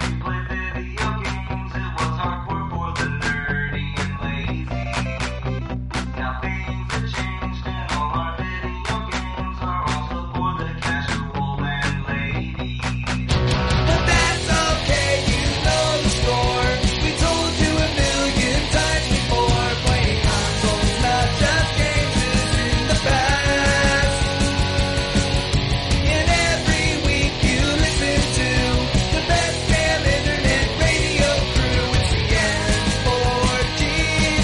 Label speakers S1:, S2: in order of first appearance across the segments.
S1: we played video games, it was hardcore for the nerdy and lazy. Now things have changed and all our video games are also for the casual and ladies.
S2: But that's okay, you know the score. We told you a million times before. Playing consoles, not just games, is in the past. And every week you listen to the best damn internet radio crew. It's the N4G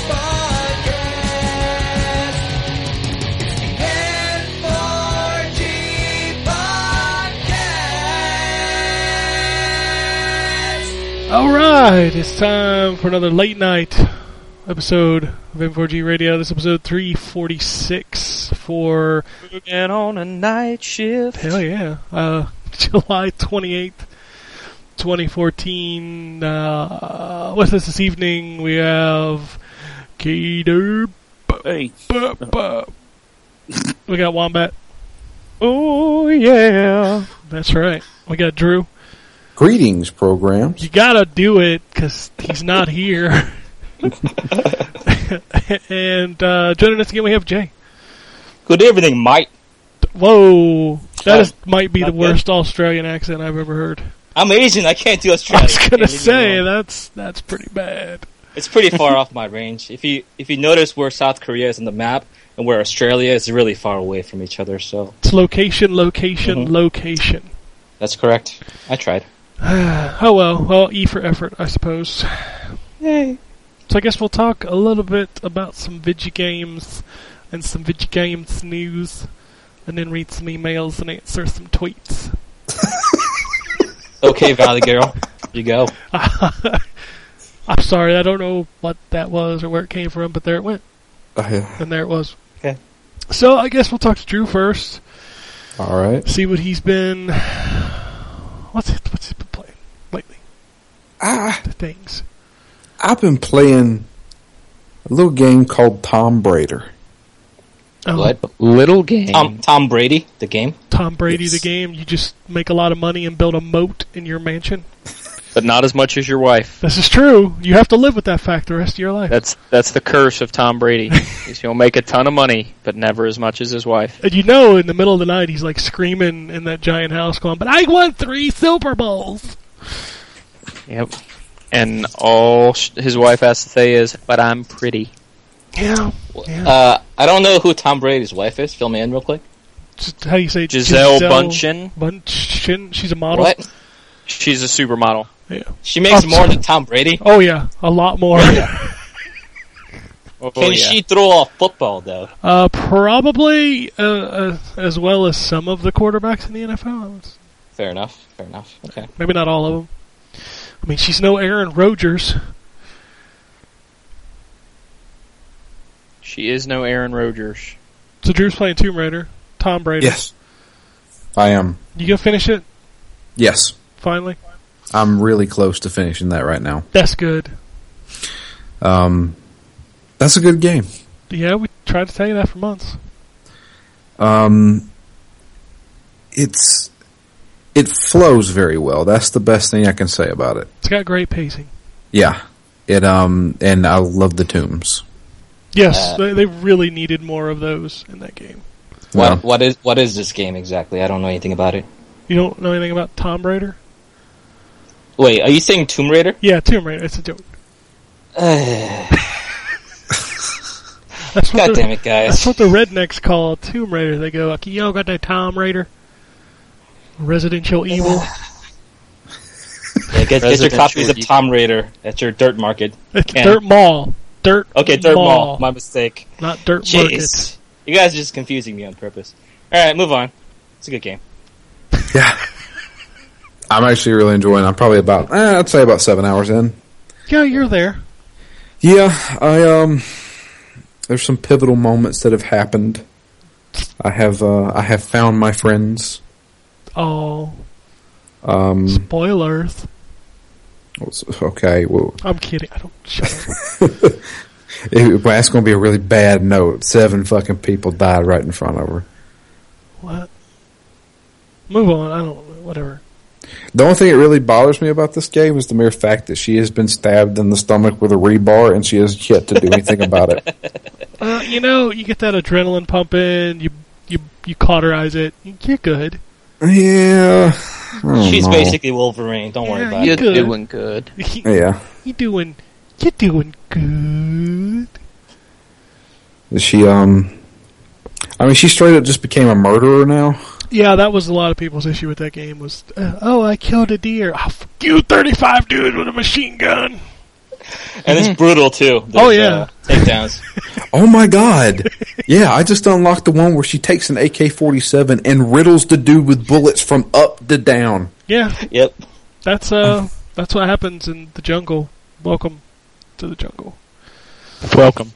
S2: podcast. It's the N4G podcast.
S3: All right, it's time for another late night episode of M4G Radio. This is episode 346 for
S4: And on a night shift.
S3: hell yeah, uh, July 28th, 2014. Uh, with us this evening we have Kader.
S5: Hey.
S3: We got Wombat.
S4: Oh yeah.
S3: That's right. We got Drew.
S6: Greetings, programs.
S3: You gotta do it because he's not here. and uh, joining us again, we have Jay.
S5: Good evening, Mike.
S3: Whoa, that
S5: Oh,
S3: is, might be the
S5: not good.
S3: worst Australian accent I've ever heard.
S5: I'm Asian. I can't do
S3: I
S5: Australian.
S3: was gonna
S5: Leave me
S3: say
S5: alone.
S3: that's that's pretty bad.
S5: it's pretty far off my range. If you if you notice where South Korea is on the map and where Australia is really far away from each other, so
S3: It's location, location,
S5: Mhm.
S3: location.
S5: that's correct. I tried.
S3: Oh well, well E for effort, I suppose.
S5: Yay.
S3: So I guess we'll talk a little bit about some video games and some video games news, and then read some emails and answer some tweets.
S5: Okay, Valley Girl. You go.
S3: I'm sorry, I don't know what that was or where it came from, but there it went,
S6: All
S3: and there it was.
S5: Okay.
S3: So I guess we'll talk to Drew first.
S6: right.
S3: see what he's been. What's it, what's he been playing lately?
S6: I,
S3: The things.
S6: I've been playing a little game called Tom Raider.
S3: Oh,
S7: What little game?
S5: Tom Tom Brady, the game,
S3: Tom Brady, the
S6: Yes.
S3: game. You just make a lot of money and build a moat in your mansion.
S7: but not as much as your wife.
S3: This is true. You have to live with that fact the rest of your life.
S7: That's that's the curse of Tom Brady. is he'll make a ton of money, but never as much as his wife.
S3: and you know, in the middle of the night, he's like screaming in that giant house, going, "But I won three Super Bowls."
S7: Yep. And all sh- his wife has to say is, "But I'm pretty."
S3: Yeah, yeah.
S5: Uh, I don't know who Tom Brady's wife is. Fill me in real quick.
S3: Just- how do you say it?
S7: Giselle, Bundchen.
S3: Bundchen. She's a model.
S5: What?
S7: She's a supermodel.
S3: Yeah.
S5: She makes
S3: Oh,
S5: more than Tom Brady.
S3: Oh yeah, a lot more.
S7: Oh,
S5: Can
S7: yeah.
S5: she throw a football though?
S3: Uh, probably uh, uh, as well as some of the quarterbacks in the NFL. It's-
S5: Fair enough. Fair enough. Okay.
S3: Maybe not all of them. I mean, she's no Aaron Rodgers.
S7: She is no Aaron Rodgers.
S3: So Drew's playing Tomb Raider. Tom Brady.
S6: Yes. I am.
S3: You gonna finish it
S6: Yes.
S3: finally?
S6: I'm really close to finishing that right now.
S3: That's good.
S6: Um, that's a good game.
S3: Yeah, we tried to tell you that for months.
S6: Um, it's it flows very well. That's the best thing I can say about it.
S3: It's got great pacing.
S6: Yeah. It um and I love the tombs.
S3: Yes,
S5: Uh,
S3: they, they really needed more of those in that game.
S5: What
S6: Well,
S5: what is what is this game exactly? I don't know anything about it.
S3: You don't know anything about Tomb Raider?
S5: Wait, are you saying Tomb Raider?
S3: Yeah, Tomb Raider. It's a joke. That's what
S5: God
S3: they're-
S5: damn it,
S3: That's
S5: guys.
S3: what the rednecks call Tomb Raider. They go, like, yo, got that Tom Raider. Residential evil.
S5: Yeah, get, get your
S7: Residential
S5: copies of
S7: Evil.
S5: Tom Raider at your dirt market.
S3: It's
S5: Yeah.
S3: Dirt Mall. Dirt
S5: Okay, dirt mall. My mistake.
S3: Not Dirt Market.
S5: Jeez, you guys are just confusing me on purpose. All right, move on. It's a good game.
S6: yeah. I'm actually really enjoying. it. I'm probably about eh, I'd say about seven hours in.
S3: Yeah, you're there.
S6: Yeah, I um there's some pivotal moments that have happened. I have uh I have found my friends.
S3: Oh,
S6: Um
S3: spoilers.
S6: okay, well
S3: I'm kidding. I don't. Shut up.
S6: It, well, that's going to be a really bad note. Seven fucking people died right in front of her.
S3: What? Move on. I don't. know. Whatever.
S6: The only thing that really bothers me about this game is the mere fact that she has been stabbed in the stomach with a rebar and she has yet to do anything about it.
S3: Uh, you know, you get that adrenaline pumping. You you you cauterize it. You're good.
S6: Yeah. Oh, I don't
S5: She's
S6: know.
S5: basically Wolverine. Don't worry
S3: Yeah,
S5: about
S3: you-
S7: You're
S5: it.
S3: Good.
S7: doing good.
S6: Yeah.
S3: you doing you doing good.
S6: She, um. I mean, she straight up just became a murderer now.
S3: Yeah, that was a lot of people's issue with that game was, uh, oh, I killed a deer. Oh, fuck you 35 dude with a machine gun.
S5: And it's brutal too. The,
S3: Oh, yeah.
S5: uh, takedowns.
S6: Oh my god. Yeah, I just unlocked the one where she takes an AK 47 and riddles the dude with bullets from up to down.
S3: Yeah,
S5: yep.
S3: that's uh, that's what happens in the jungle. Welcome to the jungle.
S7: Welcome.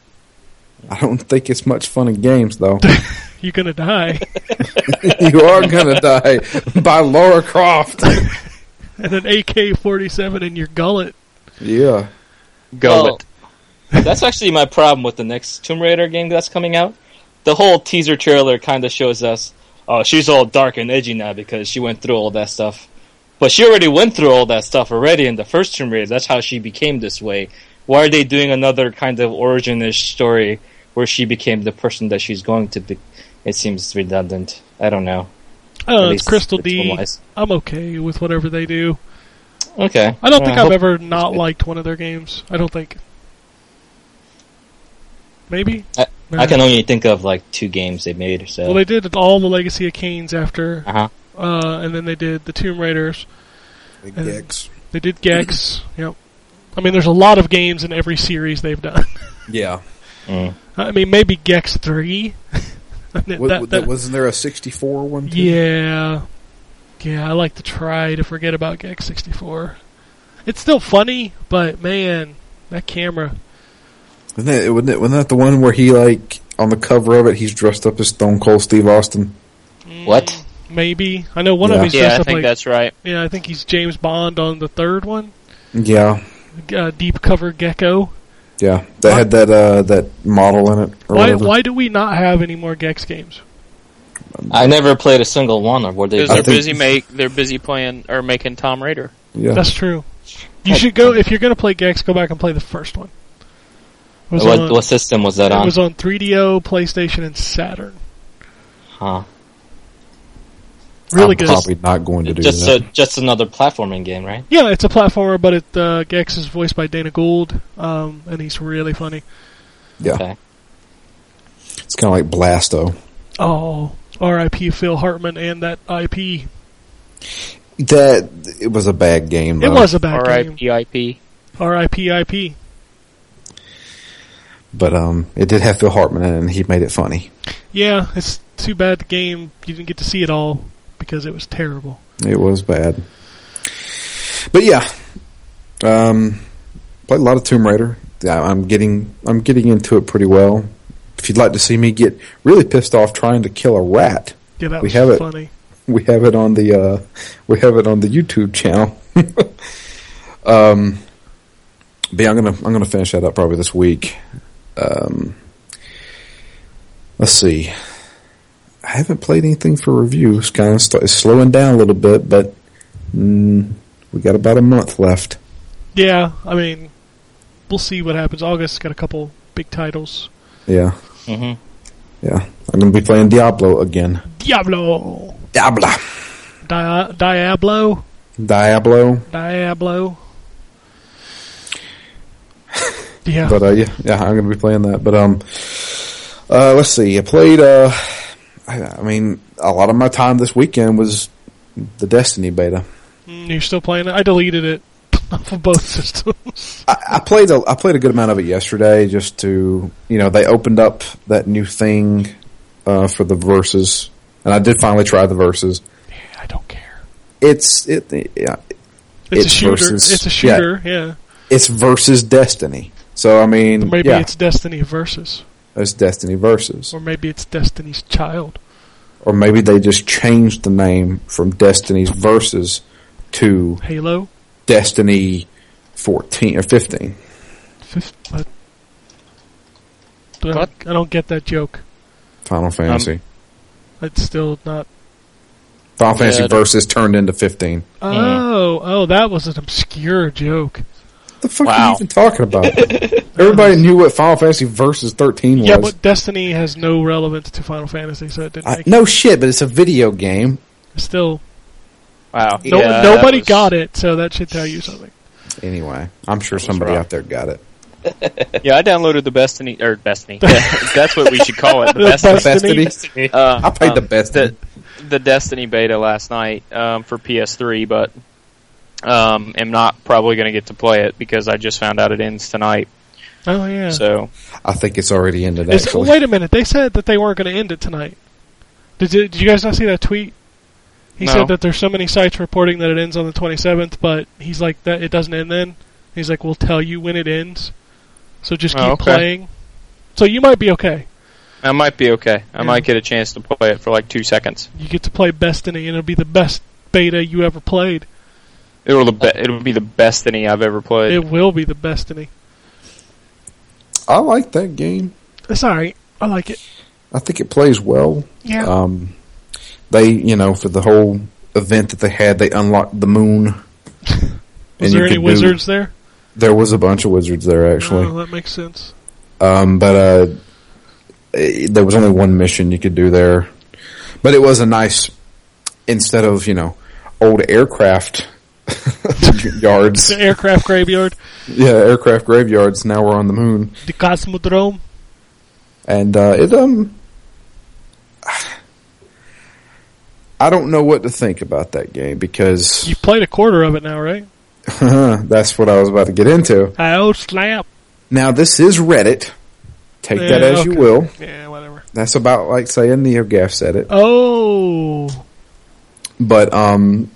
S6: I don't think it's much fun in games, though.
S3: You're gonna die,
S6: you are going to die by Laura Croft.
S3: and an AK-47 in your gullet.
S6: Yeah.
S7: Go
S5: Well, that's actually my problem with the next Tomb Raider game that's coming out. The whole teaser trailer kind of shows us, oh, she's all dark and edgy now because she went through all that stuff. But she already went through all that stuff already in the first Tomb Raider. That's how she became this way. Why are they doing another kind of origin-ish story where she became the person that she's going to be? It seems redundant. I don't know. At
S3: Oh, it's
S5: least
S3: Crystal D.
S5: principle-wise.
S3: I'm okay with whatever they do.
S5: Okay.
S3: I don't
S5: Well,
S3: think
S5: hope-
S3: I've ever not liked one of their games. I don't think. Maybe.
S5: I, I
S3: Nah.
S5: can only think of like two games they made. So.
S3: Well, they did all the Legacy of Kane's after,
S5: uh huh.
S3: uh, and then they did the Tomb Raiders.
S6: Big
S3: Uh, dicks. They did Gex. yep. I mean, there's a lot of games in every series they've done.
S6: Yeah.
S3: I mean, maybe Gex three. That- that- that-
S6: wasn't there a 64 one?
S3: yeah, yeah. I like to try to forget about Gex sixty four. It's still funny, but man, that camera.
S6: Wasn't that, wasn't, it, wasn't that the one where he, like, on the cover of it, he's dressed up as Stone Cold Steve Austin?
S5: What?
S3: Maybe I know one of
S6: Yeah.
S3: these.
S7: Yeah, I think that's right.
S3: Yeah, I think he's James Bond on the third one.
S6: Yeah.
S3: Uh, deep cover gecko.
S6: Yeah. That had that, uh, that model in it. Or
S3: Why?
S6: whatever.
S3: Why do we not have any more Gex games?
S5: I never played a single one of where they.
S7: Because
S6: I
S7: they're
S6: think-
S7: busy make they're busy playing or making Tom Raider.
S6: Yeah.
S3: That's true. You should go if you're going to play Gex. Go back and play the first one. It was
S5: What,
S3: on-
S5: what system was
S3: It
S5: that on?
S3: was on 3DO, PlayStation, and Saturn.
S5: Huh.
S3: Really
S6: I'm
S3: good.
S6: probably not going to do
S5: Just
S6: that.
S5: a, just another platforming game, right?
S3: Yeah, it's a platformer, but it uh, Gex is voiced by Dana Gould, um, and he's really funny.
S6: yeah.
S5: Okay.
S6: It's kind of like Blasto.
S3: Oh, R.I.P. Phil Hartman and that IP.
S6: That it was a bad game.
S3: It
S6: Though.
S3: was a bad
S7: R I
S3: game.
S7: P I P.
S3: R.I.P. IP.
S6: but um, it did have Phil Hartman in it, and he made it funny.
S3: Yeah, it's too bad the game you didn't get to see it all because it was terrible.
S6: It was bad. But yeah, um, played a lot of Tomb Raider. Yeah, I'm getting I'm getting into it pretty well. If you'd like to see me get really pissed off trying to kill a rat,
S3: Yeah, that
S6: We
S3: was
S6: have it.
S3: funny.
S6: we have it on the uh, we have it on the YouTube channel. um, but yeah, I'm gonna I'm gonna finish that up probably this week. Um, let's see. I haven't played anything for review. It's kind of st- it's slowing down a little bit, but mm, we got about a month left.
S3: Yeah, I mean, we'll see what happens. August's got a couple big titles.
S6: Yeah,
S5: Mhm.
S6: yeah. I'm gonna be playing Diablo again.
S3: Diablo,
S6: Diablo,
S3: Di- Diablo,
S6: Diablo.
S3: Diablo. Yeah,
S6: But uh, yeah, yeah, I'm gonna be playing that. But um, uh, let's see. I played. Uh, I, I mean, a lot of my time this weekend was the Destiny beta.
S3: Mm, you're still playing it. I deleted it off of both systems.
S6: I, I played. A, I played a good amount of it yesterday, just to you know, they opened up that new thing uh, for the verses, and I did finally try the verses.
S3: yeah, I don't care.
S6: It's it. Yeah,
S3: It's, a
S6: It's
S3: shooter.
S6: versus-
S3: it's a
S6: yeah.
S3: shooter. Yeah,
S6: it's versus Destiny. So I mean,
S3: maybe
S6: yeah,
S3: it's Destiny versus,
S6: it's Destiny versus.
S3: or maybe it's Destiny's Child.
S6: or maybe they just changed the name from Destiny's Versus to
S3: Halo.
S6: Destiny 14 or 15.
S3: Fif- what? uh, I,
S7: What?
S3: I don't get that joke.
S7: Um,
S6: Final Fantasy.
S3: It's still not.
S6: Final Fantasy
S7: Yeah, I don't-
S6: Versus turned into 15.
S3: Oh, oh, that was an obscure joke.
S6: What the fuck are
S7: Wow.
S6: you even talking about? Everybody knew what Final Fantasy Versus 13 was.
S3: Yeah, but Destiny has no relevance to Final Fantasy, so it didn't
S6: I,
S3: make
S6: no shit, but it's a video game.
S3: it. Still,
S7: Wow.
S3: no,
S7: Yeah, that
S3: nobody
S7: was-
S3: got it, so that should tell you something.
S6: Anyway, I'm sure somebody
S7: rough.
S6: out there got it.
S7: Yeah, I downloaded the Destiny or Destiny. Yeah, that's what we should call it. The Destiny.
S6: Destiny.
S5: E.
S7: Uh,
S6: I played the
S7: um,
S6: best. E.
S7: The, the Destiny beta last night um, for PS3, but um, am not probably going to get to play it because I just found out it ends tonight.
S3: Oh yeah.
S7: So
S6: I think it's already ended,
S3: Is-
S6: actually.
S3: wait a minute. They said that they weren't going to end it tonight. Did you, did you guys not see that tweet? He
S7: No.
S3: said that there's so many sites reporting that it ends on the 27th, but he's like that it doesn't end then. He's like, we'll tell you when it ends. So just keep
S7: Oh, okay.
S3: playing. So you might be okay.
S7: I might be okay. I
S3: Yeah.
S7: might get a chance to play it for like two seconds.
S3: You get to play Destiny, and it'll be the best beta you ever played.
S7: It'll the be- it'll be the Destiny I've ever played.
S3: It will be the Destiny.
S6: I like that game.
S3: It's alright. I like it.
S6: I think it plays well.
S3: Yeah.
S6: Um, they, you know, for the whole event that they had, they unlocked the moon.
S3: Was
S6: and you
S3: there any
S6: could do-
S3: wizards there?
S6: there was a bunch of wizards there, actually.
S3: Oh, that makes sense.
S6: Um, but uh, it- there was only one mission you could do there. But it was a nice, instead of you know, old aircraft yards,
S3: The aircraft graveyard,
S6: yeah, aircraft graveyards. Now we're on the moon,
S3: the Cosmodrome.
S6: and uh, it um, I don't know what to think about that game because
S3: You played a quarter of it now, right?
S6: that's what I was about to get into.
S3: Oh snap!
S6: Now this is Reddit. Take
S3: Yeah,
S6: that as you
S3: okay.
S6: will.
S3: Yeah, whatever.
S6: That's about like saying NeoGaf said it.
S3: Oh,
S6: But um,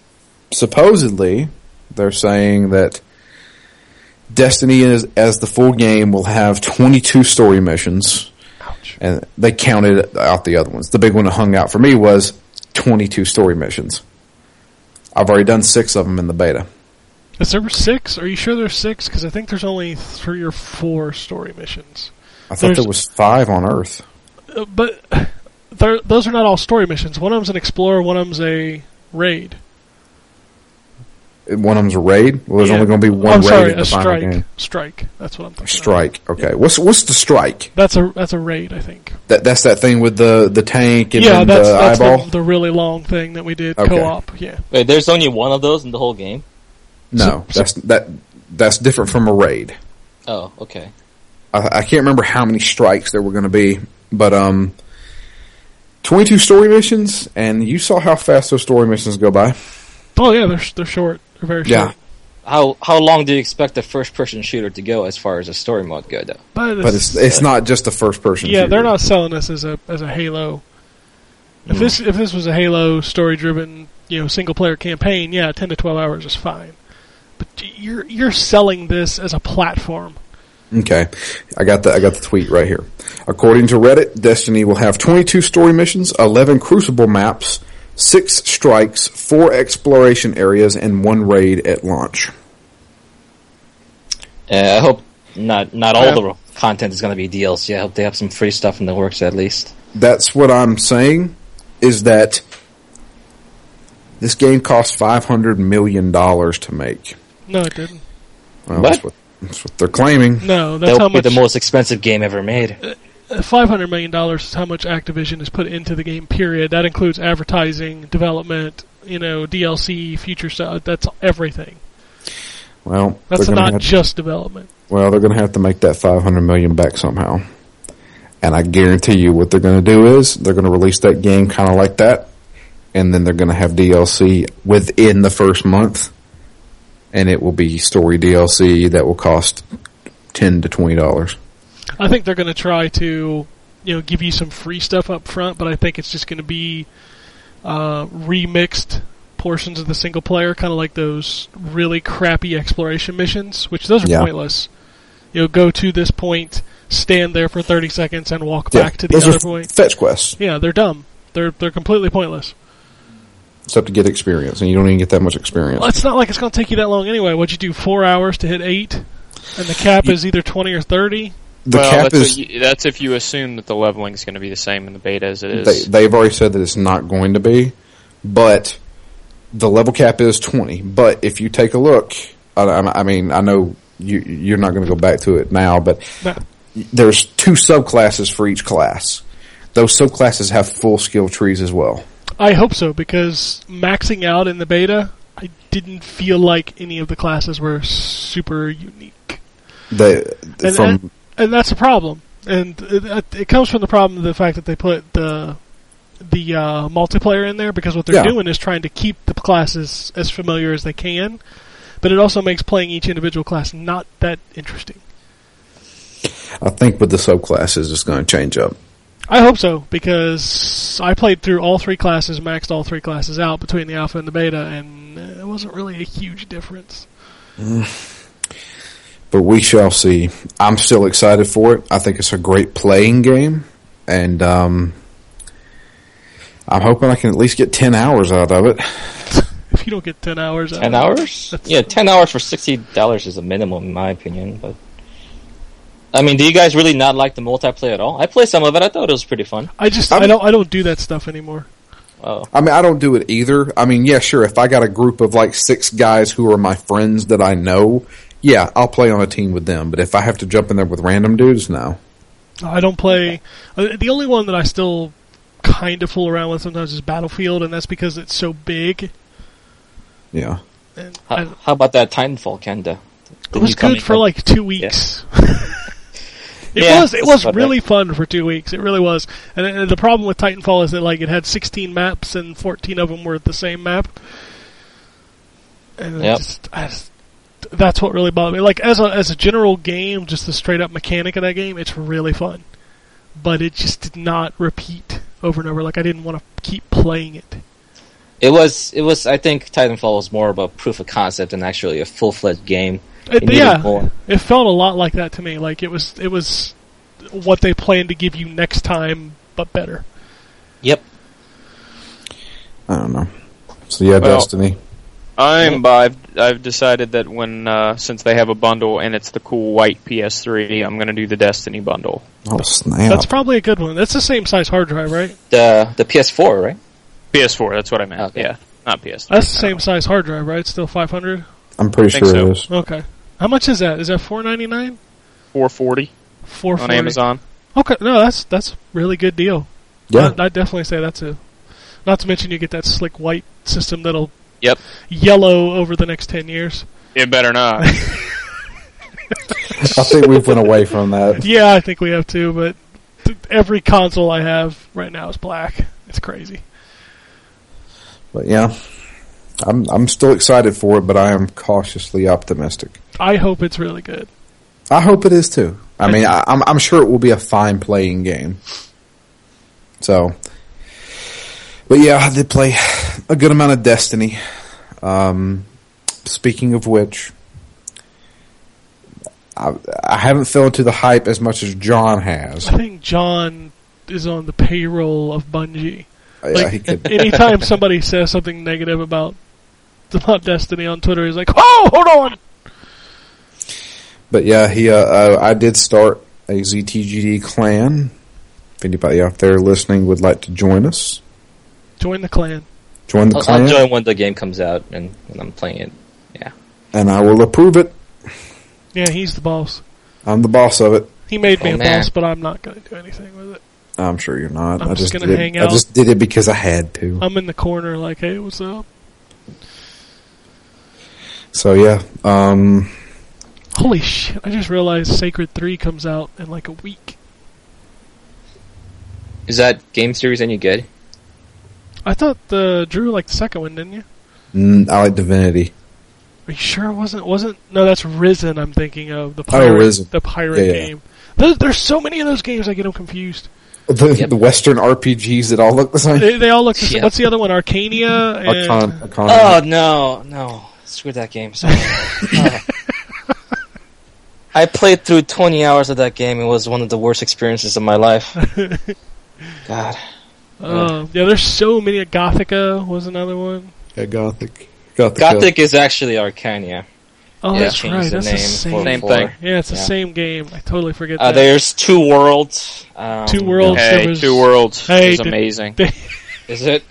S6: supposedly, they're saying that Destiny is as the full game will have 22 story missions,
S3: ouch!
S6: and they counted out the other ones. The big one that hung out for me was 22 story missions. I've already done six of them in the beta.
S3: Is there six? Are you sure there's six? Because I think there's only three or four story missions.
S6: I thought
S3: There's-
S6: there was five on Earth.
S3: Uh, but they're- those are not all story missions. One of them's an explorer. One of them's a raid.
S6: One of them's a raid. Well, there's
S3: Yeah. Oh,
S6: only going to be one
S3: I'm
S6: raid
S3: sorry,
S6: in the
S3: a
S6: final
S3: strike.
S6: game.
S3: Strike. That's what I'm thinking. of.
S6: Strike. Okay. What's what's the strike?
S3: That's a that's a raid. I think.
S6: That that's that thing with the the tank and
S3: yeah,
S6: then
S3: that's
S6: the
S3: that's
S6: eyeball.
S3: the, the really long thing that we did
S6: Okay.
S3: co-op. Yeah.
S5: Wait, there's only one of those in the whole game.
S6: No, that's that that's different from a raid.
S5: Oh, okay.
S6: I, I can't remember how many strikes there were going to be, but um, twenty-two story missions, and you saw how fast those story missions go by.
S3: Oh yeah, they're they're short. They're very
S6: Yeah.
S3: short.
S5: How how long do you expect a first person shooter to go as far as a story mode go though?
S3: But,
S6: But it's it's not just the first person.
S3: Yeah, they're
S6: shooter.
S3: not selling this as a as a Halo. If this if this was a Halo story driven, you know, single player campaign, yeah, ten to twelve hours is fine. But you're you're selling this as a platform.
S6: Okay, I got the I got the tweet right here. According to Reddit, Destiny will have 22 story missions, 11 Crucible maps, six strikes, four exploration areas, and one raid at launch.
S5: Uh, I hope not not all
S7: Yeah.
S5: the content is going to be DLC. I hope they have some free stuff in the works at least.
S6: that's what I'm saying is that this game cost five hundred million dollars to make.
S3: No, it didn't.
S6: Well,
S5: What?
S6: That's, what, that's what they're claiming.
S3: No, that's
S5: That
S3: how
S5: would be
S3: much uh,
S5: the most expensive game ever made.
S3: five hundred million dollars is how much Activision has put into the game. Period. That includes advertising, development, you know, DLC, future stuff. That's everything.
S6: Well,
S3: That's
S6: they're gonna
S3: not
S6: have,
S3: just development.
S6: well, they're going to have to make that five hundred million back somehow. And I guarantee you, what they're going to do is they're going to release that game kind of like that, and then they're going to have DLC within the first month, and it will be story DLC that will cost ten to twenty dollars.
S3: I think they're going to try to, you know, give you some free stuff up front, but I think it's just going to be uh, remixed portions of the single player, kind of like those really crappy exploration missions, which those are
S6: Yeah.
S3: pointless. You know, go to this point, stand there for thirty seconds, and walk back to the
S6: those
S3: other
S6: are
S3: point.
S6: fetch quests.
S3: Yeah, they're dumb. They're they're completely pointless.
S6: except to get experience, and you don't even get that much
S3: Well,
S6: experience.
S3: it's not like it's going to take you that long anyway. What'd you do? Four hours to hit eight, and the cap is either twenty or thirty.
S6: the
S7: well,
S6: cap
S7: that's,
S6: is
S7: what you- that's if you assume that the leveling is going to be the same in the beta as it
S6: they,
S7: is.
S6: they've already said that it's not going to be, but the level cap is 20. But if you take a look, I, I I mean, I know you, you're not going to go back to it now, but
S3: No.
S6: there's two subclasses for each class. Those subclasses have full skill trees as well.
S3: I hope so because maxing out in the beta, I didn't feel like any of the classes were super unique,
S6: The
S3: and
S6: from
S3: and, and that's a problem. And it, it comes from the problem of the fact that they put the the uh, multiplayer in there because what they're
S6: Yeah.
S3: doing is trying to keep the classes as familiar as they can, but it also makes playing each individual class not that interesting.
S6: I think with the subclasses, it's going to change up.
S3: I hope so because I played through all three classes, maxed all three classes out between the alpha and the beta, and it wasn't really a huge difference.
S6: But we shall see. I'm still excited for it. I think it's a great playing game, and um, I'm hoping I can at least get ten hours out of it.
S3: If you don't get ten hours, out
S5: Ten
S3: of it,
S5: hours?
S3: that's-
S5: Yeah, ten hours for sixty dollars is a minimum in my opinion. But I mean, do you guys really not like the multiplayer at all? I played some of it. I thought it was pretty fun.
S3: I just
S6: I'm-
S3: I don't I don't do that stuff anymore.
S5: Oh,
S6: I mean, I don't do it either. I mean, yeah, sure. If I got a group of like six guys who are my friends that I know, yeah, I'll play on a team with them. But if I have to jump in there with random dudes, no.
S3: I don't play. uh, The only one that I still kind of fool around with sometimes is Battlefield, and that's because it's so big.
S6: Yeah.
S3: And
S5: how,
S3: I-
S5: how about that Titanfall, Kenda?
S3: it was good for like two weeks. it
S5: Yeah,
S3: was it
S5: that's
S3: was
S5: about
S3: really fun for two weeks. It really was. And, and the problem with Titanfall is that like it had 16 maps and 14 of them were the same map. And it
S5: Yep.
S3: just, I just- that's what really bothered me. Like as a as a general game, just the straight up mechanic of that game, it's really fun. But it just did not repeat over and over. Like I didn't want to keep playing it.
S5: It was. It was. I think Titanfall was more of a proof of concept than actually a full fledged game.
S3: It-
S5: You needed
S3: yeah,
S5: more.
S3: it felt a lot like that to me. Like it was, it was what they planned to give you next time, but better.
S5: Yep.
S6: I don't know. So yeah,
S7: Well-
S6: Destiny.
S7: I'm by, I've, I've decided that when uh, since they have a bundle and it's the cool white PS3, I'm going to do the Destiny bundle.
S6: Oh snap!
S3: That's probably a good one. That's the same size hard drive, right?
S5: The the PS4, right?
S7: PS4, that's what I meant.
S5: Okay.
S7: Yeah, not PS3.
S3: That's the same size hard drive, right? Still five hundred.
S6: I'm pretty
S7: think
S6: sure
S7: so.
S6: it is.
S3: Okay. How much is that? Is that four ninety nine?
S7: 440
S3: Four
S7: on
S3: forty.
S7: Amazon.
S3: Okay. No, that's that's a really good deal.
S6: Yeah.
S3: I, would definitely say that's a. Not to mention you get that slick white system that'll
S7: Yep.
S3: yellow over the next ten years.
S7: It better not.
S6: I think we've went away from that.
S3: Yeah, I think we have to, but th- every console I have right now is black. It's crazy.
S6: But yeah, I'm I'm still excited for it, but I am cautiously optimistic.
S3: I hope it's really good.
S6: I hope it is too. I
S3: I-
S6: mean, I, I'm I'm sure it will be a fine playing game. So, but yeah, I did play a good amount of Destiny. Um, speaking of which, I I haven't fell into the hype as much as John has.
S3: I think John is on the payroll of Bungie.
S6: yeah, he could.
S3: Anytime somebody says something negative about about Destiny on Twitter, he's like, "Oh, hold on."
S6: But yeah, he uh, uh, I did start a ZTGD clan. If anybody out there listening would like to join us,
S3: Join the clan.
S6: join the
S5: Oh, I'll,
S6: clan,
S5: I'll join when the game comes out and when I'm playing it.
S6: and I will approve it.
S3: Yeah, he's the boss.
S6: I'm the boss of it.
S3: He made me
S5: Oh,
S3: a
S5: man.
S3: boss, but I'm not going to do anything with it.
S6: I'm sure you're not.
S3: I'm
S6: I
S3: just
S6: just
S3: gonna
S6: did,
S3: hang
S6: I
S3: out.
S6: just did it because I had to.
S3: I'm in the corner, like, "Hey, what's up?"
S6: So yeah, um,
S3: Holy shit! I just realized Sacred Three comes out in like a week.
S5: Is that game series any good?
S3: I thought the Drew liked the second one, didn't you?
S6: mm, I like Divinity.
S3: Are you sure it wasn't? Wasn't? No, that's Risen. I'm thinking of the
S6: Oh,
S3: pirate.
S6: Risen.
S3: The pirate
S6: Yeah, yeah.
S3: game. Those, there's so many of those games. I get them confused.
S6: The,
S5: Yep.
S6: the Western RPGs that all look the same.
S3: They, they all look. The same.
S5: Yeah.
S3: What's the other one? Arcania. And,
S6: Arcon, Arcon.
S5: Oh no, no! Screw that game. Sorry. Oh. I played through 20 hours of that game. It was one of the worst experiences of my life. God.
S3: uh, yeah, there's so many. Gothica was another one.
S6: Yeah, Gothic. Gothic.
S5: Gothic is actually Arcania.
S3: Oh,
S5: Yeah,
S3: that's
S5: change
S3: right.
S5: the
S3: That's the
S5: name
S3: same.
S5: for-
S7: Same thing.
S3: Yeah, it's the
S5: Yeah.
S3: same game. I totally forget
S5: Uh,
S3: that.
S5: there's two worlds. Um,
S3: Two Worlds.
S7: Hey,
S3: there was-
S7: Two Worlds
S3: Hey,
S7: is
S3: did-
S7: amazing.
S3: They-
S5: Is it?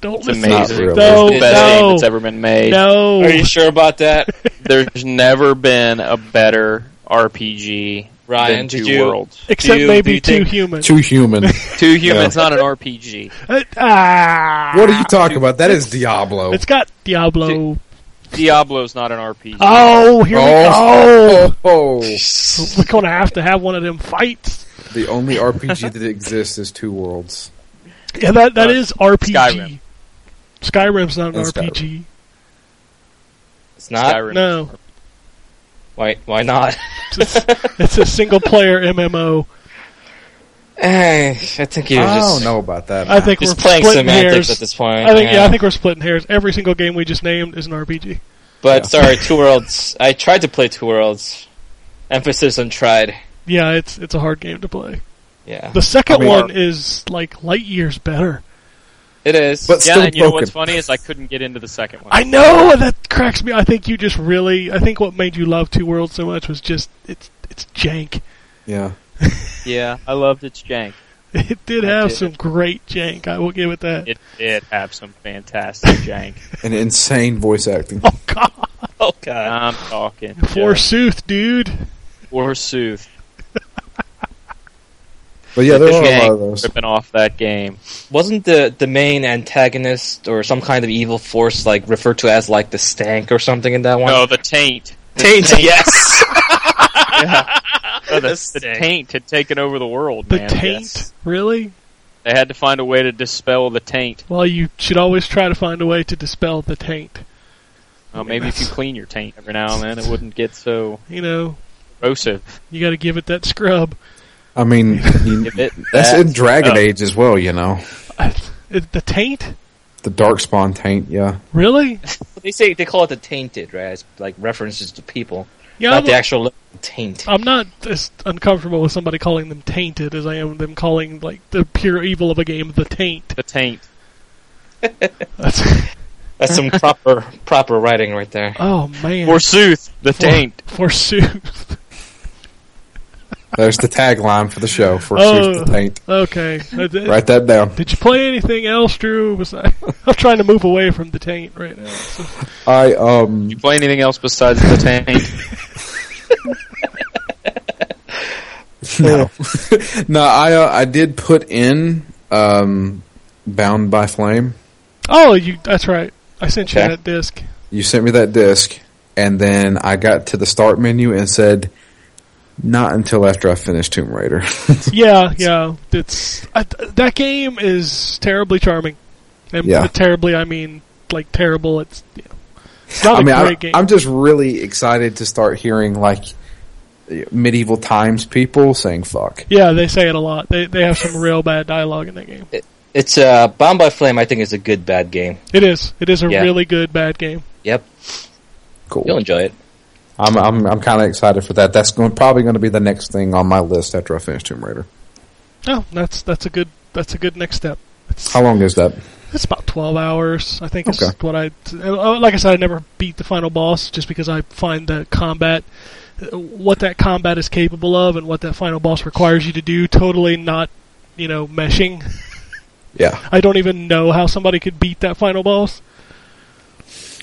S3: don't
S7: It's
S3: listen.
S7: amazing.
S6: Not really.
S3: No,
S7: It's the best
S3: no,
S7: game that's ever been made.
S3: no.
S5: Are you sure about that,
S7: There's never been a better RPG
S5: Ryan?
S7: than Two
S5: Did you?
S7: Worlds.
S3: Except
S5: Do you- do
S3: maybe
S5: you
S3: two
S5: think-
S3: humans.
S6: Too human.
S7: Two Humans, not an RPG.
S3: Uh, ah,
S6: what are you talking about? That is Diablo.
S3: It's got Diablo.
S7: Diablo's not an RPG.
S6: Uh,
S3: Oh, here
S6: Oh,
S3: we go.
S6: oh,
S3: We're gonna have to have one of them fights.
S6: the only RPG that exists is Two Worlds.
S3: Yeah, that that
S7: Uh,
S3: is RPG.
S7: Skyrim.
S3: Skyrim's not an
S6: And Skyrim.
S3: RPG.
S5: It's not.
S7: Skyrim.
S3: No,
S5: Why? Why not?
S3: it's a single player MMO.
S5: Eh, I think you're
S6: I
S5: just
S6: don't know about that.
S3: I think
S5: just
S3: we're
S5: playing
S3: splitting
S5: semantics
S3: hairs.
S5: at this point.
S3: I think yeah. I think we're splitting hairs. Every single game we just named is an RPG.
S5: But sorry, Two Worlds. I tried to play Two Worlds. Emphasis on tried.
S3: Yeah, it's it's a hard game to play.
S5: Yeah,
S3: The second
S6: I mean,
S3: one
S6: our-
S3: is like light years better.
S5: it is.
S6: But-
S7: Yeah,
S6: Still
S7: and you know
S6: broken.
S7: what's funny is I couldn't get into the second one.
S3: I know and that cracks me. I think you just really. I think what made you love Two Worlds so much was just it's it's jank.
S6: yeah.
S7: yeah, I loved its jank.
S3: It did
S7: I
S3: have
S7: did.
S3: some great jank. I will give it that.
S7: It did have some fantastic jank.
S6: And insane voice acting.
S3: oh God,
S5: oh god,
S7: I'm talking. just
S3: forsooth, dude.
S7: Forsooth.
S6: But yeah, there
S7: The
S6: are a lot
S7: jank
S6: of those.
S7: ripping off that game.
S5: wasn't the the main antagonist or some kind of evil force like referred to as like the stank or something in that one?
S7: No, the taint.
S5: Taint, yes.
S7: No, the, the taint had taken over the world.
S3: The
S7: man.
S3: taint,
S7: Yes.
S3: really?
S7: They had to find a way to dispel the taint.
S3: Well, you should always try to find a way to dispel the taint.
S7: Well, maybe if you clean your taint every now and then, it wouldn't get so
S3: You know,
S7: corrosive.
S3: you got to give it that scrub.
S6: I mean, you-
S7: If it,
S6: that's
S7: that-
S6: in Dragon
S7: Oh.
S6: Age as well, you know.
S3: It- the taint,
S6: The Darkspawn taint, yeah.
S3: really?
S5: they say they call it the tainted, right? As like references to people,
S3: Yeah,
S5: not
S3: I'm,
S5: the actual taint.
S3: I'm not as uncomfortable with somebody calling them tainted as I am them calling like the pure evil of a game the taint.
S7: Oh, the taint.
S3: That's,
S5: That's some proper proper writing right there.
S3: oh man,
S7: Forsooth, the
S3: For-
S7: taint.
S3: forsooth.
S6: There's the tagline for the show for
S3: Oh.
S6: Sooth the Taint.
S3: Okay, That- that-
S6: Write that down.
S3: Did you play anything else, Drew? Was I, I'm trying to move away from the taint right now. So,
S6: I um
S7: You play anything else besides the taint?
S6: no, no. I uh, I did put in um Bound by Flame.
S3: oh, you. That's right. I sent you
S5: Okay.
S3: that disc.
S6: You sent me that disc, and then I got to the start menu and said, "Not until after I finish Tomb Raider."
S3: Yeah, yeah. It's I, that game is terribly charming, and
S6: Yeah.
S3: by terribly I mean like terrible. It's, yeah. it's not
S6: I
S3: a great
S6: mean, I,
S3: game.
S6: I'm just really excited to start hearing like medieval times people saying "fuck."
S3: yeah, they say it a lot. They they have some real bad dialogue in that game.
S5: It's uh, Bound by Flame. I think is a good bad game.
S3: It is. It is a
S5: Yeah.
S3: really good bad game.
S5: Yep, you'll
S6: Cool.
S5: enjoy it.
S6: I'm I'm, I'm kind of excited for that. That's going probably going to be the next thing on my list after I finish Tomb Raider.
S3: No, Oh, that's that's a good that's a good next step. It's,
S6: How long is that?
S3: It's about twelve hours. I think is
S6: Okay.
S3: what I. uh, Like I said, I never beat the final boss just because I find the combat, uh, what that combat is capable of, and what that final boss requires you to do, totally not, you know, meshing.
S6: Yeah.
S3: I don't even know how somebody could beat that final boss.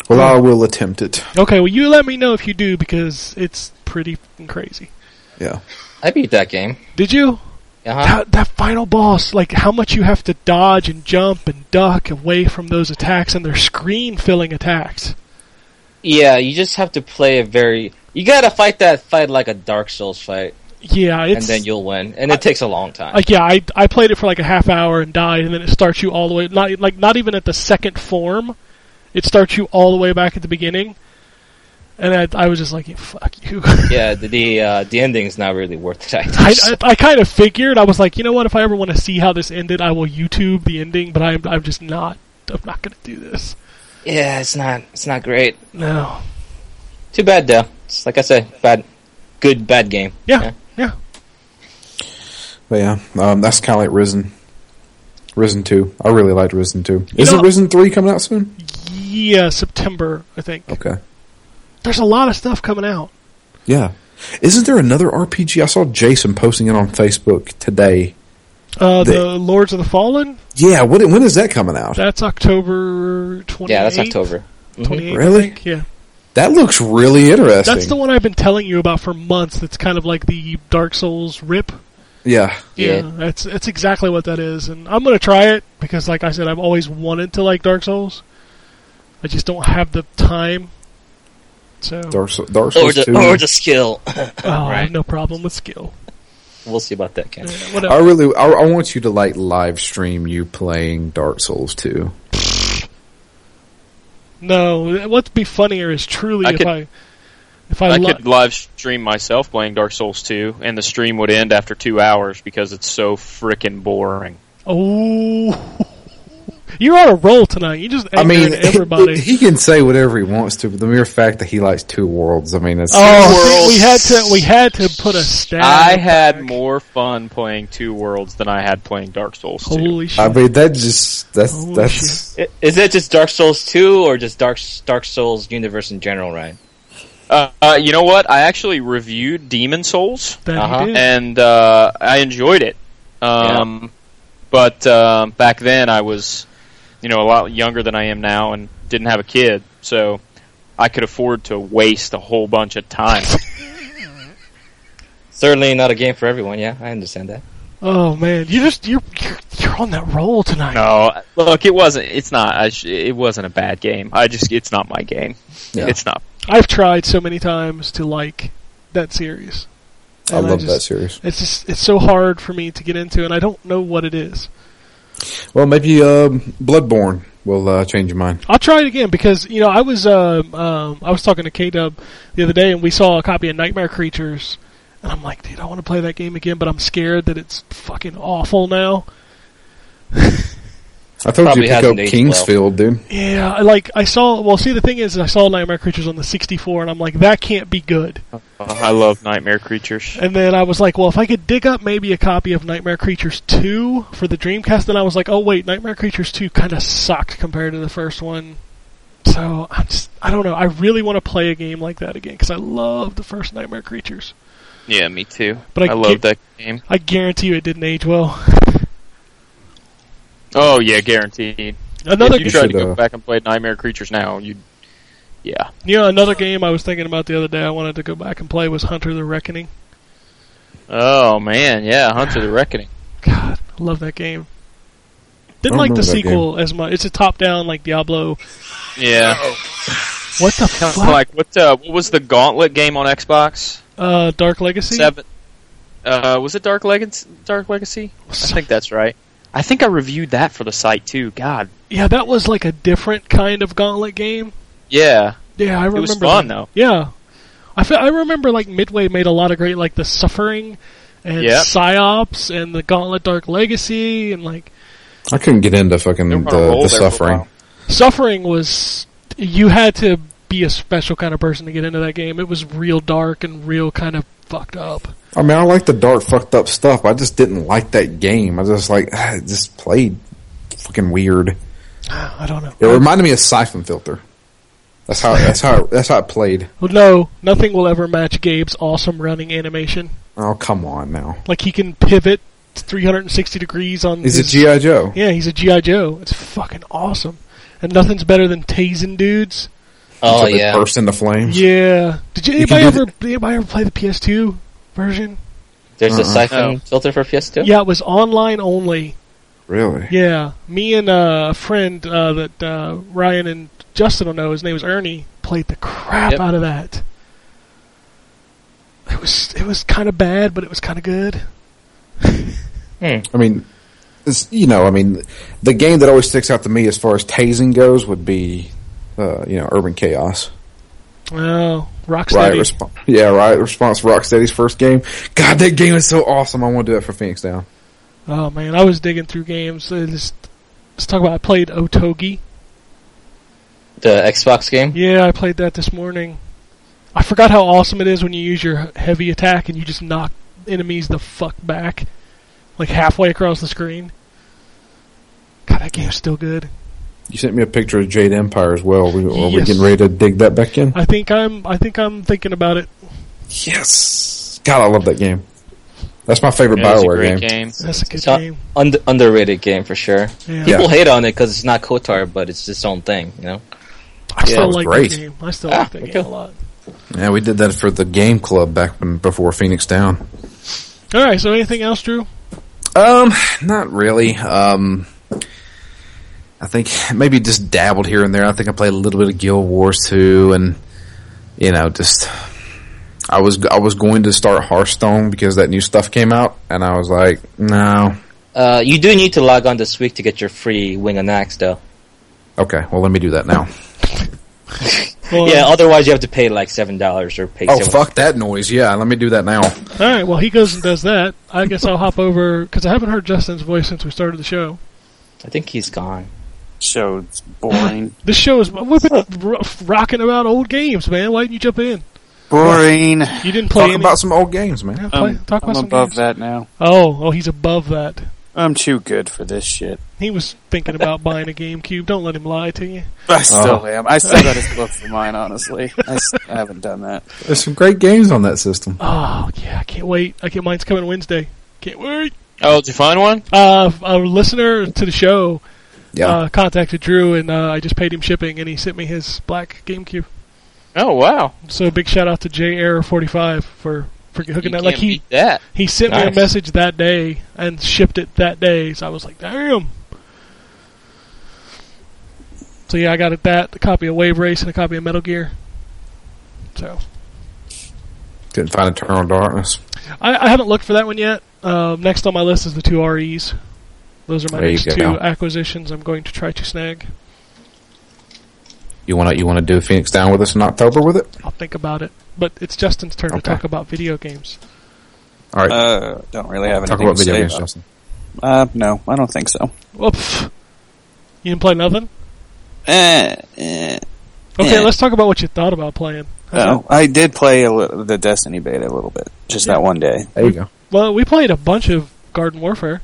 S6: Well, I will attempt it.
S3: Okay, well, you let me know if you do because it's pretty fucking crazy.
S6: Yeah.
S5: I beat that game.
S3: Did you?
S5: Uh-huh.
S3: That, that final boss, like how much you have to dodge and jump and duck away from those attacks and their screen filling attacks.
S5: Yeah, you just have to play a very. You gotta fight that fight like a Dark Souls fight,
S3: Yeah, it's
S5: and then you'll win. And it takes a long time.
S3: Like yeah, I I played it for like a half hour and died, and then it starts you all the way not like not even at the second form, it starts you all the way back at the beginning, and I I was just like yeah, fuck you.
S5: yeah, the the, uh, the ending is not really worth it. I
S3: I,
S5: guess.
S3: I I kind of figured I was like you know what if I ever want to see how this ended I will YouTube the ending, but I'm I'm just not I'm not gonna do this.
S5: yeah, it's not it's not great.
S3: No.
S5: Too bad though. It's like I said, bad, good bad game.
S3: Yeah. Yeah.
S6: But yeah, um, that's kind of like Risen. Risen 2. I really liked Risen 2.
S3: You
S6: Is
S3: know-
S6: it Risen 3 coming out soon?
S3: Yeah. September I think.
S6: Okay.
S3: there's a lot of stuff coming out.
S6: Yeah. Isn't there another RPG? I saw Jason posting it on Facebook today.
S3: Uh, the,
S6: They-
S3: Lords of the Fallen.
S6: Yeah, what, when is that coming out?
S3: That's October twenty.
S5: Yeah, that's October. Mm-hmm.
S6: Really?
S3: Yeah,
S6: That looks really interesting.
S3: that's the one I've been telling you about for months. That's kind of like the Dark Souls rip.
S6: yeah.
S5: Yeah.
S3: that's that's exactly what that is, and I'm gonna try it because, like I said, I've always wanted to like Dark Souls. I just don't have the time. So
S6: Dark, Sou- Dark
S5: Or
S6: Souls
S5: the,
S6: 2.
S5: or the skill.
S3: oh, I
S5: Right.
S3: have no problem with skill.
S5: We'll see about that, Ken.
S3: Yeah,
S6: I
S3: whatever.
S6: really, I, I want you to like live stream you playing Dark Souls 2.
S3: No, what'd be funnier is truly
S7: I
S3: if
S7: could-
S3: I if I,
S7: I
S3: lo-
S7: could live stream myself playing Dark Souls 2, and the stream would end after two hours because it's so freaking boring.
S3: oh. You're on a roll tonight. You just
S6: I mean,
S3: angered everybody.
S6: he can say whatever he wants to, but the mere fact that he likes two worlds, I mean, it's
S3: Oh,
S7: World.
S3: see, we had to we had to put a stab.
S7: I
S3: in the
S7: had
S3: back.
S7: more fun playing Two Worlds than I had playing Dark Souls 2.
S3: Holy shit!
S6: I mean, that just that's
S3: Holy
S6: that's
S5: I- Is that just Dark Souls 2 or just Dark Dark Souls universe in general, Ryan?
S7: Uh, uh, you know what? I actually reviewed Demon Souls,
S3: that
S5: Uh-huh.
S3: he did.
S7: and uh, I enjoyed it. Um, But um, back then, I was, you know, a lot younger than I am now, and didn't have a kid, so I could afford to waste a whole bunch of time.
S5: Certainly not a game for everyone, yeah, I understand that.
S3: Oh man, you just you're you're, you're on that roll tonight.
S7: no, look, it wasn't. It's not. I sh- it wasn't a bad game. I just, it's not my game.
S6: Yeah.
S7: It's not.
S3: I've tried so many times to like that series.
S6: I
S3: And
S6: love
S3: just-
S6: that series.
S3: It's just it's so hard for me to get into, and I don't know what it is.
S6: Well, maybe um, Bloodborne will uh, change your mind.
S3: I'll try it again because you know I was um, um, I was talking to K Dub the other day, and we saw a copy of Nightmare Creatures, and I'm like, dude, I want to play that game again, but I'm scared that it's fucking awful now.
S6: I told you
S5: Probably
S6: to pick up
S5: hasn't aged well.
S6: Kingsfield, dude.
S3: Yeah, I like I saw. Well, see, the thing is, I saw Nightmare Creatures on the 64, and I'm like, that can't be good.
S7: Oh, I love Nightmare Creatures.
S3: And then I was like, well, if I could dig up maybe a copy of Nightmare Creatures 2 for the Dreamcast, then I was like, oh wait, Nightmare Creatures 2 kind of sucked compared to the first one. So I just I don't know. I really want to play a game like that again because I love the first Nightmare Creatures.
S7: Yeah, me too.
S3: But I
S7: I, love
S3: get-
S7: that game.
S3: I guarantee you it didn't age well.
S7: Oh yeah, guaranteed.
S3: Another
S7: if you
S3: game,
S7: tried to
S6: Should,
S7: go
S6: uh,
S7: back and play Nightmare Creatures now, you, yeah,
S3: you know, another game I was thinking about the other day. I wanted to go back and play was Hunter the Reckoning.
S7: Oh man, yeah, Hunter the Reckoning.
S3: God, I love that game. Didn't
S6: I
S3: like the
S6: remember that
S3: sequel as much. It's a top-down like Diablo.
S7: Yeah,
S3: What the
S7: kind of
S3: fuck?
S7: like what? Uh, what was the Gauntlet game on Xbox?
S3: uh, Dark Legacy.
S7: Seven. Uh, was it Dark Legacy? Dark Legacy? I think that's right. I think I reviewed that for the site too. God,
S3: Yeah, that was like a different kind of gauntlet game.
S7: yeah,
S3: Yeah, I remember.
S7: it was fun
S3: that.
S7: though.
S3: Yeah, I fe- I remember like Midway made a lot of great like the Suffering and
S7: Yeah.
S3: Psyops and the Gauntlet Dark Legacy and like
S6: I couldn't get into fucking
S7: They
S6: the,
S7: were on a roll
S6: the
S7: there for a
S6: suffering.
S7: while.
S3: Suffering was you had to be a special kind of person to get into that game. It was real dark and real kind of fucked up.
S6: I mean, I like the dark, fucked up stuff. I just didn't like that game. I just like it just played fucking weird.
S3: I don't know.
S6: It reminded me of Siphon Filter. That's how that's how that's how it played.
S3: Well, no, nothing will ever match Gabe's awesome running animation.
S6: Oh come on now!
S3: Like he can pivot 360 degrees on
S6: Is it
S3: his
S6: GI Joe?
S3: Yeah, he's a GI Joe. It's fucking awesome, and nothing's better than tasing dudes.
S5: Oh,
S6: Until they
S5: yeah.
S6: burst into flames.
S3: Yeah. Did you,
S6: You can
S3: anybody
S6: do
S3: ever did anybody ever play the PS2 version?
S5: There's a
S6: Uh-uh.
S5: siphon
S7: Oh.
S5: filter for PS2?
S3: Yeah, it was online only.
S6: Really?
S3: Yeah, me and uh, a friend uh, that uh, Ryan and Justin don't know. His name is Ernie. Played the crap
S7: Yep.
S3: out of that. It was it was kind of bad, but it was kind of good.
S6: I mean, it's, you know, I mean, the game that always sticks out to me as far as tasing goes would be, uh, you know, Urban Chaos.
S3: Oh,
S6: Riot
S3: Rocksteady.
S6: Response. Yeah, Riot Response, Rocksteady's first game. God, that game is so awesome. I want to do that for Phoenix Down.
S3: oh man, I was digging through games. I just, let's talk about. I played Otogi.
S5: The Xbox game?
S3: Yeah, I played that this morning. I forgot how awesome it is when you use your heavy attack and you just knock enemies the fuck back, like halfway across the screen. God, that game's still good.
S6: You sent me a picture of Jade Empire as well. We, Are we
S3: Yes.
S6: getting ready to dig that back in?
S3: I think I'm. I think I'm thinking about it.
S6: Yes. God, I love that game. That's my favorite
S7: Yeah, it was a
S6: Bioware
S7: great
S6: game.
S7: game.
S3: That's a good
S5: It's an
S3: game.
S5: under, underrated game for sure.
S3: Yeah.
S5: People hate on it because it's not Kotar, but it's its own thing. You know,
S3: I
S6: it
S3: still
S6: was
S3: like
S6: great.
S3: that game. I still
S5: Ah,
S3: like that
S5: okay.
S3: game a lot.
S6: Yeah, we did that for the game club back when before Phoenix Down.
S3: All right. So anything else, Drew?
S6: Um, not really. Um, I think maybe just dabbled here and there. I think I played a little bit of Guild Wars 2 and you know, just I was I was going to start Hearthstone because that new stuff came out and I was like, no.
S5: uh, you do need to log on this week to get your free wing and axe, though.
S6: Okay, well let me do that now.
S3: Well,
S5: yeah, otherwise you have to pay like seven dollars or pay.
S6: Oh
S5: seven-
S6: fuck that noise. Yeah, let me do that now.
S3: All right. Well, he goes and does that. I guess I'll hop over because I haven't heard Justin's voice since we started the show.
S5: I think he's gone.
S8: So it's boring.
S3: This show is we've been ro- rocking about old games, man. Why didn't you jump in?
S8: boring.
S3: You didn't play
S6: Talk
S3: any.
S6: about some old games, man.
S3: Yeah, play-
S8: I'm,
S3: talk about
S8: I'm
S3: some
S8: above
S3: games.
S8: that now.
S3: Um, Oh, oh, he's above that.
S8: I'm too good for this shit.
S3: He was thinking about buying a GameCube. Don't let him lie to you.
S8: I still
S6: Oh.
S8: am. I still got to look for mine, honestly. I, s- I haven't done that.
S6: There's some great games on that system.
S3: Oh yeah, I can't wait. I can't. Mine's coming Wednesday. Can't wait.
S7: Oh, did you find one?
S3: Uh, a listener to the show
S6: Yeah.
S3: uh, contacted Drew, and uh, I just paid him shipping, and he sent me his black GameCube.
S7: Oh wow,
S3: So big shout out to J Air forty five for for hooking
S7: you
S3: that.
S7: can't
S3: Like he
S7: beat that.
S3: he sent me a
S5: Nice.
S3: message that day and shipped it that day. So I was like, damn. So yeah, I got it that a copy of Wave Race and a copy of Metal Gear. So
S6: Couldn't find Eternal Darkness.
S3: I, I haven't looked for that one yet. Um, next on my list is the two REs. Those are my
S6: There you
S3: next
S6: go.
S3: two acquisitions. I'm going to try to snag.
S6: You wanna you wanna do Phoenix Down with us in October with it?
S3: I'll think about it. But it's Justin's turn to
S6: Okay.
S3: talk about video games.
S6: All right.
S8: Uh, don't really have anything
S6: Talk about
S8: to
S6: video
S8: say
S6: games,
S8: about-
S6: Justin.
S8: Uh, no, I don't think so.
S3: Whoops. You didn't play nothing?
S8: Eh, eh.
S3: Okay,
S8: Yeah.
S3: let's talk about what you thought about playing.
S8: Oh, I did play a li- the Destiny beta a little bit, just
S3: Yeah.
S8: that one day.
S6: There you go.
S3: Well, we played a bunch of Garden Warfare.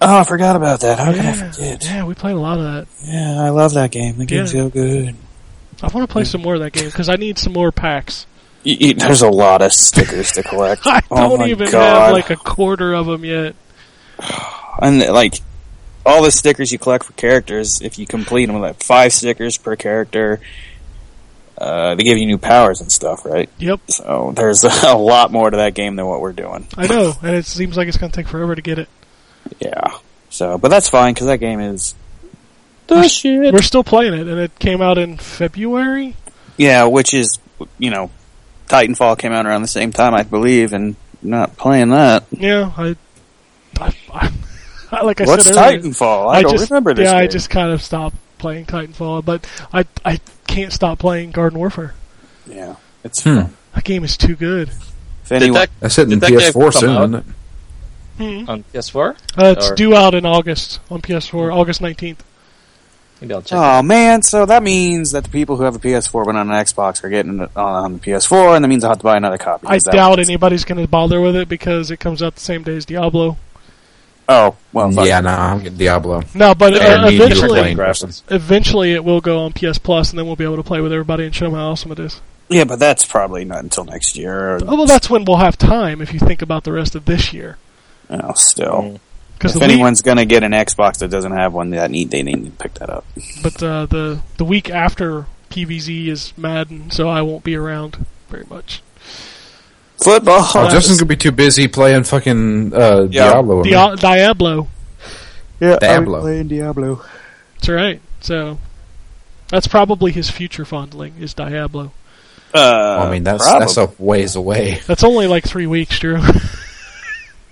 S8: Oh, I forgot about that. How could I
S3: yeah,
S8: forget?
S3: yeah, we played a lot of that.
S8: Yeah, I love that game. The game's
S3: Yeah.
S8: so good.
S3: I want to play some more of that game because I need some more packs.
S8: You, you, there's a lot of stickers to collect.
S3: I
S8: oh
S3: don't
S8: my
S3: even
S8: God.
S3: have like a quarter of them yet.
S8: and like all the stickers you collect for characters, if you complete them, like five stickers per character. Uh, they give you new powers and stuff, right?
S3: Yep,
S8: So there's a lot more to that game than what we're doing.
S3: I know, and it seems like it's going to take forever to get it.
S8: Yeah. So, but that's fine because that game is the shit.
S3: We're still playing it, and it came out in February.
S8: Yeah, which is you know, Titanfall came out around the same time, I believe, and not playing that.
S3: Yeah, I, I, I like I
S8: What's
S3: said earlier,
S8: Titanfall? I, don't
S3: just,
S8: remember this.
S3: Yeah, I
S8: game.
S3: just kind of stopped playing Titanfall, but I I can't stop playing Garden Warfare.
S8: yeah. It's
S6: Hmm.
S3: That game is too good.
S8: if anyone,
S7: that-
S6: That's hitting
S7: Did that
S6: PS4
S7: game
S6: soon,
S7: come
S6: isn't it?
S5: On PS4,
S3: Uh, it's
S5: Or-
S3: due out in August on PS4, August nineteenth.
S5: maybe I'll check.
S8: Oh man, so that means that the people who have a PS4 but on an Xbox are getting it on the PS4, and that means I'll have to buy another copy.
S3: I
S8: Is that-
S3: doubt anybody's going to bother with it because it comes out the same day as Diablo.
S8: Oh well, fuck.
S6: yeah, nah, I'm getting Diablo.
S3: No, but
S6: And
S3: uh,
S6: me and you were
S3: eventually,
S6: playing graphics.
S3: eventually it will go on PS Plus, and then we'll be able to play with everybody and show them how awesome it is.
S8: yeah, but that's probably not until next year. Or,
S3: Oh, well, that's when we'll have time if you think about the rest of this year.
S8: you know, still,
S3: Mm. Because
S8: if
S3: the week,
S8: anyone's gonna get an Xbox that doesn't have one, that need they need to pick that up.
S3: but uh, the the week after PVZ is Madden, so I won't be around very much.
S8: Football.
S6: Oh, Justin's gonna be too busy playing fucking uh,
S8: Yeah.
S6: Diablo. with me.
S3: Dia- Diablo,
S8: yeah,
S6: Diablo.
S8: playing Diablo.
S3: that's right. So that's probably his future fondling is Diablo.
S8: Uh,
S6: I mean, that's that's a ways away.
S3: That's only like three weeks, Drew.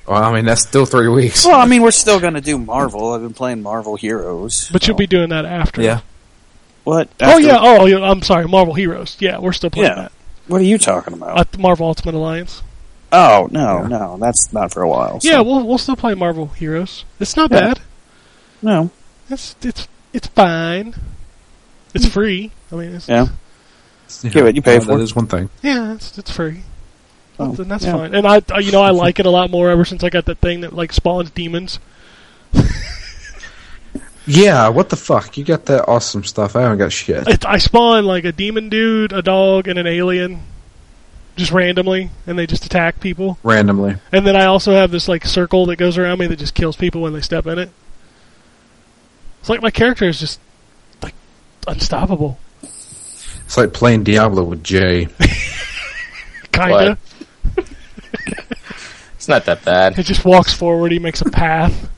S6: Well, I mean, that's still three weeks.
S8: Well, I mean, we're still gonna do Marvel. I've been playing Marvel Heroes.
S3: but you'll be doing that after.
S6: Yeah.
S8: what?
S3: Oh
S8: After-
S3: yeah. Oh, yeah, I'm sorry. Marvel Heroes. Yeah, we're still playing
S8: Yeah.
S3: that.
S8: What are you talking about?
S3: Uh, Marvel Ultimate Alliance.
S8: oh no, no, that's not for a while. so-
S3: Uh, Yeah, we'll we'll still play Marvel Heroes. It's not
S8: Yeah.
S3: bad.
S8: no,
S3: It's it's it's fine. It's free. I mean, it's,
S8: Hmm. yeah. Yeah, but you pay for
S6: That
S8: it.
S6: is one thing.
S3: yeah, it's, it's free.
S8: Oh,
S3: then that's
S8: yeah.
S3: fine. And I, I, you know, I like it a lot more ever since I got that thing that like spawns demons.
S6: Yeah, what the fuck? You got that awesome stuff. I haven't got shit.
S3: It, I spawn like a demon dude, a dog, and an alien, just randomly, and they just attack people.
S6: Randomly.
S3: And then I also have this like circle that goes around me that just kills people when they step in it. It's like my character is just like unstoppable,
S6: It's like playing Diablo with Jay.
S3: kinda.
S9: It's not that bad.
S3: It just walks forward. He makes a path.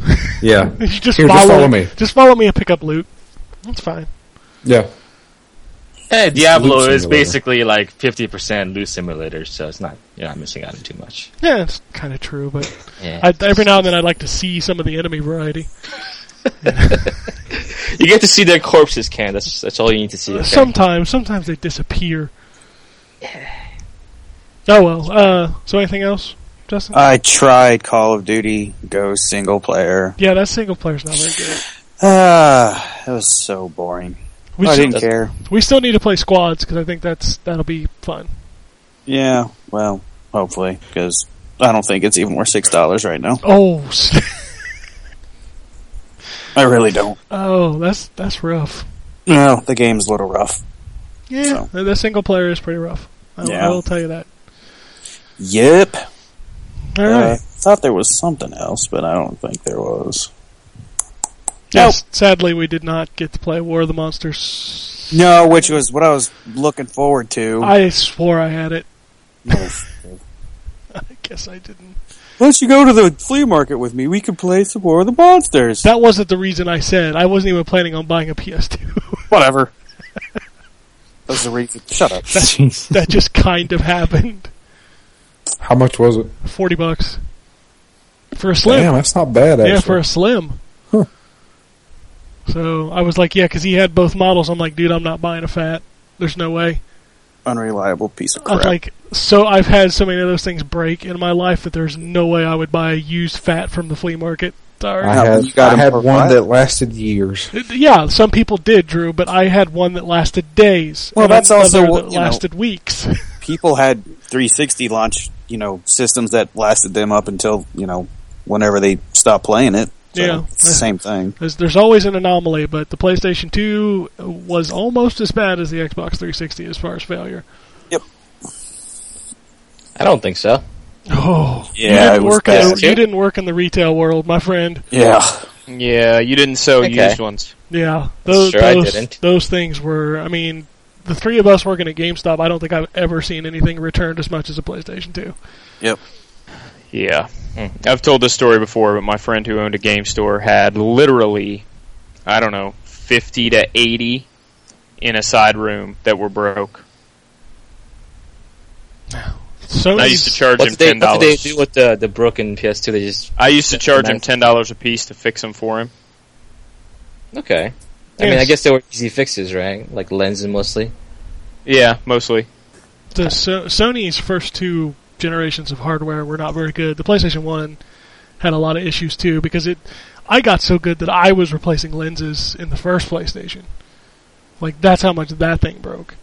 S6: Yeah.
S3: You just
S6: Here,
S3: follow,
S6: just follow me.
S3: Just follow me and pick up loot. That's fine.
S6: Yeah.
S9: Yeah, Diablo
S6: Loot
S9: is
S6: Simulator.
S9: basically like 50% loot simulator, so it's not, you're not missing out on too much.
S3: Yeah, it's kind of true, but
S9: Yeah.
S3: I, every now and then I'd like to see some of the enemy variety.
S5: You get to see their corpses, Ken. That's that's all you need to see. okay?
S3: Sometimes, sometimes they disappear. Oh well. Uh, so anything else, Justin?
S8: I tried Call of Duty Go single player.
S3: yeah, that single player's not very good.
S8: Ah, it was so boring. Oh,
S3: We,
S8: I
S3: still,
S8: didn't care.
S3: we still need to play squads because I think that's that'll be fun.
S8: Yeah, well, hopefully, because I don't think it's even worth six dollars right now.
S3: Oh, s-
S8: I really don't.
S3: oh, that's that's rough.
S8: No, the game's a little rough.
S3: Yeah, that that single player is pretty rough. I, will- I
S8: Yeah.
S3: will tell you that.
S8: Yep.
S3: All
S8: Uh,
S3: right.
S8: I thought there was something else, but I don't think there was.
S3: Yes, sadly we did not get to play War of the Monsters.
S8: No, which was what I was looking forward to.
S3: I swore I had it.
S8: No.
S3: I guess I didn't.
S8: Why don't you go to the flea market with me? We could play some War of the Monsters.
S3: That wasn't the reason I said. I wasn't even planning on buying a PS2.
S8: Whatever. That's the reason. Shut up.
S3: that just kind of happened.
S6: How much was it?
S3: Forty bucks for a slim.
S6: Damn, that's not bad, actually.
S3: yeah, for a slim.
S6: Huh.
S3: So I was like, yeah, because he had both models. I'm like, dude, I'm not buying a fat. There's no way.
S8: Unreliable piece of
S3: I
S8: crap.
S3: was like, so I've had so many of those things break in my life that there's no way I would buy a used fat from the flea market. Sorry.
S6: I
S8: How
S6: had,
S8: you got
S6: I
S8: him
S6: had
S8: for
S6: one
S8: what?
S6: that lasted years.
S3: Yeah, some people did, Drew, but I had one that lasted days.
S8: Well,
S3: and
S8: that's also
S3: another
S8: what-
S3: that
S8: you know-
S3: lasted weeks.
S8: People had 360 launch, you know, systems that lasted them up until you know whenever they stopped playing it. So
S3: Yeah.
S8: it's the same thing.
S3: There's, there's always an anomaly, but the PlayStation 2 was almost as bad as the Xbox 360 as far as failure.
S5: I don't think so.
S3: Oh,
S8: Yeah,
S3: you
S8: it
S3: didn't
S8: was
S3: work. In,
S8: bad.
S3: you didn't work in the retail world, my friend.
S8: Yeah,
S7: Yeah, you didn't sell
S5: Okay.
S7: used ones.
S3: Yeah, those
S5: Sure, I
S3: those,
S5: didn't.
S3: those things were. I mean, the three of us working at GameStop. I don't think I've ever seen anything returned as much as a PlayStation 2.
S7: Yeah. Hmm. I've told this story before, but my friend who owned a game store had literally, I don't know, 50 to 80 in a side room that were broke. And I used to
S3: Sony's
S7: charge
S5: What
S7: him
S5: did, they,
S7: $10.
S5: what did they do with the, the broken PS2? They just
S7: I used to charge him
S5: Nice.
S7: $10 a piece to fix them for him.
S5: okay. I mean, I
S3: Yes.
S5: guess they were easy fixes, right? Like lenses mostly.
S7: Yeah, mostly.
S3: the so, Sony's first two generations of hardware were not very good. The PlayStation One had a lot of issues too because it. I got so good that I was replacing lenses in the first PlayStation. Like that's how much that thing broke,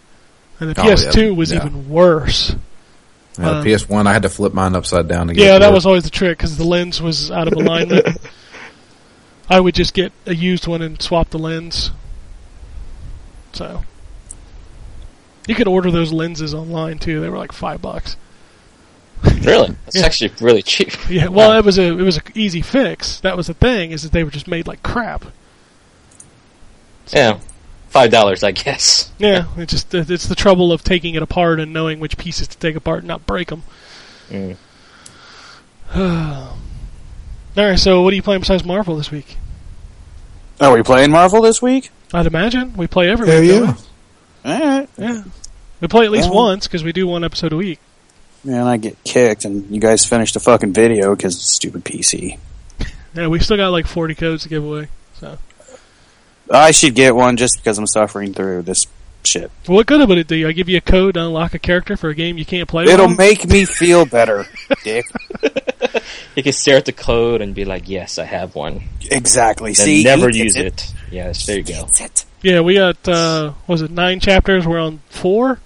S3: and the
S6: Oh,
S3: PS2
S6: yeah.
S3: was
S6: Yeah.
S3: even worse.
S6: Yeah,
S3: Um,
S6: PS Uh, One, I had to flip mine upside down to get
S3: Yeah,
S6: it
S3: that
S6: to
S3: was
S6: work.
S3: always the trick because the lens was out of alignment. I would just get a used one and swap the lens. So you could order those lenses online too. They were like five bucks.
S5: Really? That's
S3: Yeah.
S5: actually really cheap.
S3: Yeah. Well, it was a it was an easy fix. That was the thing is that they were just made like crap.
S5: Yeah, five dollars, I guess.
S3: Yeah. It just it- it's the trouble of taking it apart and knowing which pieces to take apart and not break them.
S5: Mm.
S3: All right. So what are you playing besides Marvel this week?
S8: Are we playing Marvel this week?
S3: I'd imagine we play every
S6: Hell
S3: week. don't
S6: yeah.
S8: All right.
S3: we? yeah. We play at least
S8: Well-
S3: once because we do one episode a week.
S8: Man, I get kicked, and you guys finished the fucking video because stupid PC.
S3: Yeah, we still got like 40 codes to give away. So,
S8: I should get one just because I'm suffering through this shit.
S3: what good would it do? I give you a code to unlock a character for a game you can't play.
S8: It'll
S3: with?
S8: make me feel better, Dick.
S5: You can stare at the code and be like, "Yes, I have one."
S8: Exactly.
S5: Then
S8: See,
S5: never
S8: he
S5: use
S8: gets
S5: it. Yes, there you go.
S8: Gets it.
S3: yeah, we got uh, was it nine chapters? We're on four.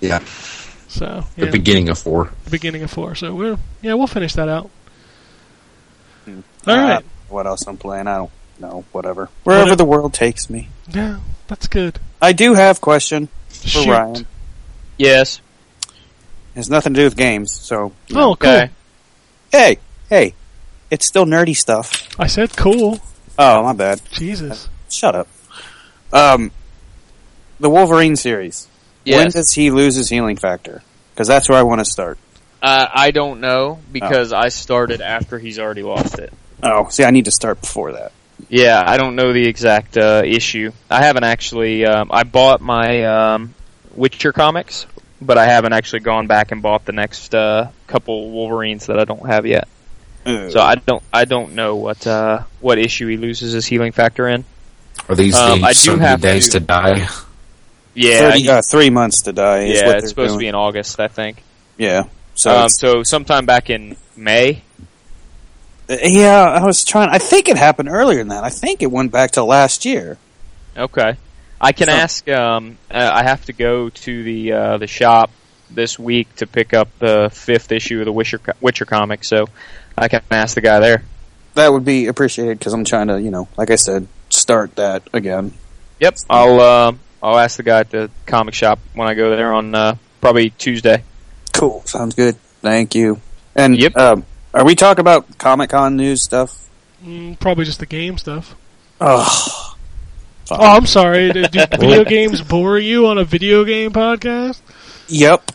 S6: Yeah,
S3: So
S6: the
S3: yeah,
S6: beginning of four.
S3: the beginning of four. So we're yeah, we'll finish that out.
S8: Uh,
S3: All right.
S8: What else I'm playing? I don't no, whatever. Wherever
S3: What-
S8: the world takes me.
S3: Yeah, that's good.
S8: I do have question for
S3: Shoot.
S8: Ryan.
S7: Yes.
S8: It has nothing to do with games, so
S3: Oh, cool.
S7: Okay.
S8: hey, hey, it's still nerdy stuff.
S3: I said cool.
S8: Oh, my bad.
S3: Jesus.
S8: Shut up. Um, the Wolverine series. When
S7: Yes.
S8: does he lose his healing factor? Because that's where I want to start.
S7: Uh, I don't know because
S5: Oh.
S7: I started after he's already lost it.
S8: Oh, see, I need to start before that.
S7: Yeah, I don't know the exact uh, issue. I haven't actually. Um, I bought my um, Witcher comics, but I haven't actually gone back and bought the next uh, couple Wolverines that I don't have yet.
S8: Ugh.
S7: So I don't. I don't know what uh, what issue he loses his healing factor in.
S10: Are these
S7: Um, I
S10: the
S7: do
S10: so many
S7: have
S10: days
S7: to-
S10: to die?
S7: Yeah,
S8: Thirty- uh, three months to die. Is
S7: yeah.
S8: what
S7: It's supposed to be in August, I think.
S8: be. Yeah. So,
S7: So, um,
S8: it's-
S7: so sometime back in May.
S8: uh, yeah, I was trying. I think it happened earlier than that. I think it went back to last year.
S7: Okay, I can
S8: So-
S7: ask. Um, uh, I have to go to the uh, the shop this week to pick up the fifth issue of the Witcher co- Witcher comic, so I can ask the guy there.
S8: That would be appreciated because I'm trying to, you know, like I said, start that again.
S7: Yep, I'll um I'll ask the guy at the comic shop when I go there on uh, probably Tuesday.
S8: Cool. Sounds good. Thank you. And
S7: Yep.
S8: um, are we talking about Comic Con news stuff?
S3: Mm, probably just the game stuff.
S8: Ugh.
S3: Oh, I'm sorry. Do, do video games bore you on a video game podcast?
S8: Yep.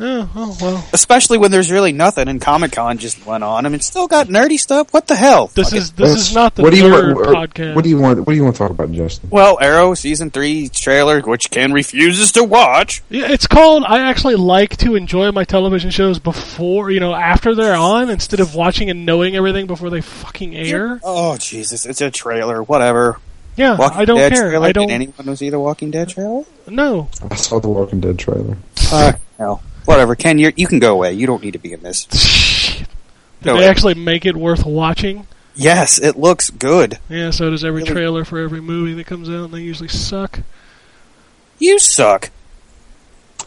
S3: Oh, oh well.
S8: Especially when there's really nothing and Comic Con just went on. I mean, it's still got nerdy stuff. What the hell?
S3: This
S8: Fuck it.
S3: is this is not the
S6: what do you
S3: third
S6: want,
S3: podcast.
S6: What do you want? What do you want to talk about, Justin?
S8: well, Arrow season three trailer, which Ken refuses to watch.
S3: Yeah, it's called. I actually like to enjoy my television shows before, you know, after they're on, instead of watching and knowing everything before they fucking air.
S8: Oh Jesus! It's a trailer. Whatever.
S3: Yeah,
S8: Walking
S3: Uh, I don't
S8: Dead
S3: care.
S8: Trailer.
S3: I don't.
S8: Did anyone see the Walking Dead trailer?
S3: No,
S6: I saw the Walking Dead trailer.
S8: Uh, no. Whatever, Ken. You you can go away. You don't need to be in this.
S3: Shit. Did
S8: Go
S3: they
S8: ahead.
S3: actually make it worth watching?
S8: Yes, it looks good.
S3: Yeah, so does every
S8: Really?
S3: trailer for every movie that comes out, and they usually suck.
S8: You suck.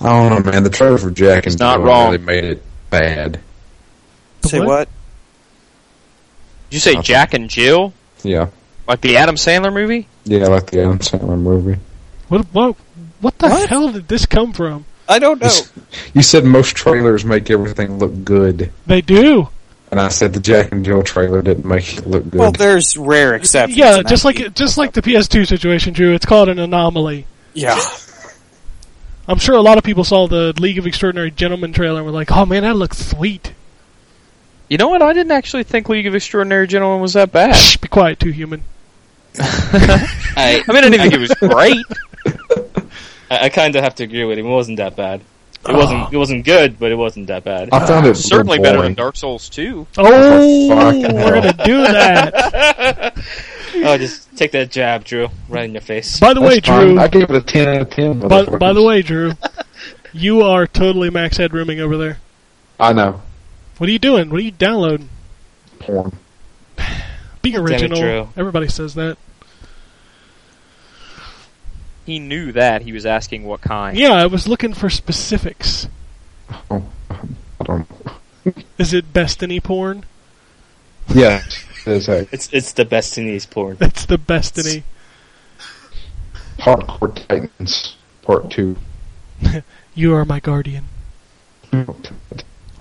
S6: I don't know, man. The trailer for Jack and
S7: It's not
S6: Jill
S7: wrong.
S6: really made it bad.
S3: The
S8: Say
S3: what?
S8: what?
S7: Did you say
S6: Okay.
S7: Jack and Jill,
S6: Yeah,
S7: like the Adam Sandler movie?
S6: yeah, like the Adam Sandler movie.
S3: What? What? What the
S8: What?
S3: hell did this come from?
S8: I don't know.
S6: You said most trailers make everything look good,
S3: They do.
S6: and I said the Jack and Jill trailer didn't make it look good.
S8: Well, there's rare exceptions.
S3: yeah,
S8: and
S3: just
S8: that-
S3: like just like the PS2 situation, Drew. It's called an anomaly.
S8: yeah.
S3: I'm sure a lot of people saw the League of Extraordinary Gentlemen trailer and were like, "Oh man, that looks sweet."
S7: You know what? I didn't actually think League of Extraordinary Gentlemen was that bad.
S3: Shh, be quiet, too human.
S5: I
S7: I mean, I didn't think it was great.
S5: I, I kind of have to agree with him. It wasn't that bad. It
S8: Ah.
S5: wasn't it wasn't good, but it wasn't that bad.
S6: I
S3: uh,
S6: found it
S7: Certainly
S6: real
S7: better
S6: boring.
S7: than Dark Souls 2.
S3: Oh,
S6: fucking
S3: we're gonna do that.
S5: Oh, just take that jab, Drew, right in your face.
S3: By the way,
S6: That's fine.
S3: Drew.
S6: I gave it a ten out of ten.
S3: By, by the way, Drew, you are totally max headrooming over there.
S6: I know
S3: What are you doing? What are you downloading?
S6: porn.
S3: Being
S5: it,
S3: original.
S5: Drew.
S3: Everybody says that.
S7: He knew that. He was asking what kind.
S3: Yeah, I was looking for specifics.
S6: I don't.
S3: Is it Bestiny porn?
S6: Yeah, it is a
S5: It's it's the best in these porn.
S3: That's the Bestiny.
S6: hardcore Titans part two.
S3: You are my guardian.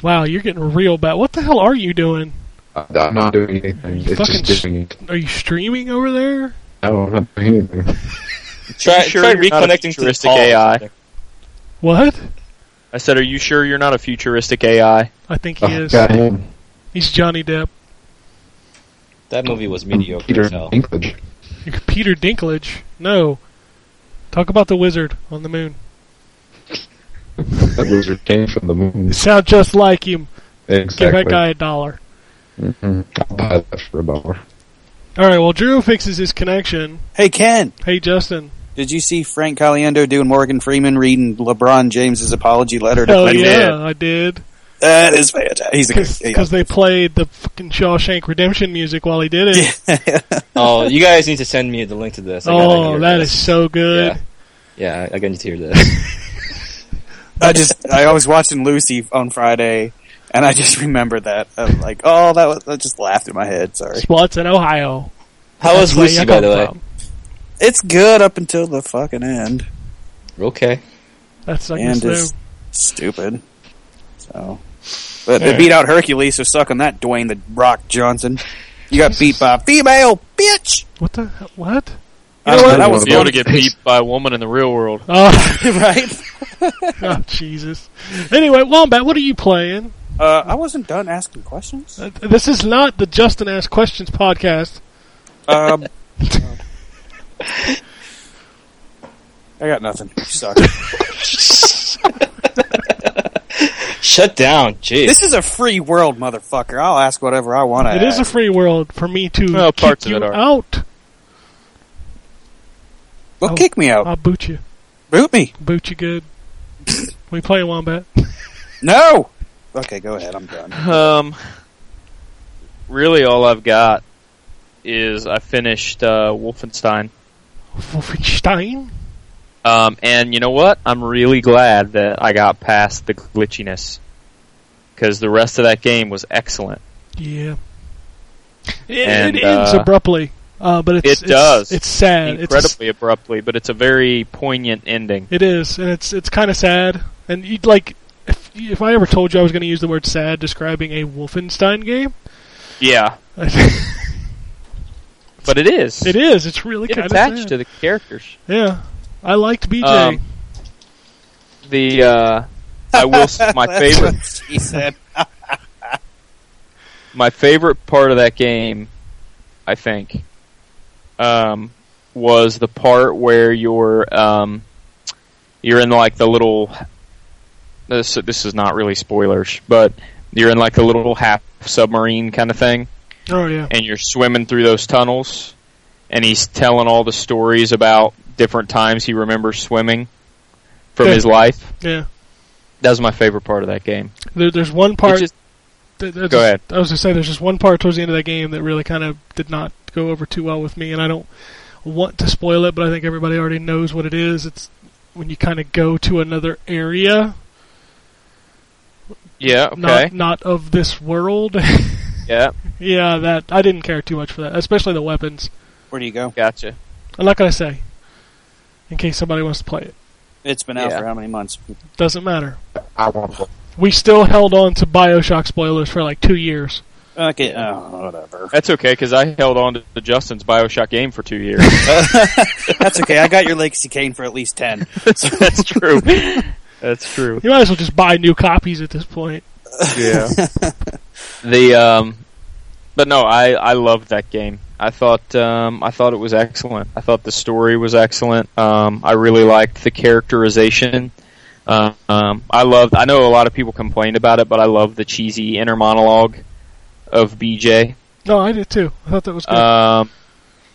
S3: Wow, you're getting real bad. What the hell are you doing?
S6: I'm not doing anything. It's
S3: Fucking
S6: just doing it.
S3: Are you streaming over there?
S6: No, I'm not doing anything.
S5: Try
S7: sure
S5: try
S7: you're not a
S5: reconnecting to the
S7: futuristic
S5: call.
S7: AI?
S3: What?
S7: I said, Are you sure you're not a futuristic AI?
S3: I think he
S6: Oh,
S3: is.
S6: got him.
S3: He's Johnny Depp.
S5: That movie was mediocre.
S6: Peter
S5: as hell.
S6: Dinklage.
S3: You're Peter Dinklage. No. Talk about the wizard on the moon.
S6: That loser came from the moon.
S3: You sound just like him. Give
S6: Exactly.
S3: that guy a dollar.
S6: Mhm. I'll buy that for a dollar.
S3: All right. Well, Drew fixes his connection.
S8: Hey, Ken,
S3: Hey, Justin.
S8: did you see Frank Caliendo doing Morgan Freeman reading LeBron James's apology letter? To
S3: Hell
S8: Cleveland?
S3: Oh, yeah, I did.
S8: that is fantastic. He's a
S3: Because
S8: good. Yeah.
S3: they played the fucking Shawshank Redemption music while he did it.
S5: Oh, you guys need to send me the link to this. I gotta
S3: oh,
S5: hear
S3: that is
S5: this.
S3: so good.
S5: Yeah. Yeah, I I need to hear this.
S8: I just I was watching Lucy on Friday, and I just remembered that. I'm like, oh, that was I just laughed in my head. Sorry.
S3: Spots in Ohio.
S5: How
S3: That's
S5: is
S3: where
S5: Lucy,
S3: you
S5: by
S3: come
S5: the way?
S3: from.
S8: It's good up until the fucking end.
S5: Okay.
S3: That's I guess
S8: and
S3: no.
S8: is stupid. So, but they beat out Hercules. So suck on that, Dwayne the Rock Johnson. You got beat by a female bitch.
S3: What the hell- what?
S8: I don't know, that
S7: To be able to get beat by a woman in the real world.
S3: Oh,
S8: right.
S3: oh, Jesus. Anyway, Wombat, what are you playing?
S8: Uh, I wasn't done asking questions.
S3: Uh, This is not the Justin Ask Questions podcast.
S8: Um, I got nothing. You suck.
S5: Shut down. Jeez.
S8: this is a free world, motherfucker. I'll ask whatever I want to.
S3: It is a free world for me to
S7: Well,
S3: kick
S7: parts of
S3: you
S7: it are.
S3: out.
S8: well, kick
S5: Oh.
S8: me out.
S3: I'll boot you.
S8: Boot me.
S3: Boot you good. we play Wombat.
S8: No. Okay, go ahead. I'm done.
S7: Um, really, all I've got is I finished uh, Wolfenstein.
S3: Wolfenstein?
S7: Um, and you know what? I'm really glad that I got past the glitchiness because the rest of that game was excellent.
S3: Yeah. It,
S7: And,
S3: it ends
S7: uh,
S3: abruptly, uh, but it's,
S7: it
S3: it's-
S7: does.
S3: It's sad. It's,
S7: Incredibly abruptly, but it's a very poignant ending.
S3: it is, and it's it's kind of sad. And you'd like if if I ever told you I was going to use the word sad describing a Wolfenstein game,
S7: Yeah,
S3: it
S7: but it is.
S3: is. It's really
S7: Get
S3: kind of
S7: attached
S3: sad.
S7: to the characters.
S3: yeah, I liked BJ.
S7: Um, The uh, I will s- my favorite
S8: He said,
S7: my favorite part of that game, I think, um, was the part where you're um, you're in like the little. This this is not really spoilers, but you're in like a little half submarine kind of thing,
S3: oh yeah,
S7: and you're swimming through those tunnels, and he's telling all the stories about different times he remembers swimming from
S3: Yeah.
S7: his life.
S3: yeah.
S7: That was my favorite part of that game.
S3: There, there's one
S7: It
S3: part.
S7: just-
S3: th- th-
S7: Go ahead.
S3: I was gonna say there's just one part towards the end of that game that really kind of did not go over too well with me, and I don't want to spoil it, but I think everybody already knows what it is. It's when you kind of go to another area,
S7: yeah. Okay.
S3: not not of this world.
S7: yeah.
S3: yeah, that I didn't care too much for that, especially the weapons.
S8: "Where do you go?"
S7: Gotcha.
S3: I'm not gonna say in case somebody wants to play it.
S8: It's been out
S7: Yeah.
S8: for how many months?
S3: Doesn't matter. We still held on to Bioshock spoilers for like two years.
S8: Okay,
S5: uh,
S8: oh, whatever.
S7: That's okay because I held on to Justin's Bioshock game for two years.
S8: That's okay. I got your legacy cane for at least ten.
S7: That's true. That's true.
S3: You might as well just buy new copies at this point.
S7: Yeah. the um, but no, I I loved that game. I thought um, I thought it was excellent. I thought the story was excellent. Um, I really liked the characterization. Uh, um, I loved. I know a lot of people complained about it, but I love the cheesy inner monologue of BJ.
S3: No, I did too. I thought that was good.
S7: Um,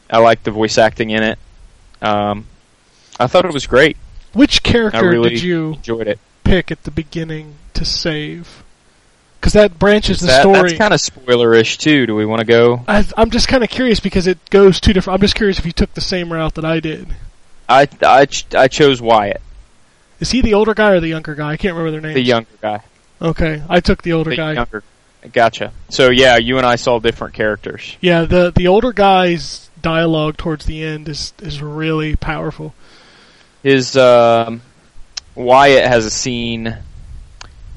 S7: I liked the voice acting in it. Um, I thought it was great.
S3: Which character
S7: really-
S3: did you
S7: Enjoyed it.
S3: pick at the beginning to save? Because that branches the
S7: That-
S3: story.
S7: That's kind of spoilerish too. Do we want to go?
S3: I, I'm just kind of curious because it goes two different. I'm just curious if you took the same route that I did.
S7: I, I ch- I chose Wyatt,
S3: Is he the older guy or the younger guy? I can't remember their
S7: the
S3: names.
S7: younger guy.
S3: okay, I took the older
S7: The
S3: guy.
S7: younger. Gotcha. So yeah, you and I saw different characters.
S3: Yeah, the the older guy's dialogue towards the end is is really powerful.
S7: His um, Wyatt has a scene.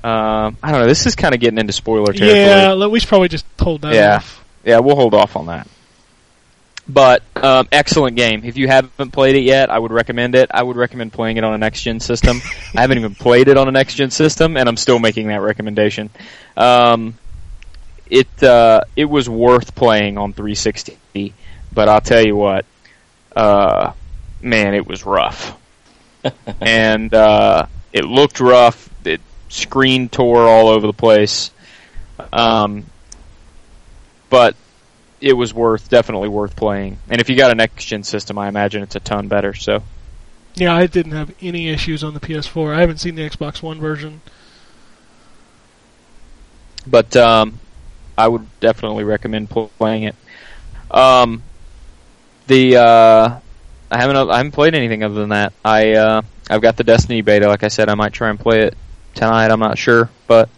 S7: Um, I don't know. This is kind of getting into spoiler territory.
S3: Yeah, let- we should probably just hold that
S7: Yeah.
S3: off.
S7: Yeah, we'll hold off on that. But um, excellent game. If you haven't played it yet, I would recommend it. I would recommend playing it on a next gen system. I haven't even played it on a next gen system, and I'm still making that recommendation. Um, it uh, it was worth playing on 360, but I'll tell you what, uh, man, it was rough, and uh, it looked rough. It screen tore all over the place. Um, but it was worth definitely worth playing. And if you got an next gen system, I imagine it's a ton better. So
S3: Yeah, I didn't have any issues on the PS4. I haven't seen the Xbox One version.
S7: but um, I would definitely recommend pl- playing it. Um, the uh, I haven't I haven't played anything other than that. I uh, I've got the Destiny beta. Like I said, I might try and play it tonight. I'm not sure, but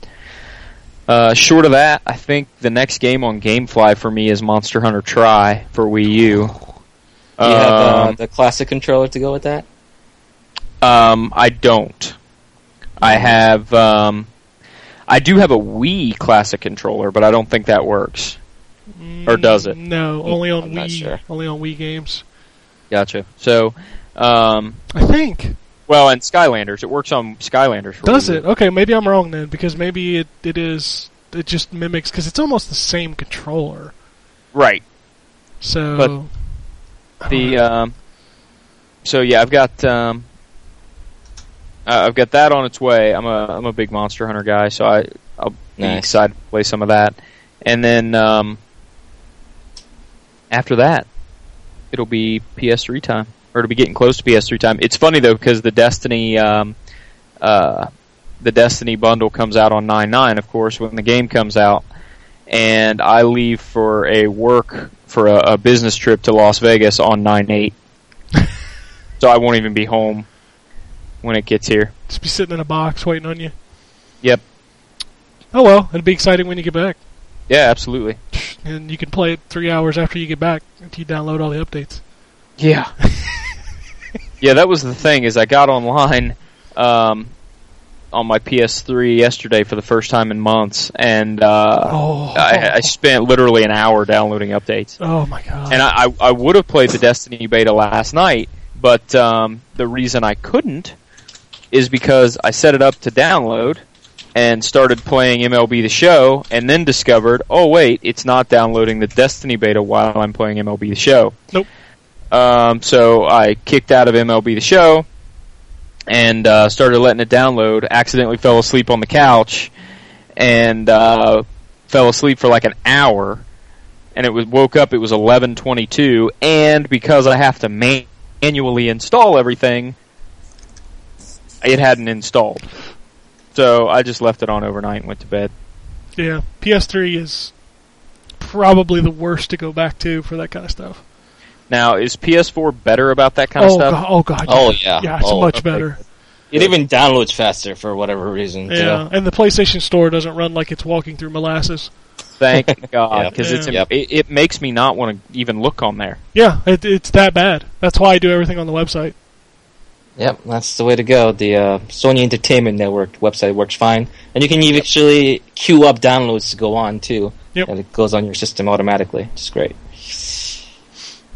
S7: Uh, short of that, I think the next game on GameFly for me is Monster Hunter Try for Wii U.
S5: Do you have uh,
S7: Um,
S5: the classic controller to go with that?
S7: Um, I don't. I have. Um, I do have a Wii Classic controller, but I don't think that works. Or does it?
S3: Mm, No, only on
S7: I'm
S3: Wii.
S7: not sure.
S3: Only on Wii games.
S7: Gotcha. So, um,
S3: I think.
S7: well, and Skylanders. It works on Skylanders. For
S3: Does
S7: Wii U.
S3: it? Okay, maybe I'm wrong then because maybe it, it is. It just mimics because it's almost the same controller. Oh.
S7: Right.
S3: So
S7: The um, so yeah, I've got um, uh, I've got that on its way. I'm a I'm a big Monster Hunter guy, so I I'll be
S5: Nice.
S7: excited to play some of that. And then um, after that, it'll be PS3 time, or it'll be getting close to PS3 time. It's funny though because the Destiny um, uh, the Destiny bundle comes out on nine nine, of course, when the game comes out. And I leave for a work for a, a business trip to Las Vegas on nine eight, so I won't even be home when it gets here.
S3: just be sitting in a box waiting on you.
S7: Yep.
S3: Oh well, it'll be exciting when you get back,
S7: Yeah, absolutely.
S3: and you can play it three hours after you get back if you download all the updates.
S7: Yeah. yeah, that was the thing is I got online um, on my PS3 yesterday for the first time in months, and uh,
S3: Oh,
S7: I, I spent literally an hour downloading updates.
S3: oh my god!
S7: And I, I, I would have played the Destiny beta last night, but um, the reason I couldn't is because I set it up to download and started playing MLB The Show, and then discovered, oh wait, it's not downloading the Destiny beta while I'm playing MLB The Show.
S3: Nope.
S7: Um, so I kicked out of MLB The Show and uh, started letting it download. Accidentally fell asleep on the couch and uh, fell asleep for like an hour and it was woke up. It was eleven twenty two, and because I have to man- manually install everything, it hadn't installed. So I just left it on overnight and went to bed.
S3: yeah, PS3 is probably the worst to go back to for that kind of stuff.
S7: Now is PS4 better about that kind
S3: oh
S7: of stuff?
S3: god! Oh god!
S5: Oh, yeah.
S3: Yeah, it's
S5: Oh,
S3: much
S5: okay.
S3: better.
S5: It even downloads faster for whatever reason. too.
S3: Yeah, and the PlayStation Store doesn't run like it's walking through molasses.
S7: Thank God,
S5: Yep.
S7: because it's
S5: Yep.
S7: it, it makes me not want to even look on there.
S3: Yeah, it, it's that bad. That's why I do everything on the website.
S5: Yep, that's the way to go. The uh, Sony Entertainment Network website works fine, and you can even actually queue up downloads to go on too,
S3: Yep.
S5: and it goes on your system automatically. It's great.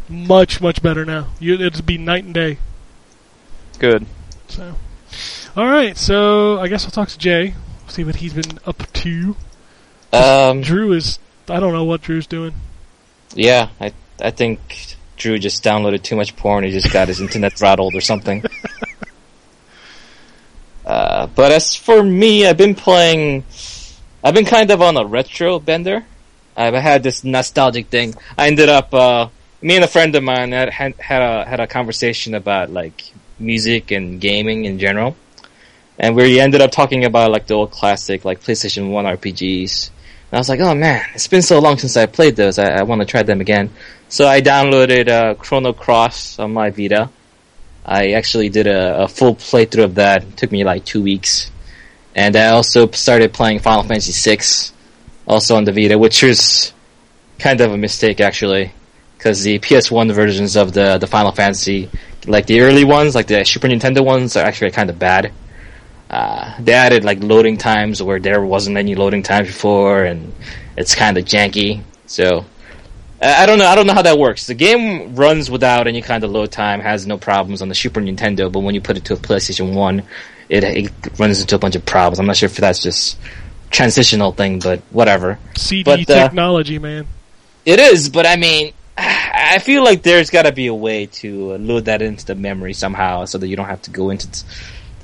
S3: Much much better now. You, it'd be night and day.
S7: Good.
S3: So, all right. So I guess I'll talk to Jay. See what he's been up to.
S5: Um,
S3: Drew is. I don't know what Drew's doing.
S5: yeah, I I think Drew just downloaded too much porn. He just got his internet rattled or something. Uh, but as for me, I've been playing. I've been kind of on a retro bender. I've had this nostalgic thing. I ended up. Uh, me and a friend of mine had had had a, had a conversation about like music and gaming in general, and we ended up talking about like the old classic like PlayStation One RPGs. And I was like, oh man, it's been so long since I played those. I, I want to try them again. So I downloaded uh, Chrono Cross on my Vita. I actually did a, a full playthrough of that. It took me like two weeks. And I also started playing Final Fantasy VI, also on the Vita, which is kind of a mistake actually, because the PS1 versions of the, the Final Fantasy, like the early ones, like the Super Nintendo ones, are actually kind of bad. Uh, they added like loading times where there wasn't any loading times before, and it's kind of janky. So I I don't know. I don't know how that works. The game runs without any kind of load time, has no problems on the Super Nintendo, but when you put it to a PlayStation One, it, it runs into a bunch of problems. I'm not sure if that's just transitional thing, but whatever.
S3: CD
S5: But, uh,
S3: technology, man.
S5: It is, but I mean, I feel like there's got to be a way to load that into the memory somehow, so that you don't have to go into. T-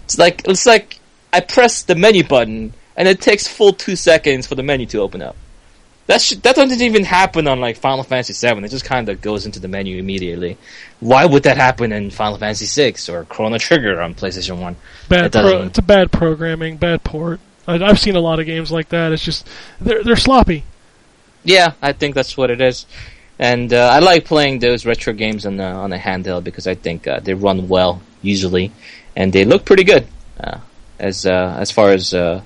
S5: it's like it's like I press the menu button, and it takes full two seconds for the menu to open up. That sh- that doesn't even happen on like Final Fantasy VII. It just kind of goes into the menu immediately. Why would that happen in Final Fantasy VI or Chrono Trigger on PlayStation One?
S3: Bad.
S5: it doesn't-
S3: Pro, it's a bad programming, bad port. I, I've seen a lot of games like that. It's just they're they're sloppy.
S5: Yeah, I think that's what it is. And uh, I like playing those retro games on the on a handheld because I think uh, they run well usually, and they look pretty good uh, as uh, as far as uh,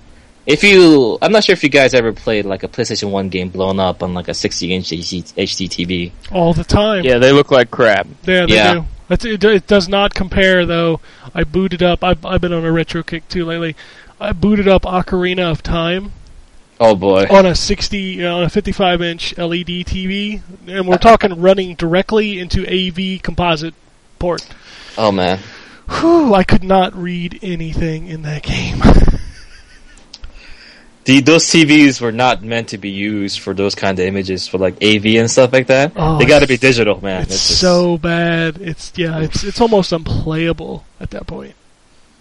S5: If you, I'm not sure if you guys ever played like a PlayStation One game blown up on like a 60 inch HD TV.
S3: all the time.
S7: Yeah, they look like crap.
S3: Yeah, they
S5: Yeah.
S3: do. It's, it, it does not compare, though. I booted up. I've, I've been on a retro kick too lately. I booted up Ocarina of Time
S5: Oh boy.
S3: on a 60, you know, on a 55 inch E LED TV, and we're talking running directly into AV composite port.
S5: Oh man.
S3: Whew, I could not read anything in that game.
S5: The, those TVs were not meant to be used for those kind of images for like AV and stuff like that.
S3: Oh,
S5: they got to be digital, man.
S3: It's
S5: just-
S3: so bad. It's yeah. It's it's almost unplayable at that point.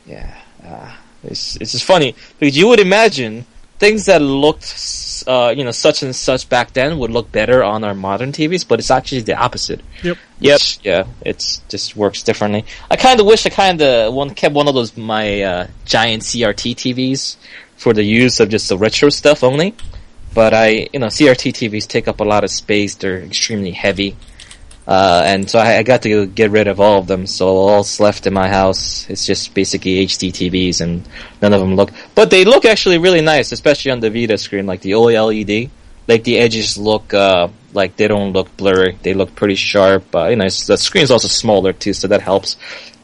S5: Yeah, uh, it's it's just funny because you would imagine things that looked, s- uh, you know, such and such back then would look better on our modern TVs, but it's actually the opposite.
S3: Yep.
S5: Yep. Yeah, it's just works differently. I kind of wish I kind of one kept one of those my uh, giant CRT TVs for the use of just the retro stuff only. But I, you know, CRT TVs take up a lot of space. They're extremely heavy, uh, and so I, I got to get rid of all of them. So all that's left in my house is just basically HD TVs, and none of them look. But they look actually really nice, especially on the Vita screen, like the E OLED. Like the edges look uh, like they don't look blurry; they look pretty sharp. Uh, you know, it's, the screen's also smaller too, so that helps.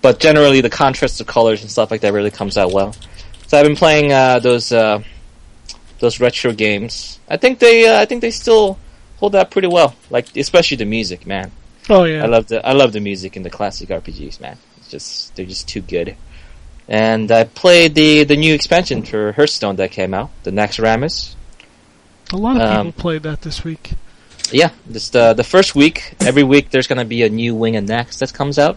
S5: But generally, the contrast of colors and stuff like that really comes out well. So I've been playing uh, those uh, those retro games. I think they uh, I think they still hold out pretty well. Like especially the music, man.
S3: Oh yeah.
S5: I love the I love the music in the classic RPGs, man. It's just they're just too good. And I played the the new expansion for Hearthstone that came out, the Naxxramas.
S3: a lot of
S5: um,
S3: people played that this week.
S5: Yeah, this the the first week. Every week there's gonna be a new wing of Nax that comes out,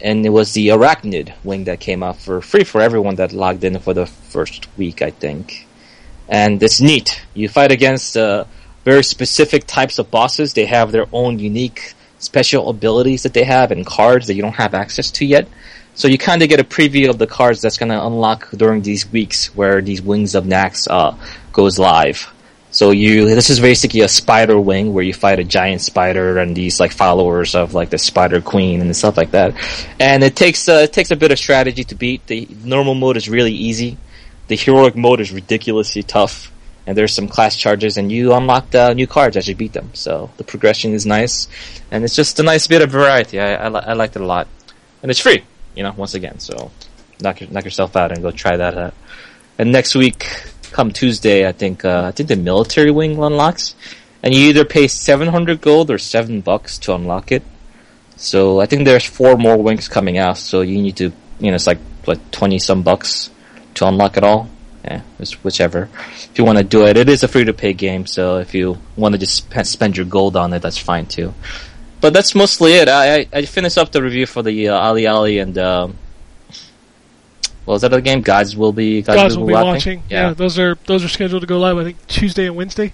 S5: and it was the Arachnid wing that came out for free for everyone that logged in for the first week, I think. And it's neat. You fight against uh, very specific types of bosses. They have their own unique special abilities that they have and cards that you don't have access to yet. So you kind of get a preview of the cards that's going to unlock during these weeks where these Wings of Nax uh, goes live. So you, this is basically a spider wing where you fight a giant spider and these like followers of like the spider queen and stuff like that. And it takes, uh, it takes a bit of strategy to beat. The normal mode is really easy. The heroic mode is ridiculously tough. And there's some class charges and you unlock uh, new cards as you beat them. So the progression is nice. And it's just a nice bit of variety. I, I, li- I liked it a lot. And it's free, you know, once again. So knock, your- knock yourself out and go try that out. And next week, come Tuesday, I think uh, I think the military wing unlocks, and you either pay seven hundred gold or seven bucks to unlock it. So I think there's four more wings coming out, so you need to you know it's like like twenty some bucks to unlock it all. Yeah, it's whichever. If you want to do it, it is a free to pay game, so if you want to just sp- spend your gold on it, that's fine too. But that's mostly it. I I, I finished up the review for the uh, Ali Ali and. Um, what was that other game? Gods will be. Gods,
S3: Guys will be
S5: Watching?
S3: watching. Yeah. those are those are scheduled to go live. I think Tuesday and Wednesday.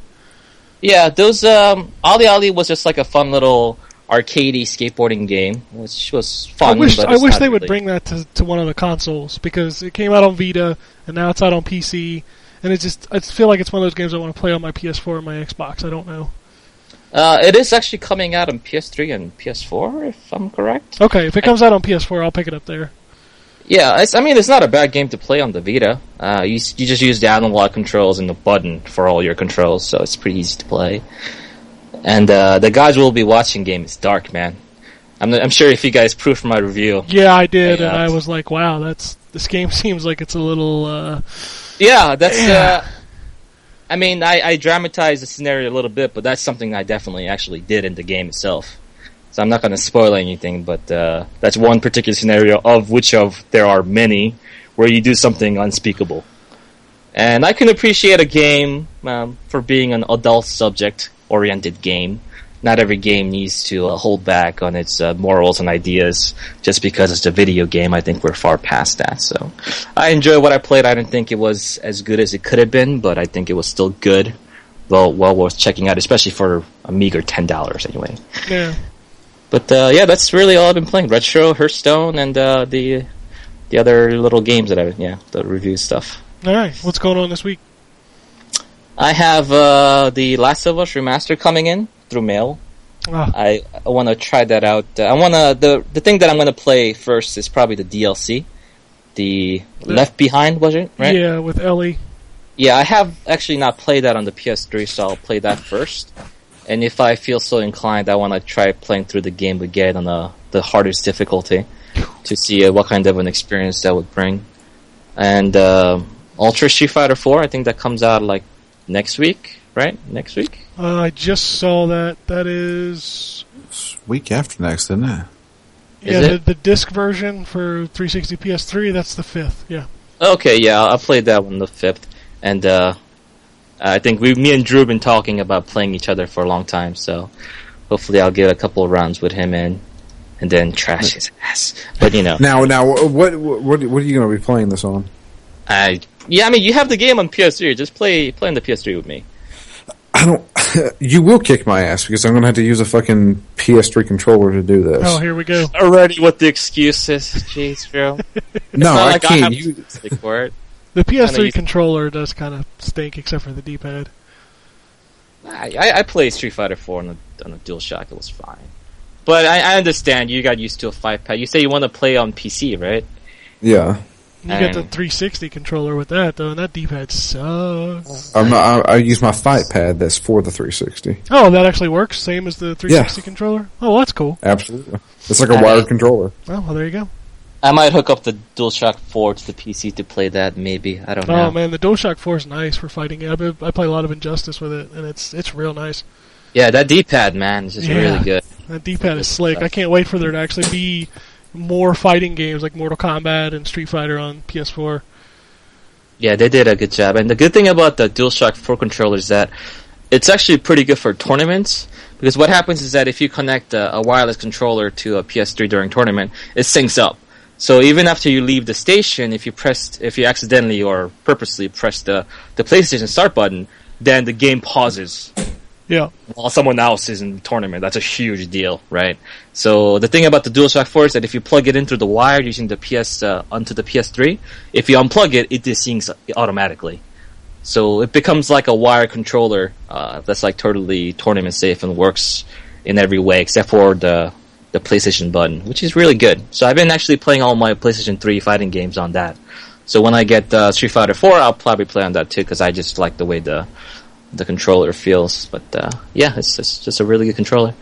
S5: Yeah, those um Ali Ali was just like a fun little arcadey skateboarding game, which was fun.
S3: I wish
S5: but
S3: I
S5: it's
S3: wish
S5: not
S3: they would
S5: really-
S3: bring that to, to one of the consoles because it came out on Vita and now it's out on PC. And it just I feel like it's one of those games I want to play on my PS4 and my Xbox. I don't know.
S5: Uh, it is actually coming out on PS3 and PS4, if I'm correct.
S3: Okay, if it comes out on PS4, I'll pick it up there.
S5: Yeah, it's, I mean it's not a bad game to play on the Vita. Uh, you s- you just use the analog controls and the button for all your controls, so it's pretty easy to play. And uh, the guys will be watching game is dark, man. I'm I'm sure if you guys prove my review,
S3: Yeah, I did,
S5: Yeah.
S3: and I was like, wow, that's this game seems like it's a little. Uh,
S5: Yeah, that's. Uh, I mean, I, I dramatized the scenario a little bit, but that's something I definitely actually did in the game itself. So I'm not going to spoil anything, but uh, that's one particular scenario of which of there are many where you do something unspeakable. And I can appreciate a game um, for being an adult subject oriented game. Not every game needs to uh, hold back on its uh, morals and ideas just because it's a video game. I think we're far past that. So I enjoy what I played. I didn't think it was as good as it could have been, but I think it was still good. Well, well worth checking out, especially for a meager ten dollars anyway.
S3: yeah,
S5: But uh, yeah, that's really all I've been playing: Retro, Hearthstone, and uh, the the other little games that I yeah the review stuff.
S3: all right. What's going on this week?
S5: I have uh, the Last of Us remaster coming in through mail.
S3: Ah.
S5: I, I want to try that out. Uh, I want to the the thing that I'm going to play first is probably the DLC, the Left Behind was it? Right?
S3: Yeah, with Ellie.
S5: Yeah, I have actually not played that on the PS3, so I'll play that first. And if I feel so inclined, I want to try playing through the game again on the, the hardest difficulty to see uh, what kind of an experience that would bring. And uh, Ultra Street Fighter 4, I think that comes out like next week, right? Next week?
S3: Uh, I just saw that. That is,
S6: Week after next, isn't it?
S3: yeah,
S5: Is
S3: the,
S5: it?
S3: the disc version for 360 PS3. That's the fifth. Yeah.
S5: Okay, yeah, I played that one the fifth, and uh, I think we, me and Drew, have been talking about playing each other for a long time. So hopefully, I'll get a couple of rounds with him in, and then trash his ass. But you know,
S6: Now, now, what, what, what are you going to be playing this on?
S5: I yeah, I mean, you have the game on PS3. Just play play on the PS3 with me.
S6: I don't. you will kick my ass because I'm going to have to use a fucking PS3 controller to do this.
S3: Oh, here we go.
S5: Already, what the excuses? Jeez, Drew.
S6: no,
S5: Not
S6: Oh, I
S5: like
S6: can't.
S5: have
S6: you,
S5: to stick for it.
S3: The PS3
S5: you-
S3: controller does kind of stink, except for the D-pad.
S5: I, I, I played Street Fighter Four on a, on a DualShock. It was fine. But I, I understand you got used to a five pad. You say you want to play on PC, right?
S6: yeah,
S3: You got the
S5: Mm.
S3: 360 controller with that though, and that D-pad sucks.
S6: I'm not, I, I use my fight pad that's for the 360.
S3: Oh, that actually works, same as the 360 controller. Oh, well, that's cool.
S6: Absolutely, it's like a
S5: I
S6: wired
S5: mean-
S6: controller.
S3: Oh, well, there you go.
S5: I might hook up the DualShock 4 to the PC to play that, maybe. I don't know.
S3: Oh man, the DualShock 4 is nice for fighting. I, I play a lot of Injustice with it, and it's it's real nice.
S5: Yeah, that D-pad, man, is just
S3: Yeah.
S5: really good.
S3: That D-pad is slick. I can't wait for there to actually be more fighting games like Mortal Kombat and Street Fighter on PS4.
S5: Yeah, they did a good job. And the good thing about the DualShock 4 controller is that it's actually pretty good for tournaments. Because what happens is that if you connect a, a wireless controller to a PS3 during tournament, it syncs up. So even after you leave the station, if you press, if you accidentally or purposely press the, the PlayStation start button, then the game pauses.
S3: Yeah,
S5: while someone else is in the tournament. That's a huge deal, right? So the thing about the DualShock 4 is that if you plug it in through the wire using the PS uh, onto the PS3, if you unplug it, it just syncs automatically. So it becomes like a wire controller uh, that's like totally tournament safe and works in every way except for the the PlayStation button, which is really good. So I've been actually playing all my PlayStation 3 fighting games on that. So when I get uh, Street Fighter 4, I'll probably play on that too because I just like the way the the controller feels. But uh, yeah, it's just, just a really good controller.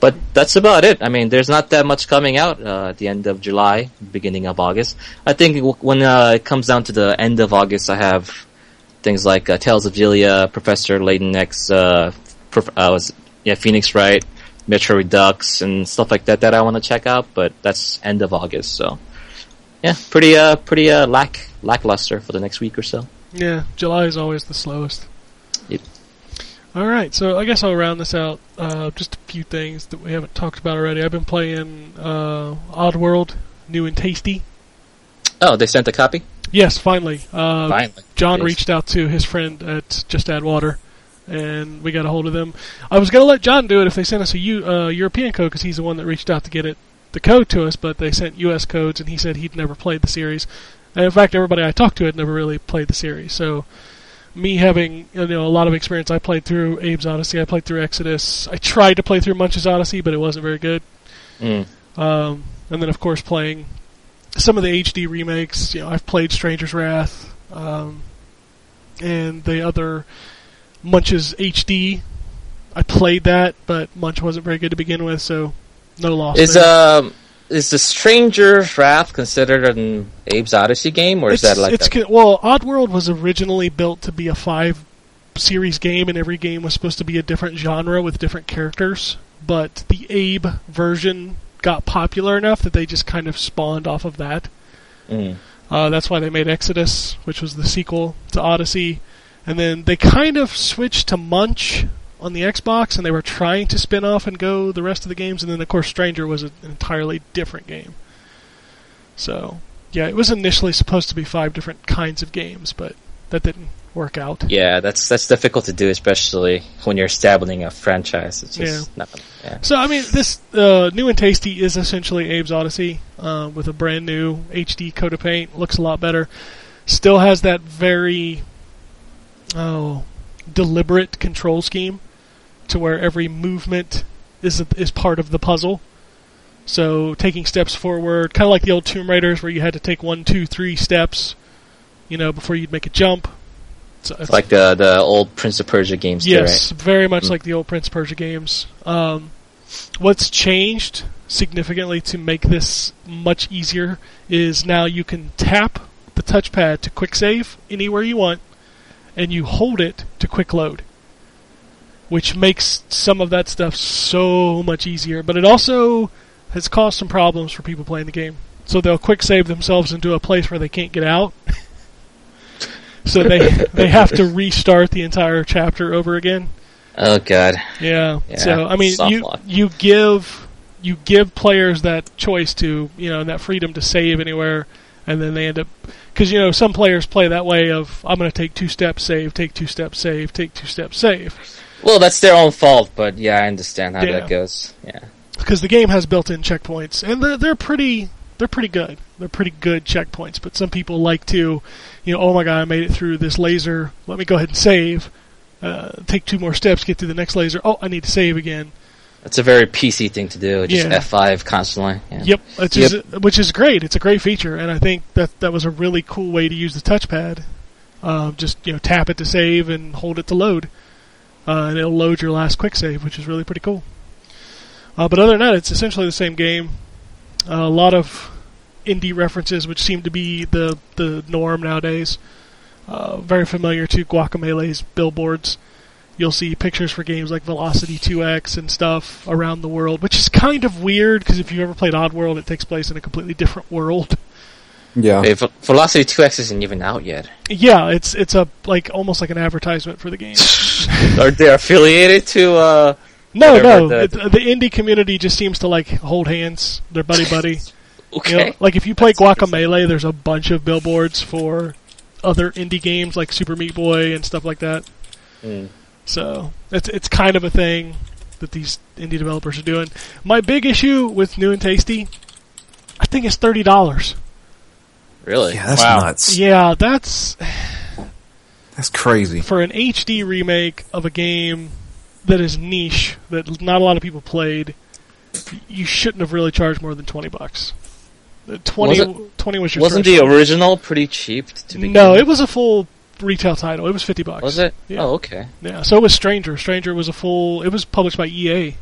S5: But that's about it. I mean, there's not that much coming out uh, at the end of July, beginning of August. I think w- when uh, it comes down to the end of August, I have things like uh, Tales of Zillia, Professor Layton X, uh, prof- uh, was, yeah, Phoenix Wright, Metro Redux, and stuff like that that I want to check out. But that's end of August, so yeah, pretty uh, pretty uh, lack lackluster for the next week or so.
S3: yeah. July is always the slowest.
S5: Yep.
S3: All right, so I guess I'll round this out. Uh, just a few things that we haven't talked about already. I've been playing uh, Oddworld, new and tasty.
S5: Oh, they sent a copy.
S3: Yes, finally. Uh,
S5: Finally.
S3: John
S5: Yes.
S3: reached out to his friend at Just Add Water, and we got a hold of them. I was going to let John do it if they sent us a U, uh, European code because he's the one that reached out to get it the code to us, but they sent U.S. codes, and he said he'd never played the series. And in fact, everybody I talked to had never really played the series. So, me having you know a lot of experience, I played through Abe's Odyssey, I played through Exodus, I tried to play through Munch's Odyssey, but it wasn't very good.
S5: Mm.
S3: Um, and then, of course, playing some of the HD remakes. You know, I've played Stranger's Wrath um, and the other Munch's HD. I played that, but Munch wasn't very good to begin with, so no loss.
S5: Is
S3: there.
S5: um is the Stranger's Wrath considered an Abe's Odyssey game, or is
S3: it's,
S5: that like
S3: it's
S5: a,
S3: con- well, Oddworld was originally built to be a five series game, and every game was supposed to be a different genre with different characters. But the Abe version got popular enough that they just kind of spawned off of that.
S5: Mm.
S3: Uh, that's why they made Exodus, which was the sequel to Odyssey, and then they kind of switched to Munch on the Xbox, and they were trying to spin off and go the rest of the games, and then of course Stranger was an entirely different game. So, yeah, it was initially supposed to be five different kinds of games, but that didn't work out.
S5: yeah? That's that's difficult to do, especially when you're establishing a franchise. It's just not- yeah.
S3: So, I mean, this uh, new and tasty is essentially Abe's Odyssey uh, with a brand new HD coat of paint. Looks a lot better. Still has that very oh deliberate control scheme to where every movement is is part of the puzzle. So taking steps forward, kind of like the old Tomb Raiders, where you had to take one, two, three steps, you know, before you'd make a jump. So
S9: It's like the the old Prince of Persia games, too,
S3: Yes,
S9: right?
S3: very much
S9: Mm.
S3: like the old Prince of Persia games. Um, what's changed significantly to make this much easier is now you can tap the touchpad to quick save anywhere you want, and you hold it to quick load, which makes some of that stuff so much easier. But it also has caused some problems for people playing the game. So they'll quick save themselves into a place where they can't get out. so they they have to restart the entire chapter over again.
S9: Oh god.
S3: Yeah.
S9: Yeah,
S3: so I mean,
S9: soft
S3: you
S9: lock.
S3: you give you give players that choice to you know that freedom to save anywhere, and then they end up because you know some players play that way of I'm going to take two steps, save, take two steps, save, take two steps, save.
S9: Well, that's their own fault, but yeah, I understand how
S3: Yeah.
S9: that goes. Yeah.
S3: because the game has built-in checkpoints, and they're, they're pretty they're pretty good. They're pretty good checkpoints. But some people like to, you know, oh my god, I made it through this laser. Let me go ahead and save. Uh, take two more steps, get to the next laser. Oh, I need to save again.
S9: That's a very PC thing to do. Just
S3: Yeah.
S9: F5 constantly. Yeah.
S3: Yep, which is which is great. It's a great feature, and I think that that was a really cool way to use the touchpad. Um, just you know, tap it to save and hold it to load, uh, and it'll load your last quick save, which is really pretty cool. Uh, but other than that, it's essentially the same game. Uh, a lot of indie references, which seem to be the the norm nowadays. Uh, very familiar to Guacamelee,'s billboards you'll see pictures for games like Velocity 2X and stuff around the world, which is kind of weird because if you've ever played Oddworld, it takes place in a completely different world.
S6: Yeah.
S9: Hey, Ve- Velocity 2X isn't even out yet.
S3: Yeah, it's it's a like almost like an advertisement for the game.
S9: Are they affiliated to uh
S3: No,
S9: Whatever
S3: no,
S9: the-
S3: the, the indie community just seems to like hold hands. They're buddy buddy.
S9: Okay.
S3: You know, like if you play Guacamelee, there's a bunch of billboards for other indie games like Super Meat Boy and stuff like that.
S9: Mm.
S3: So it's it's kind of a thing that these indie developers are doing. My big issue with New and Tasty, I think it's thirty dollars.
S9: Really?
S6: Yeah, that's
S7: Wow.
S6: nuts.
S3: Yeah, that's
S6: That's crazy.
S3: for an HD remake of a game that is niche that not a lot of people played. You shouldn't have really charged more than twenty bucks. The 20,
S9: Was
S3: 20 was your
S9: Wasn't the
S3: threshold.
S9: original pretty cheap to begin
S3: No,
S9: with?
S3: it was a full retail title. It was fifty bucks.
S9: Was it?
S3: Yeah.
S9: Oh, okay.
S3: Yeah. So was Stranger. Stranger was a full. It was published by E EA.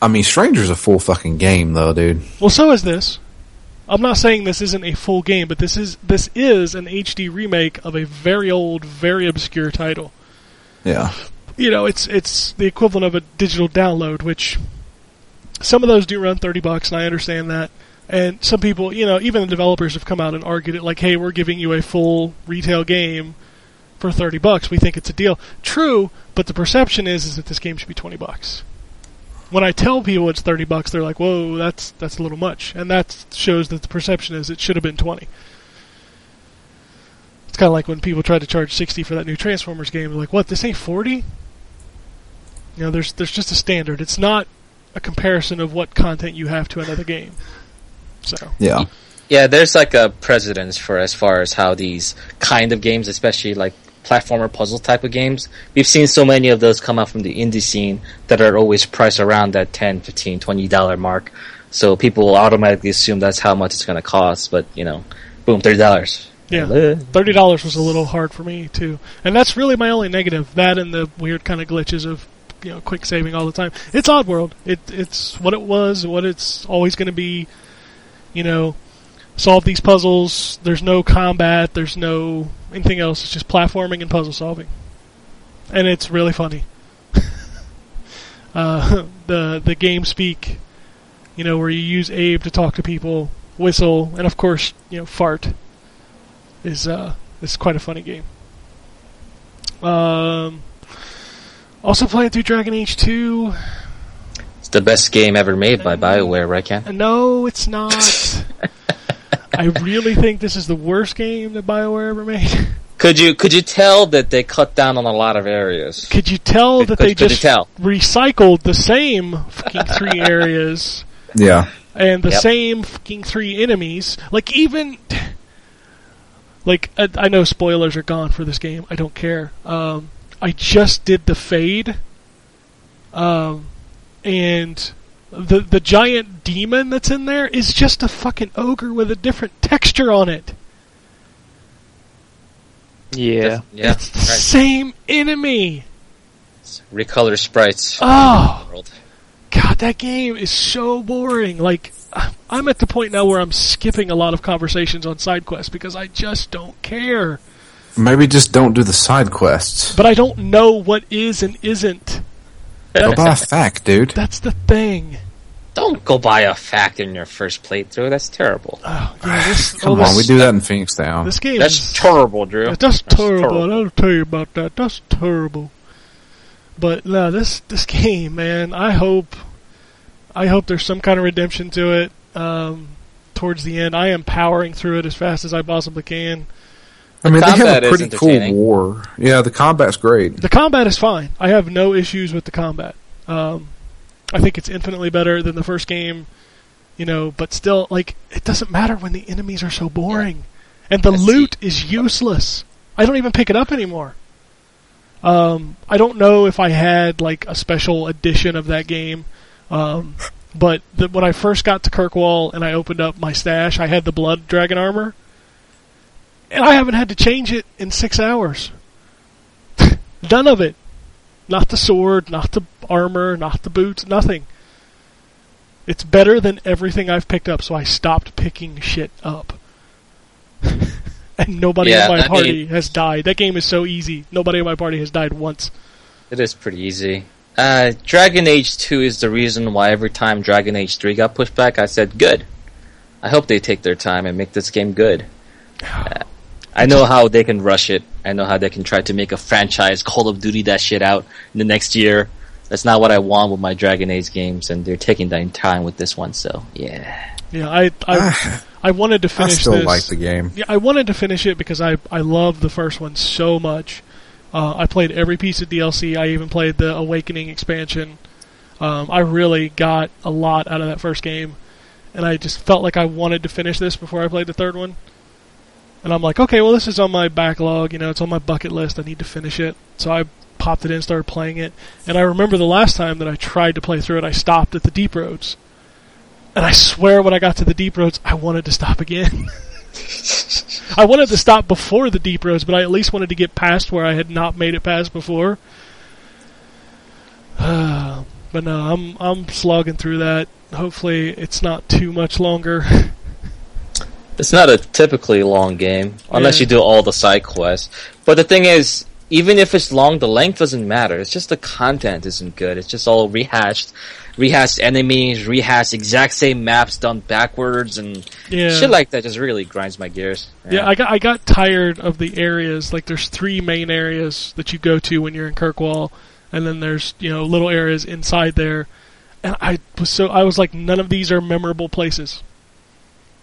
S6: I mean, Stranger's a full fucking game, though, dude.
S3: Well, so is this. I'm not saying this isn't a full game, but this is this is an HD remake of a very old, very obscure title.
S6: Yeah.
S3: You know, it's it's the equivalent of a digital download, which some of those do run thirty bucks, and I understand that. And some people, you know, even the developers have come out and argued it like, "Hey, we're giving you a full retail game for thirty bucks. We think it's a deal." True, but the perception is is that this game should be twenty bucks when I tell people it's thirty bucks, they're like, "Whoa, that's that's a little much," and that shows that the perception is it should have been twenty. It's kind of like when people tried to charge sixty for that new Transformers game. They're like, "What? This ain't 40? You know, there's there's just a standard. It's not a comparison of what content you have to another game. So
S6: Yeah.
S9: Yeah, there's like a precedence for as far as how these kind of games, especially like platformer puzzle type of games, we've seen so many of those come out from the indie scene that are always priced around that 10, 15, 20 dollar mark. So people will automatically assume that's how much it's going to cost, but you know, boom, $30. dollars.
S3: yeah,
S9: Hello.
S3: thirty dollars was a little hard for me too, and that's really my only negative. That and the weird kind of glitches of you know quick saving all the time. It's Oddworld. It it's what it was, what it's always going to be. You know, solve these puzzles. There's no combat. There's no anything else. It's just platforming and puzzle solving, and it's really funny. uh, the the game speak, you know, where you use Abe to talk to people, whistle, and of course, you know, fart is uh is quite a funny game. Um, also playing through Dragon Age two.
S9: It's the best game ever made by BioWare, right, Ken?
S3: No, it's not. I really think this is the worst game that Bioware ever made.
S9: Could you could you tell that they cut down on a lot of areas?
S3: Could you tell that
S9: Could- could
S3: they
S9: you
S3: just
S9: tell?
S3: recycled the same fucking three areas?
S6: Yeah.
S3: and the
S9: Yep.
S3: same fucking three enemies. Like even, like I, I know spoilers are gone for this game. I don't care. Um, I just did the fade, um, and the the giant demon that's in there is just a fucking ogre with a different texture on it.
S7: Yeah.
S9: Yeah, right.
S3: Same enemy.
S9: Recolor sprites.
S3: Oh.
S9: World.
S3: God, that game is so boring. Like, I'm at the point now where I'm skipping a lot of conversations on side quests because I just don't care.
S6: Maybe just don't do the side quests.
S3: But I don't know what is and isn't.
S6: Go by a fact, dude.
S3: That's the thing.
S9: Don't go by a fact in your first playthrough. That's terrible.
S3: Oh, yeah, this,
S6: Come
S3: oh, this,
S6: on, we do that in Phoenix Down.
S3: This game
S7: That's
S3: is
S7: terrible, Drew.
S3: Yeah, that's, terrible.
S7: terrible.
S3: I'll tell you about that. That's terrible. But no, this this game, man. I hope, I hope there's some kind of redemption to it. Um, towards the end, I am powering through it as fast as I possibly can.
S6: I mean, they have
S9: combat
S6: a
S9: is
S6: pretty cool
S9: entertaining.
S6: war. Yeah, the combat's great.
S3: The combat is fine. I have no issues with the combat. Um, I think it's infinitely better than the first game. You know, but still, like it doesn't matter when the enemies are so boring, and the
S9: That's the-
S3: loot is useless. I don't even pick it up anymore. Um, I don't know if I had like a special edition of that game, um, but the, when I first got to Kirkwall and I opened up my stash, I had the Blood Dragon armor, and I haven't had to change it in six hours. None of it, not the sword, not the armor, not the boots, nothing. It's better than everything I've picked up, so I stopped picking shit up. and nobody
S9: Yeah,
S3: in
S9: I
S3: my
S9: mean-
S3: party has died. That game is so easy. Nobody in my party has died once.
S9: It is pretty easy. Uh, Dragon Age 2 is the reason why every time Dragon Age 3 got pushed back, I said, good. I hope they take their time and make this game good. Uh, I know how they can rush it. I know how they can try to make a franchise Call of Duty that shit out in the next year. That's not what I want with my Dragon Age games, and they're taking their time with this one, so yeah.
S3: Yeah, I I, I wanted to
S6: I
S3: finish
S6: still
S3: this.
S6: like the game.
S3: Yeah, I wanted to finish it because I I loved the first one so much. Uh, I played every piece of DLC. I even played the Awakening expansion. Um, I really got a lot out of that first game, and I just felt like I wanted to finish this before I played the third one. And I'm like, okay, well, this is on my backlog. You know, it's on my bucket list. I need to finish it. So I popped it in, started playing it. And I remember the last time that I tried to play through it, I stopped at the deep roads. And I swear, when I got to the deep roads, I wanted to stop again. I wanted to stop before the deep roads, but I at least wanted to get past where I had not made it past before. but no, I'm I'm slogging through that. Hopefully, it's not too much longer.
S9: It's not a typically long game, unless
S3: Yeah.
S9: you do all the side quests. But the thing is, even if it's long, the length doesn't matter. It's just the content isn't good. It's just all rehashed, rehashed enemies, rehashed exact same maps done backwards, and
S3: yeah.
S9: shit like that just really grinds my gears.
S3: Yeah, I got I got tired of the areas. Like there's three main areas that you go to when you're in Kirkwall, and then there's you know little areas inside there. And I was so I was like, none of these are memorable places.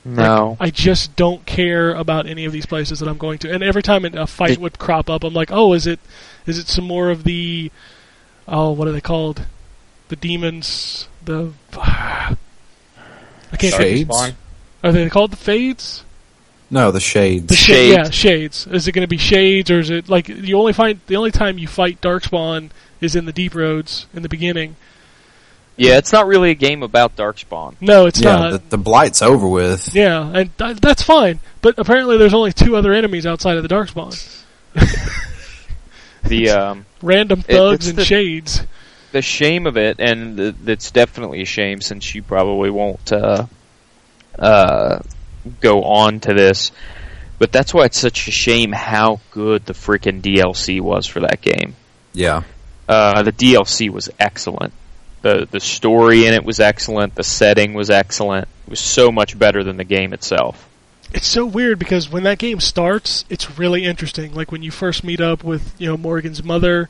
S7: No.
S3: I just don't care about any of these places that I'm going to. And every time a fight would crop up, I'm like, oh, is it is it some more of the oh what are they called? The demons, the I can't.
S6: Shades?
S9: Spawn.
S3: Are they called the fades?
S6: No, the shades.
S3: The shade,
S7: Shades.
S3: yeah, shades. Is it going to be shades, or is it like you only find the only time you fight Darkspawn is in the deep roads in the beginning?
S7: Yeah, it's not really a game about Darkspawn.
S3: No, it's
S6: yeah,
S3: not.
S6: the, the blight's over with.
S3: yeah, and th- that's fine. But apparently, there's only two other enemies outside of the Darkspawn:
S7: The um,
S3: random
S7: It-
S3: thugs
S7: it's
S3: and
S7: the-
S3: shades.
S7: the shame of it, and th- that's definitely a shame since you probably won't uh, uh, go on to this. But that's why it's such a shame how good the freaking DLC was for that game.
S6: Yeah.
S7: Uh, the DLC was excellent. the The story in it was excellent. The setting was excellent. It was so much better than the game itself.
S3: It's so weird because when that game starts, it's really interesting. Like when you first meet up with you know Morgan's mother,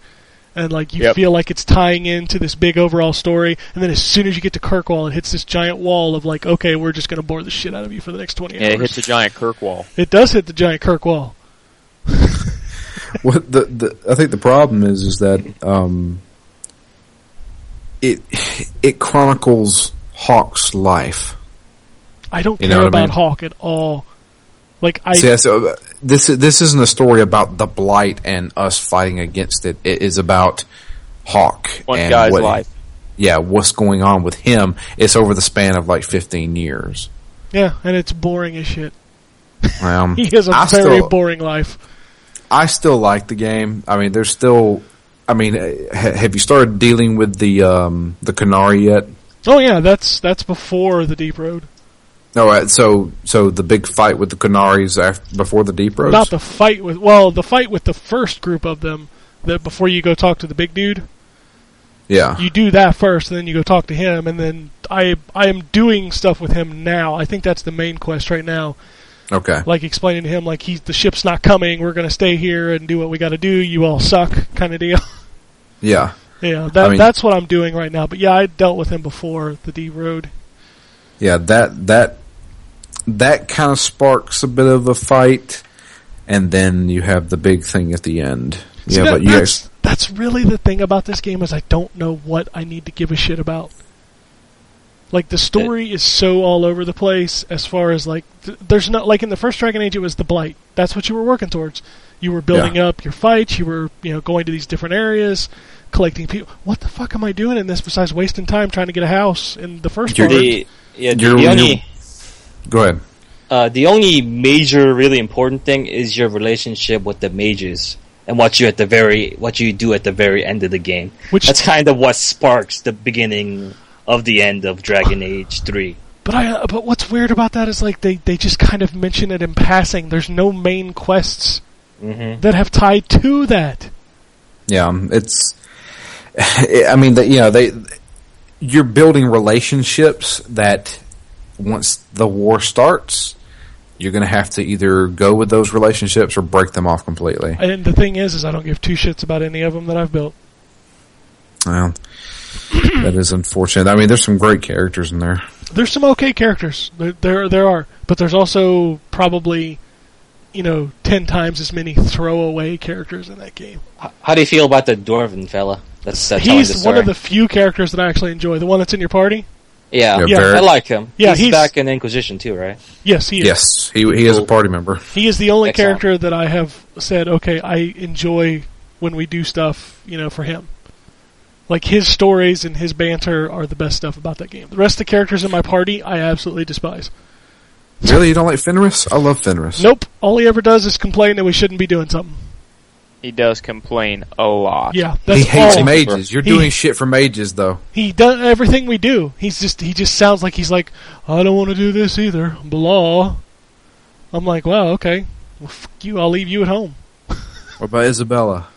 S3: and like you
S7: Yep.
S3: feel like it's tying into this big overall story. And then as soon as you get to Kirkwall, it hits this giant wall of like, okay, we're just going to bore the shit out of you for the next twenty
S7: Yeah,
S3: hours.
S7: it hits a giant Kirk wall.
S3: It does hit the giant Kirk wall.
S6: What the, the I think the problem is is that um, it it chronicles Hawk's life.
S3: I don't care
S6: You know what I
S3: about
S6: mean?
S3: Hawk at all. Like I,
S6: See, that's- uh, this this isn't a story about the blight and us fighting against it. It is about Hawk
S7: One
S6: and
S7: guy's
S6: what-
S7: life.
S6: Yeah, what's going on with him? It's over the span of like fifteen years.
S3: yeah, and it's boring as shit.
S6: Um,
S3: He has a
S6: I
S3: very
S6: still,
S3: boring life.
S6: I still like the game. I mean, there's still. I mean, eh, ha- have you started dealing with the um, the Canary yet?
S3: Oh yeah, that's that's before the deep road.
S6: All right, uh, so so the big fight with the Canaries after, before the Deep Roads.
S3: Not the fight with well, the fight with the first group of them. That before you go talk to the big dude,
S6: yeah,
S3: you do that first, and then you go talk to him, and then I I am doing stuff with him now. I think that's the main quest right now.
S6: okay,
S3: Like explaining to him like he's the ship's not coming. We're gonna stay here and do what we got to do. You all suck, kind of deal.
S6: yeah.
S3: yeah, that
S6: I mean-
S3: that's what I'm doing right now. But yeah, I dealt with him before the D road.
S6: yeah that that that kind of sparks a bit of a fight and then you have the big thing at the end
S3: See,
S6: yeah
S3: that-
S6: but you
S3: that's,
S6: ex-
S3: that's really the thing about this game is I don't know what I need to give a shit about. Like the story is so all over the place as far as like th- there's not like in the first Dragon Age it was the blight. That's what you were working towards. You were building up your fights. You were you know going to these different areas, collecting people. What the fuck am I doing in this besides wasting time trying to get a house in the first
S6: You're
S3: part?
S5: The, yeah,
S6: You're-
S5: the
S6: you're-
S5: only,
S6: go ahead
S5: uh, the only major, really important thing is your relationship with the mages and what you at the very, what you do at the very end of the game.
S3: Which-
S5: that's kind of what sparks the beginning of the end of Dragon Age Three.
S3: But I uh, but what's weird about that is like they they just kind of mention it in passing. There's no main quests that have tied to that.
S6: yeah um, it's i mean that you know they you're building relationships that once the war starts you're going to have to either go with those relationships or break them off completely
S3: And the thing is, is I don't give two shits about any of them that I've built.
S6: well, that is unfortunate i mean there's some great characters in there
S3: There's some okay characters. There, there, there are, but there's also probably, you know, ten times as many throwaway characters in that game.
S5: H- How do you feel about the dwarven fella? That's, that's telling the
S3: He's
S5: story.
S3: one of the few characters that I actually enjoy. The one that's in your party.
S5: yeah,
S6: Yeah, Barrett.
S5: I like him.
S3: Yeah,
S5: he's
S3: he's-
S5: back in Inquisition too, right?
S3: Yes, he is.
S6: yes he, he is a party member
S3: He is the only
S5: Excellent.
S3: character that I have said, okay, I enjoy when we do stuff, you know, for him. Like his stories and his banter are the best stuff about that game. The rest of the characters in my party, I absolutely despise.
S6: really you don't like fenris i love fenris
S3: Nope. All he ever does is complain that we shouldn't be doing something.
S7: He does complain a lot.
S3: Yeah, that's
S6: he hates
S3: all.
S6: mages. You're
S3: He-
S6: doing shit for mages, though.
S3: He does everything we do. He's just he just sounds like he's like I don't want to do this either. Blah. I'm like, well, okay. Well, fuck you. I'll leave you at home.
S6: What about Isabella?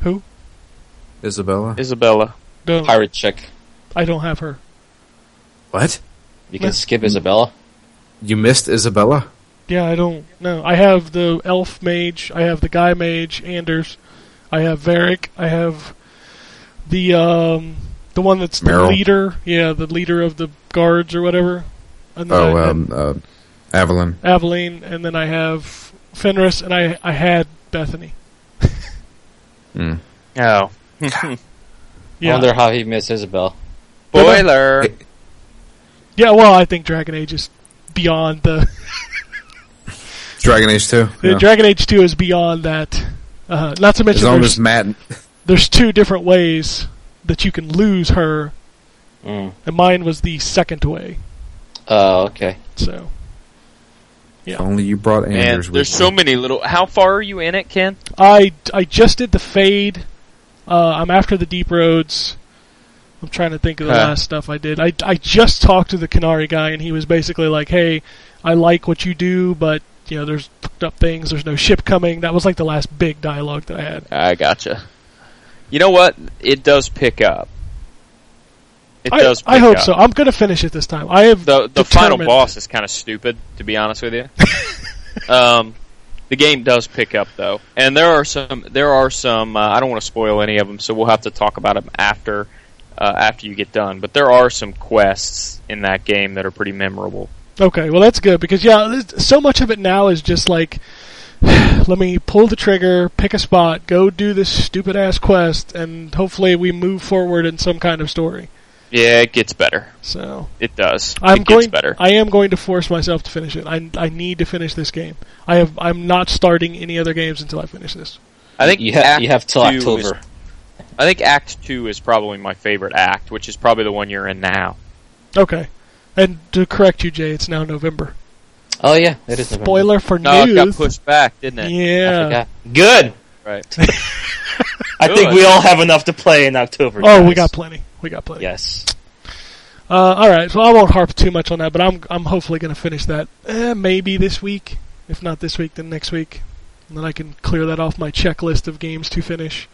S3: Who?
S6: Isabella.
S7: Isabella.
S3: Don't,
S5: Pirate chick.
S3: I don't have her.
S6: what?
S5: You can skip Isabella.
S6: You missed Isabella?
S3: Yeah, I don't. No, I have the elf mage. I have the guy mage Anders. I have Varric. I have the um the one that's the
S6: Meryl.
S3: leader. Yeah, the leader of the guards or whatever. And then
S6: Oh,
S3: I-
S6: um, uh, Avalon.
S3: Aveline, and then I have Fenris, and I I had Bethany.
S7: Oh.
S5: I
S3: Yeah,
S5: wonder how he missed Isabella.
S7: Boiler.
S3: yeah. Well, I think Dragon Age is beyond the,
S6: Dragon Age 2.
S3: the
S6: Yeah.
S3: Dragon Age Two is beyond that. Uh, not to
S6: as
S3: mention
S6: long
S3: there's,
S6: as Matt.
S3: there's two different ways that you can lose her,
S5: Mm.
S3: and mine was the second way.
S5: Oh, okay.
S3: So
S6: If Only you brought
S7: Man,
S6: Anders with
S7: there's so
S6: you.
S7: many little. How far are you in it, Ken?
S3: I I just did the fade. Uh, I'm after the deep roads. I'm trying to think of the
S7: Huh.
S3: last stuff I did. I, I just talked to the Canary guy, and he was basically like, "Hey, I like what you do, but you know, there's fucked up things. There's no ship coming." That was like the last big dialogue that I had.
S7: I gotcha. You know what? It does pick up. It
S3: I,
S7: does. Pick
S3: I hope
S7: up.
S3: so. I'm gonna finish it this time. I have
S7: The the final
S3: determined-
S7: boss is kind of stupid, to be honest with you. um, the game does pick up though, and there are some. There are some. Uh, I don't want to spoil any of them, so we'll have to talk about them after uh, after you get done. But there are some quests in that game that are pretty memorable.
S3: Okay, well that's good because yeah, there's- so much of it now is just like, let me pull the trigger, pick a spot, go do this stupid ass quest, and hopefully we move forward in some kind of story.
S7: Yeah, it gets better.
S3: So
S7: It does.
S3: I'm
S7: it
S3: going.
S7: gets better.
S3: I am going to force myself to finish it. I, I need to finish this game. I have. I'm not starting any other games until I finish this.
S7: I think
S5: You have
S7: Act
S5: you have till
S7: Two is-
S5: October.
S7: I think Act Two is probably my favorite act, which is probably the one you're in now.
S3: Okay. And to correct you, Jay, it's now November.
S9: Oh yeah, it is. November.
S3: Spoiler for
S7: No, Oh, it got
S3: news.
S7: pushed back, didn't it?
S3: yeah.
S9: Yeah. Good.
S7: Right.
S5: I think
S7: Good.
S5: we all have enough to play in October.
S3: Oh, we
S5: guys.
S3: got plenty. We got plenty.
S5: Yes.
S3: Uh, all right, so I won't harp too much on that, but I'm I'm hopefully going to finish that eh, maybe this week. If not this week, then next week, and then I can clear that off my checklist of games to finish.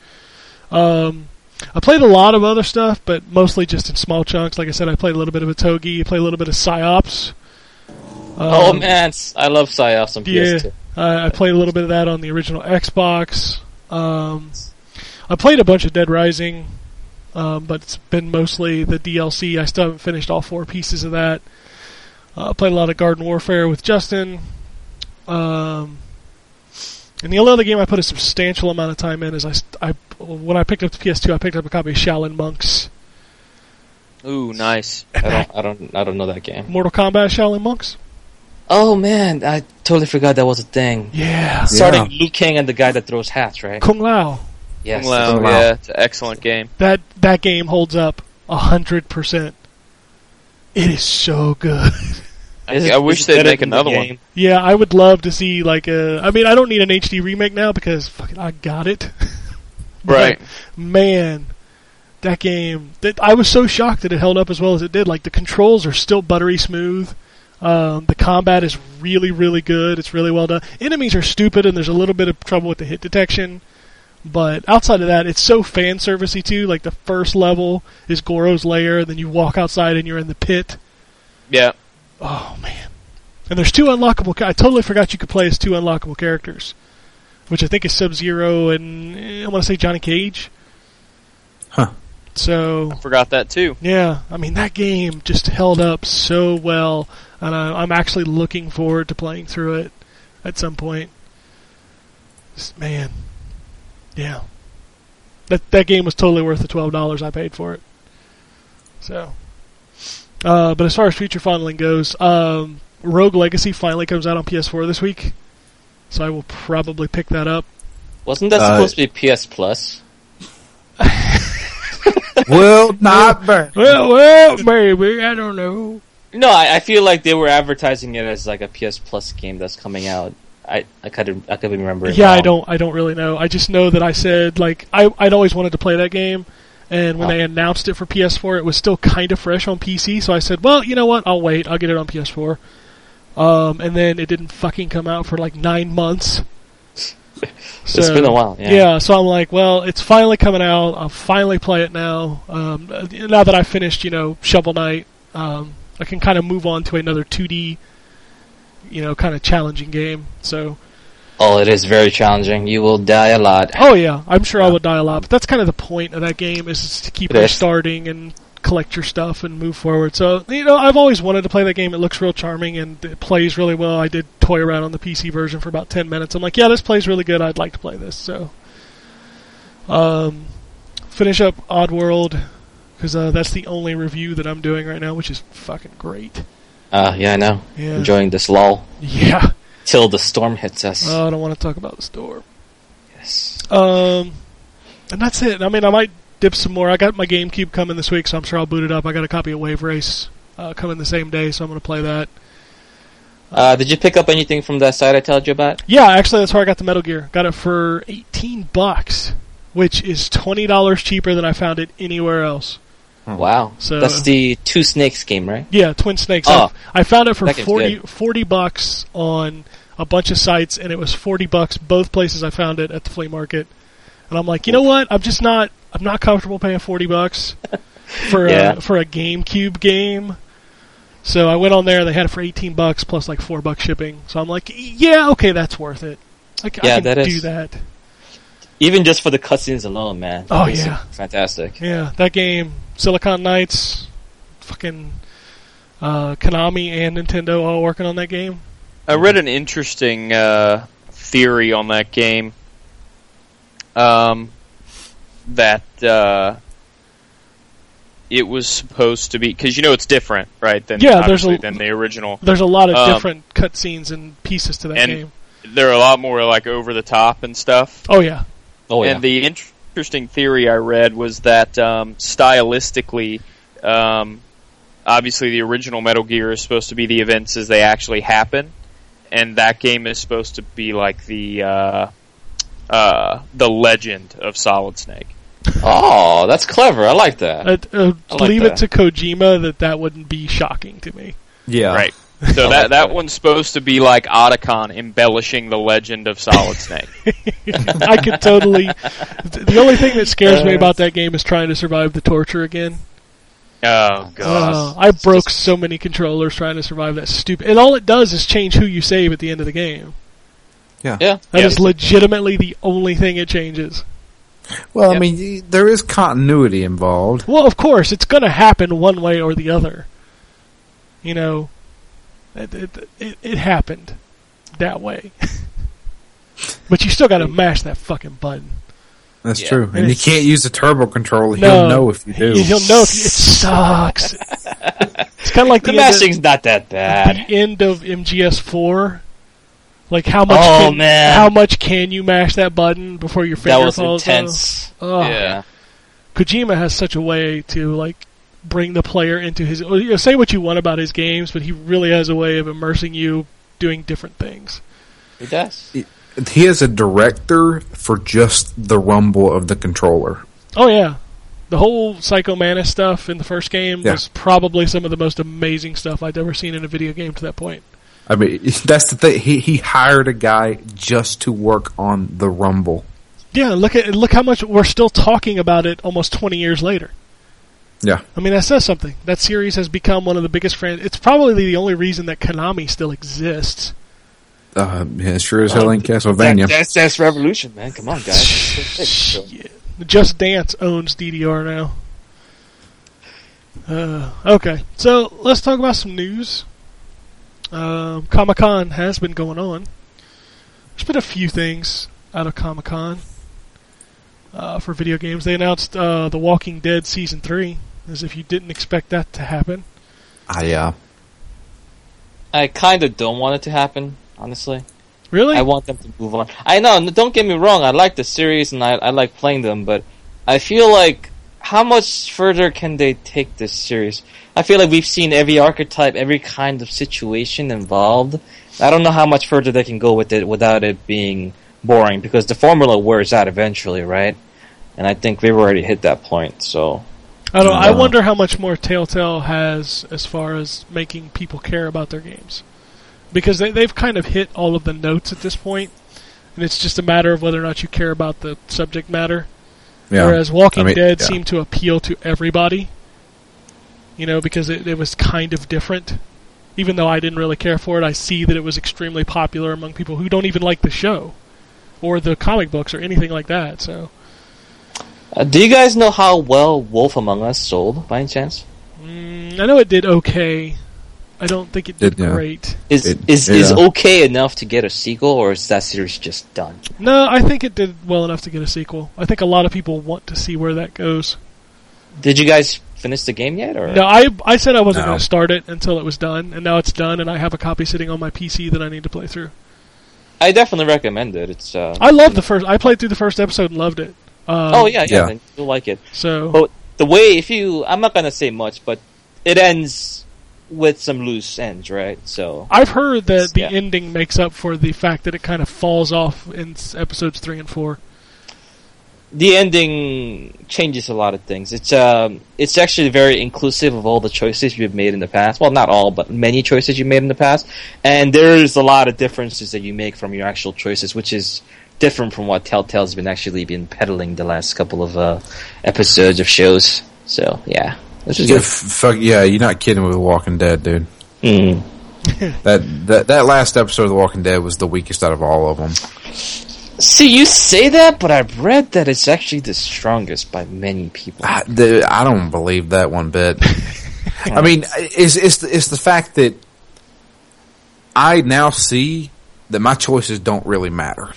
S3: Um, I played a lot of other stuff, but mostly just in small chunks. Like I said, I played a little bit of a Togi, I played a little bit of Psyops. Um,
S5: Oh man, s- I love Psyops on
S3: yeah,
S5: PS2.
S3: I, I played a little bit of that on the original Xbox. Um, I played a bunch of Dead Rising, um, but it's been mostly the DLC. I still haven't finished all four pieces of that. Uh, I played a lot of Garden Warfare with Justin. Um, and the only other game I put a substantial amount of time in is I, st- I when I picked up the PS2, I picked up a copy of Shaolin Monks.
S7: Ooh, nice.
S9: I don't, I don't, I don't know that game.
S3: Mortal Kombat Shaolin Monks?
S9: Oh man, I totally forgot that was a thing.
S3: Yeah.
S9: Starting Liu Kang and the guy that throws hats, right?
S3: Kung Lao.
S9: Yes.
S7: Wow,
S6: Wow.
S7: Yeah, it's an excellent game.
S3: that that game holds up a hundred percent. It is so good.
S7: I, I wish they'd make another one.
S3: Yeah, I would love to see like a. I mean, I don't need an HD remake now because fucking I got it. But,
S7: Right.
S3: man, that game. That I was so shocked that it held up as well as it did. Like the controls are still buttery smooth. Um, the combat is really, really good. It's really well done. Enemies are stupid, and there's a little bit of trouble with the hit detection. But outside of that, it's so fan servicey too. Like the first level is Goro's lair, and then you walk outside and you're in the pit.
S7: Yeah.
S3: Oh man! And there's two unlockable. Ca- I totally forgot you could play as two unlockable characters, which I think is Sub Zero and eh, I want to say Johnny Cage.
S6: Huh.
S3: So
S7: Forgot that too.
S3: yeah, I mean that game just held up so well, and I, I'm actually looking forward to playing through it at some point. Just- Man, yeah, that that game was totally worth the twelve dollars I paid for it. So, uh, but as far as future fondling goes, um, Rogue Legacy finally comes out on PS4 this week, so I will probably pick that up.
S9: Wasn't that
S6: Uh,
S9: supposed to be PS Plus?
S6: Will not burn.
S3: Well, well, maybe I don't know.
S9: No, I, I feel like they were advertising it as like a PS Plus game that's coming out. I I could I could remember. it
S3: Yeah, I
S9: wrong.
S3: don't I don't really know. I just know that I said like I I'd always wanted to play that game and when
S9: Oh.
S3: they announced it for PS4 it was still kind of fresh on PC, so I said, "Well, you know what? I'll wait. I'll get it on PS4." Um and then it didn't fucking come out for like 9 months.
S9: It's been a while.
S3: Yeah. so I'm like, well, it's finally coming out. I'll finally play it now. Um, uh, now that I finished, you know, Shovel Knight, um, I can kind of move on to another 2D, you know, kind of challenging game. So
S9: Oh, it is very challenging. You will die a lot.
S3: Oh yeah, I'm sure I would die a lot. But that's kind of the point of that game is it's to keep
S9: It is.
S3: restarting and collect your stuff and move forward. So you know, I've always wanted to play that game. It looks real charming and it plays really well. I did toy around on the PC version for about ten minutes. I'm like, yeah, this plays really good. I'd like to play this. So, um, finish up Oddworld because uh, that's the only review that I'm doing right now, which is fucking great.
S9: Uh, yeah, I know.
S3: Yeah.
S9: Enjoying this lull
S3: Yeah.
S9: till the storm hits us.
S3: Oh, I don't want to talk about the store.
S9: yes.
S3: Um, and that's it. I mean, I might dip some more. I got my GameCube coming this week, so I'm sure I'll boot it up. I got a copy of Wave Race uh, coming the same day, so I'm going to play that.
S9: Uh, did you pick up anything from that site I told you about?
S3: Yeah, actually, that's where I got the Metal Gear. Got it for 18 bucks, which is $20 cheaper than I found it anywhere else.
S5: Hmm.
S9: Wow.
S3: So-
S9: that's the Two Snakes game, right?
S3: Yeah, Twin Snakes.
S9: Oh.
S3: I, I found it for
S9: That game's
S3: 40, 40 bucks on a bunch of sites, and it was 40 bucks both places I found it at the flea market. And I'm like, you know what? I'm just not. I'm not comfortable paying 40 bucks for
S9: Yeah.
S3: a, for a GameCube game. So I went on there. They had it for 18 bucks plus like four bucks shipping. So I'm like, yeah, okay, that's worth it. I, c- I
S9: Yeah,
S3: can
S9: that
S3: do
S9: is-
S3: that.
S9: Even just for the cutscenes alone, man.
S3: Oh,
S9: It's
S3: yeah.
S9: fantastic.
S3: Yeah, that game, Silicon Knights, fucking uh, Konami and Nintendo all working on that game.
S7: I read an interesting uh, theory on that game. Um, that uh, it was supposed to be because you know it's different, right? Than
S3: Yeah, there's
S7: obviously,
S3: a-
S7: than the original.
S3: There's a lot of
S7: Um,
S3: different cutscenes and pieces to that
S7: and-
S3: game.
S7: They're a lot more like over the top and stuff.
S3: Oh yeah,
S9: Oh yeah.
S7: And the int- interesting theory I read was that um, stylistically, um, obviously, the original Metal Gear is supposed to be the events as they actually happen, and that game is supposed to be like the uh, uh, the legend of Solid Snake.
S5: Oh, that's clever. I like that.
S3: I'd, uh,
S5: I like
S3: leave it to
S5: that.
S3: Kojima that that wouldn't be shocking to me.
S10: Yeah.
S7: Right. So that that one's supposed to be like Otacon embellishing the legend of Solid Snake.
S3: I could totally. th- The only thing that scares me about that game is trying to survive the torture again.
S7: oh
S3: Uh,
S7: god.
S3: I broke so many controllers trying to survive that stupid. And all it does is change who you save at the end of the game.
S5: yeah.
S3: That is
S7: Yeah.
S3: legitimately the only thing it changes.
S6: Well, I
S7: Yep.
S6: mean, y- there is continuity involved.
S3: Well, of course, it's going to happen one way or the other. You know, it it, it, it happened that way. but you still got to mash that fucking button.
S6: That's true.
S3: And
S6: And you
S3: it's-
S6: can't use the turbo controller.
S3: No.
S6: He'll know if you do.
S3: You'll know if it sucks. it's kind of like
S5: The
S3: the,
S5: mashing's not that
S3: end
S5: bad.
S3: of, the end of MGS4. Like how much?
S5: Oh,
S3: can,
S5: man.
S3: How much can you mash that button before your
S5: That
S3: finger
S5: was
S3: falls off?
S5: intense.
S3: Ugh.
S5: Yeah.
S3: Kojima has such a way to like bring the player into his. or, You know, say what you want about his games, but he really has a way of immersing you doing different things.
S5: He does.
S6: He is a director for just the rumble of the controller.
S3: Oh yeah, the whole Psycho Manus stuff in the first game
S6: Yeah.
S3: was probably some of the most amazing stuff I'd ever seen in a video game to that point.
S6: I mean, that's the thing. He he hired a guy just to work on the rumble.
S3: Yeah, look at look how much we're still talking about it almost 20 years later.
S6: Yeah.
S3: I mean, that says something. That series has become one of the biggest fran It's probably the only reason that Konami still exists.
S6: Uh, yeah, sure as hell in
S5: That,
S6: Castlevania.
S5: that's, that's revolution, man. Come on, guys.
S3: Shit. Just Dance owns DDR now. Uh, okay, so let's talk about some news. Um, Comic Con has been going on. There's been a few things out of Comic Con uh, for video games. They announced uh, The Walking Dead Season 3, as if you didn't expect that to happen.
S6: I uh,
S5: I kind of don't want it to happen, honestly.
S3: Really?
S5: I want them to move on. I know. n- Don't get me wrong. I like the series and I, I like playing them, but I feel like how much further can they take this series? I feel like we've seen every archetype, every kind of situation involved. I don't know how much further they can go with it without it being boring because the formula wears out eventually, right? And I think we've already hit that point. So
S3: I don't. I
S5: Uh,
S3: wonder how much more Telltale has as far as making people care about their games, because they they've kind of hit all of the notes at this point, and it's just a matter of whether or not you care about the subject matter.
S6: yeah.
S3: Whereas Walking
S6: I mean,
S3: Dead
S6: yeah.
S3: seemed to appeal to everybody, you know, because it, it was kind of different. Even though I didn't really care for it, I see that it was extremely popular among people who don't even like the show, or the comic books, or anything like that. So
S5: Uh, do you guys know how well Wolf Among Us sold by any chance?
S3: mm, I know it did okay. I don't think it did
S6: Did, yeah.
S3: great.
S5: Is
S6: It-
S5: is is
S6: yeah.
S5: okay enough to get a sequel, or is that series just done?
S3: No, I think it did well enough to get a sequel. I think a lot of people want to see where that goes.
S5: Did you guys finish the game yet? Or
S3: No, I I said I wasn't
S6: No.
S3: going to start it until it was done, and now it's done, and I have a copy sitting on my PC that I need to play through.
S5: I definitely recommend it. It's uh,
S3: I love the first. I played through the first episode and loved it. Um,
S5: oh yeah yeah,
S6: Yeah.
S5: Then you'll like it.
S3: So
S5: But the way if you I'm not gonna say much, but it ends with some loose ends, right? So
S3: I've heard that the
S5: Yeah.
S3: ending makes up for the fact that it kind of falls off in s- episodes three and four.
S5: the ending changes a lot of things. It's um, it's actually very inclusive of all the choices you've made in the past. Well, not all, but many choices you made in the past. And there's a lot of differences that you make from your actual choices, which is different from what Telltale's been actually been peddling the last couple of uh, episodes of shows. So yeah, this is
S6: Yeah,
S5: good.
S6: f- fuck yeah, you're not kidding with Walking Dead, dude.
S5: Mm.
S6: That that that last episode of The Walking Dead was the weakest out of all of them.
S5: See, you say that, but I've read that it's actually the strongest by many people.
S6: I, the, I don't believe that one bit. I mean, it's, it's, the- it's the fact that I now see that my choices don't really matter.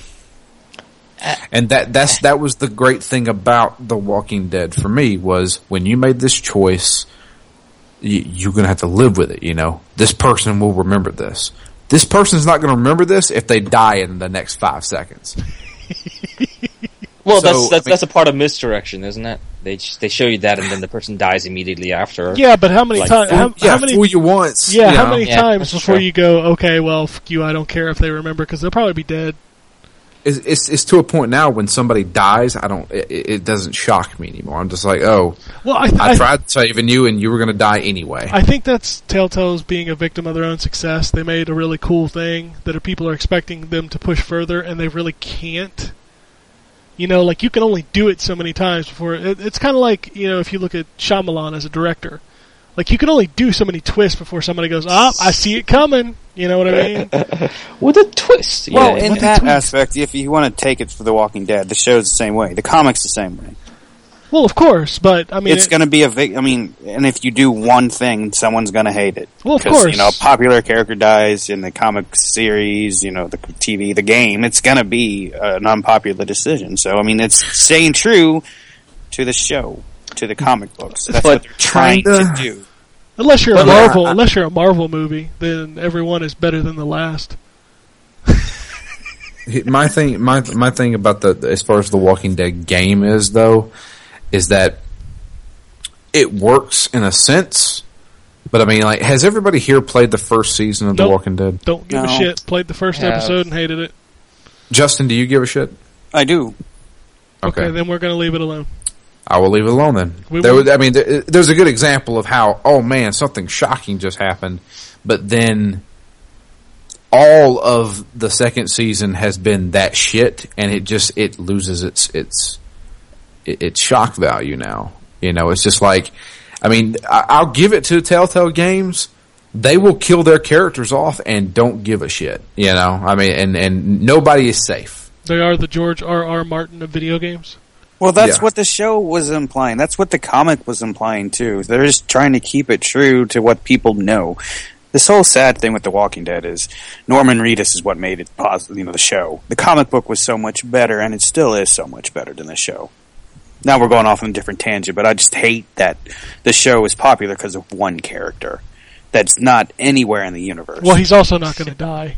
S3: Eh.
S6: And that that's that was the great thing about The Walking Dead for me was when you made this choice, you, you're gonna have to live with it. You know, this person will remember this. This person's not gonna remember this if they die in the next five seconds. So,
S5: Well, that's that's,
S6: I mean-
S5: that's a part of misdirection, isn't it?
S9: They sh- they show you that, and then the person dies immediately after.
S3: Yeah, but how many
S9: Like,
S3: times? How,
S6: yeah,
S3: how many?
S6: fool you once.
S3: yeah,
S6: you
S3: how
S6: know.
S3: many
S9: Yeah,
S3: times
S9: that's
S3: before
S9: true.
S3: you go? Okay, well, fuck you. I don't care if they remember because they'll probably be dead.
S6: It's, it's it's to a point now when somebody dies, I don't. It, it doesn't shock me anymore. I'm just like, oh,
S3: Well, I, th-
S6: I
S3: I,
S6: tried saving you, and you were going to die anyway.
S3: I think that's Telltale's being a victim of their own success. They made a really cool thing that if people are expecting them to push further, and they really can't. You know, like you can only do it so many times before it, it's kind of like you know if you look at Shyamalan as a director, like you can only do so many twists before somebody goes, "Ah, I see it coming." You know what I mean?
S9: With a twist.
S8: Well,
S9: yeah.
S8: in that aspect, if you want to take it for The Walking Dead, the show's the same way. The comic's the same way.
S3: well, of course, but I mean,
S8: it's
S3: it-
S8: going to be a big. I mean, and if you do one thing, someone's going to hate it.
S3: Well, of
S8: 'Cause,
S3: course.
S8: you know, a popular character dies in the comic series, you know, the TV, the game. It's going to be an unpopular decision. So, I mean, it's staying true to the show, to the comic books. That's what they're trying to
S6: kinda-
S8: do.
S3: Unless you're a
S6: But, uh,
S3: Marvel, unless you're a Marvel movie, then everyone is better than the last.
S6: my thing, my my thing about the as far as the Walking Dead game is though, is that it works in a sense. But I mean, like, has everybody here played the first season of The
S3: Nope.
S6: Walking Dead?
S3: Don't give a
S8: No.
S3: shit. Played the first
S9: Yeah.
S3: episode and hated it.
S6: Justin, do you give a shit?
S8: I do.
S3: Okay, then we're gonna leave it alone.
S6: I will leave it alone then.
S3: We
S6: there
S3: will-
S6: was, I mean, there, there's a good example of how, oh man, something shocking just happened, but then all of the second season has been that shit, and it just it loses its its it- its shock value now. You know, it's just like, I mean, I, I'll give it to Telltale Games. They will kill their characters off and don't give a shit. You know, I mean, and and nobody is safe.
S3: They are the George R. R. Martin of video games.
S8: Well, that's
S6: Yeah.
S8: what the show was implying. That's what the comic was implying too. They're just trying to keep it true to what people know. This whole sad thing with The Walking Dead is Norman Reedus is what made it positive. You know, the show. The comic book was so much better, and it still is so much better than the show. Now we're going off on a different tangent, but I just hate that the show is popular because of one character that's not anywhere in the universe.
S3: Well, he's also not gonna die.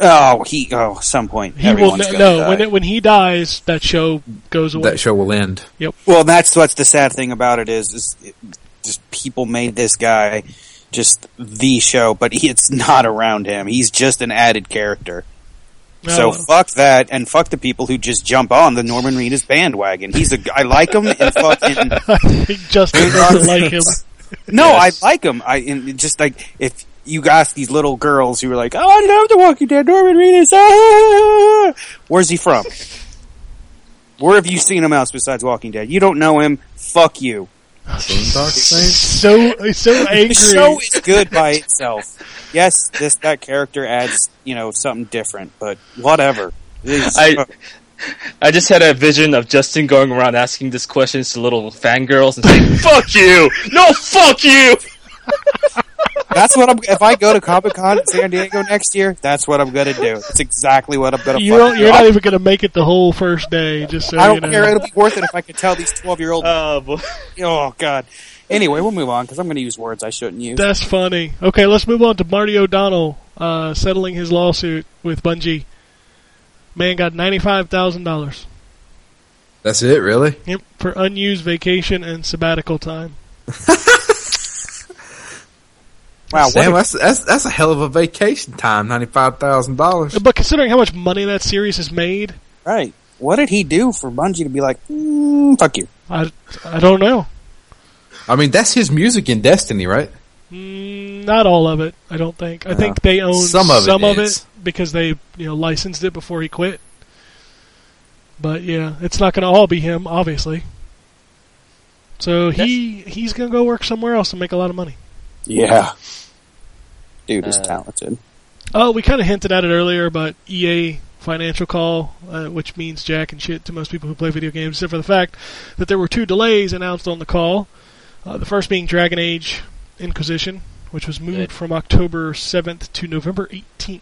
S8: oh, he. Oh, some point.
S3: He will
S8: everyone's
S3: ne-
S8: gonna
S3: no.
S8: die.
S3: When it, when he dies, that show goes away.
S6: That show will end.
S8: Well, that's what's the sad thing about it is, is it, just people made this guy just the show, but he, it's not around him. He's just an added character.
S3: No,
S8: So fuck that, and fuck the people who just jump on the Norman Reedus bandwagon. He's a g- I like him, and fucking
S3: I think Justin doesn't like him.
S8: no, I like him. I and it just like if you ask these little girls who are like, oh, I love The Walking Dead, Norman Reedus. Ah! Where's he from? Where have you seen him else besides Walking Dead? You don't know him. Fuck you.
S3: So he's so angry.
S8: The show is good by itself. Yes, this that character adds you know something different, but whatever. It's- uh,
S9: I- I just had a vision of Justin going around asking these questions to little fangirls and saying, "Fuck you! No, fuck you!"
S8: that's what I'm. If I go to Comic Con in San Diego next year, that's what I'm gonna do. It's exactly what I'm gonna.
S3: you
S8: fucking
S3: don't, you're
S8: do.
S3: not even gonna make it the whole first day. Just so
S8: I don't
S3: you know.
S8: care. It'll be worth it if I could tell these twelve year old.
S9: Oh boy.
S8: oh God. Anyway, we'll move on because I'm gonna use words I shouldn't use.
S3: That's funny. Okay, let's move on to Marty O'Donnell uh, settling his lawsuit with Bungie. Man got ninety-five thousand dollars
S6: That's it, really.
S3: for unused vacation and sabbatical time.
S8: Wow. What
S6: Damn,
S8: a,
S6: that's, that's that's a hell of a vacation time. Ninety five thousand dollars.
S3: But considering how much money that series has made,
S8: right. What did he do for Bungie to be like, mm, fuck you?
S3: I I don't know.
S6: I mean, that's his music in Destiny, right?
S3: Mm, not all of it, I don't think. I think they own
S6: Some of it is.
S3: because they you know licensed it before he quit. But yeah, it's not going to all be him, obviously. So he he's going to go work somewhere else and make a lot of money.
S8: Yeah. Dude is
S9: Uh,
S8: talented.
S3: Oh, we kind of hinted at it earlier, but EA financial call, uh, which means jack and shit to most people who play video games, except for the fact that there were two delays announced on the call. Uh, the first being Dragon Age Inquisition, which was moved
S9: Good.
S3: from October 7th to November 18th.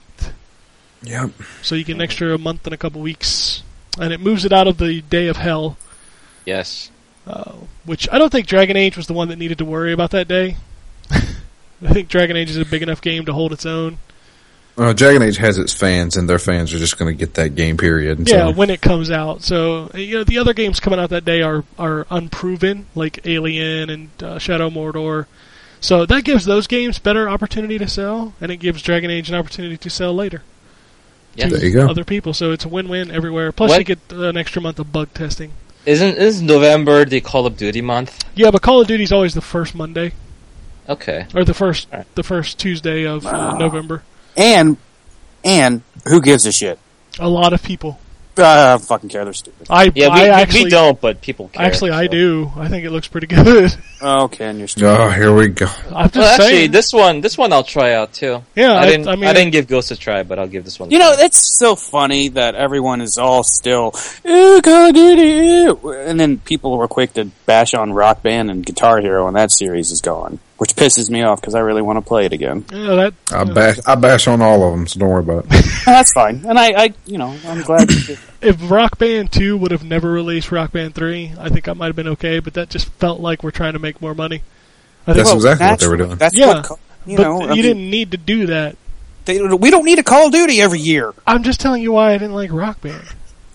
S6: Yep.
S3: So you get an extra month and a couple weeks. And it moves it out of the Day of Hell,
S9: Yes.
S3: uh, which I don't think Dragon Age was the one that needed to worry about that day. I think Dragon Age is a big enough game to hold its own.
S6: Uh, Dragon Age has its fans, and their fans are just going to get that game period. And
S3: Yeah,
S6: so-
S3: when it comes out. So you know, the other games coming out that day are are unproven, like Alien and uh, Shadow Mordor. So that gives those games better opportunity to sell, and it gives Dragon Age an opportunity to sell later
S9: Yeah.
S3: to
S6: There you go.
S3: other people. So it's a win-win everywhere. Plus,
S9: What-
S3: you get uh, an extra month of bug testing.
S9: Isn't is November the Call of Duty month?
S3: Yeah, but Call of Duty's always the first Monday
S9: Okay.
S3: or the first
S9: Alright.
S3: the first Tuesday of uh, November.
S8: And and who gives a shit?
S3: A lot of people.
S8: Uh, I don't fucking care. They're stupid.
S3: I
S9: Yeah, we,
S3: I
S9: we-
S3: actually
S9: we don't, but people care.
S3: Actually, I
S9: so.
S3: do. I think it looks pretty good.
S8: Okay, and you're stupid.
S6: Oh, here we go.
S3: I'm just
S9: Well, actually,
S3: saying.
S9: this one, this one I'll try out too.
S3: Yeah,
S9: I
S3: I-
S9: didn't.
S3: I
S9: I,
S3: mean-
S9: didn't give Ghost a try, but I'll give this one. a
S8: You know,
S9: try.
S8: that's so funny that everyone is all still, ooh, Call of Duty, ew." And then people were quick to bash on Rock Band and Guitar Hero, and that series is gone. Which pisses me off because I really want to play it again.
S3: yeah, that
S6: I bash, I bash on all of them, so don't worry about it.
S8: And that's fine. And I, I you know, I'm glad.
S3: if Rock Band 2 would have never released Rock Band 3, I think I might have been okay, but that just felt like we're trying to make more money. I think
S6: That's
S8: Well,
S6: exactly what they were
S8: naturally,
S6: doing.
S8: That's
S3: Yeah.
S8: what, co- you
S3: but
S8: know, I
S3: you
S8: mean,
S3: didn't need to do that.
S8: they- we don't need a Call of Duty every year.
S3: I'm just telling you why I didn't like Rock Band.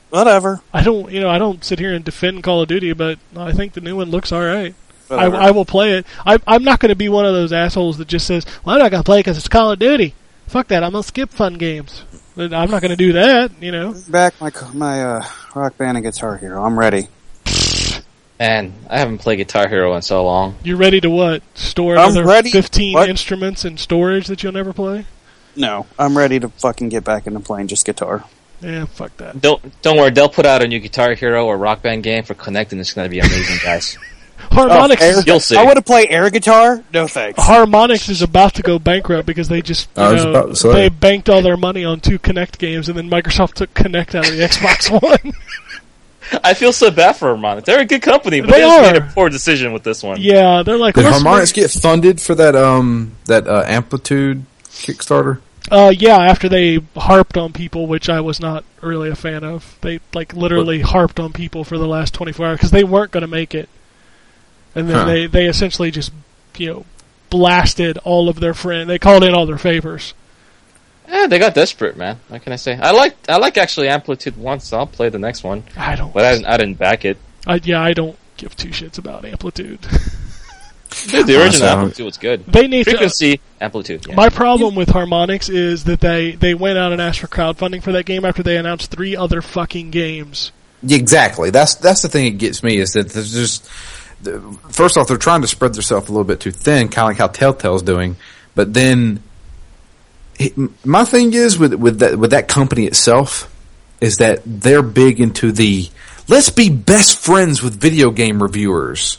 S8: Whatever.
S3: I don't, you know, I don't sit here and defend Call of Duty, but I think the new one looks all right. I,
S8: Whatever.
S3: I will play it. I, I'm not going to be one of those assholes that just says, "Well, I'm not going to play because it's Call of Duty." Fuck that! I'm going to skip fun games. But I'm not going to do that. You know,
S8: Back my, co- my uh, Rock Band and Guitar Hero. I'm ready.
S9: man, I haven't played Guitar Hero in so long.
S3: you're ready to what? Store
S8: I'm
S3: another
S8: ready-
S3: 15
S8: what?
S3: instruments in storage that you'll never play?
S8: No. I'm ready to fucking get back into playing just guitar.
S3: Yeah, fuck that.
S9: Don't don't worry, they'll put out a new Guitar Hero or Rock Band game for Connect, and it's gonna be amazing, guys.
S3: Harmonix,
S6: Oh,
S8: air-
S3: is,
S9: You'll see.
S8: I want to play air guitar? No thanks.
S3: Harmonix is about to go bankrupt because they just you
S6: I was
S3: know,
S6: about to say.
S3: they banked all their money on two Connect games, and then Microsoft took Connect out of the Xbox One.
S9: I feel so bad for Harmonix. They're a good company, but
S3: They
S9: they, just made
S3: are.
S9: a poor decision with this one.
S3: yeah, they're like,
S6: Did
S3: "Let's
S6: Harmonix get funded for that um that uh, Amplitude Kickstarter?
S3: Uh, yeah, after they harped on people, which I was not really a fan of. They like literally harped on people for the last 24 hours because they weren't going to make it, and then
S6: Huh.
S3: they they essentially just you know blasted all of their friend. They called in all their favors.
S9: Yeah, they got desperate, man. What can I say? I like I like actually Amplitude once. So I'll play the next one,
S3: I don't.
S9: but I didn't, I didn't back it.
S3: I, yeah, I don't give two shits about amplitude.
S9: Dude, the original
S6: Awesome.
S9: Amplitude was good.
S3: they need to.
S9: Frequency Amplitude. Yeah.
S3: My problem with Harmonix is that they they went out and asked for crowdfunding for that game after they announced three other fucking games.
S6: Exactly. That's that's the thing that gets me is that there's just the- first off they're trying to spread themselves a little bit too thin, kind of like how Telltale's doing. But then it- my thing is with with that with that company itself is that they're big into the let's be best friends with video game reviewers.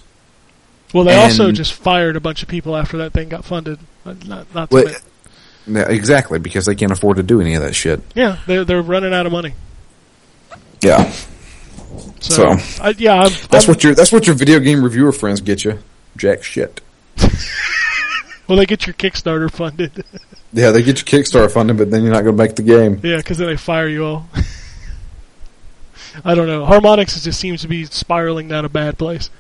S3: Well, they also
S6: And-
S3: just fired a bunch of people after that thing got funded. Not, not to
S6: Well,
S3: ma-
S6: yeah, exactly because they can't afford to do any of that shit.
S3: Yeah, they're they're running out of money.
S6: Yeah,
S3: So,
S6: So-
S3: I, yeah, I'm,
S6: that's
S3: I'm-
S6: what your that's what your video game reviewer friends get you. Jack shit.
S3: Well, they get your Kickstarter funded.
S6: Yeah, they get your Kickstarter funding, but then you're not going to make the game.
S3: yeah, because then they fire you all. I don't know. Harmonix just seems to be spiraling down a bad place.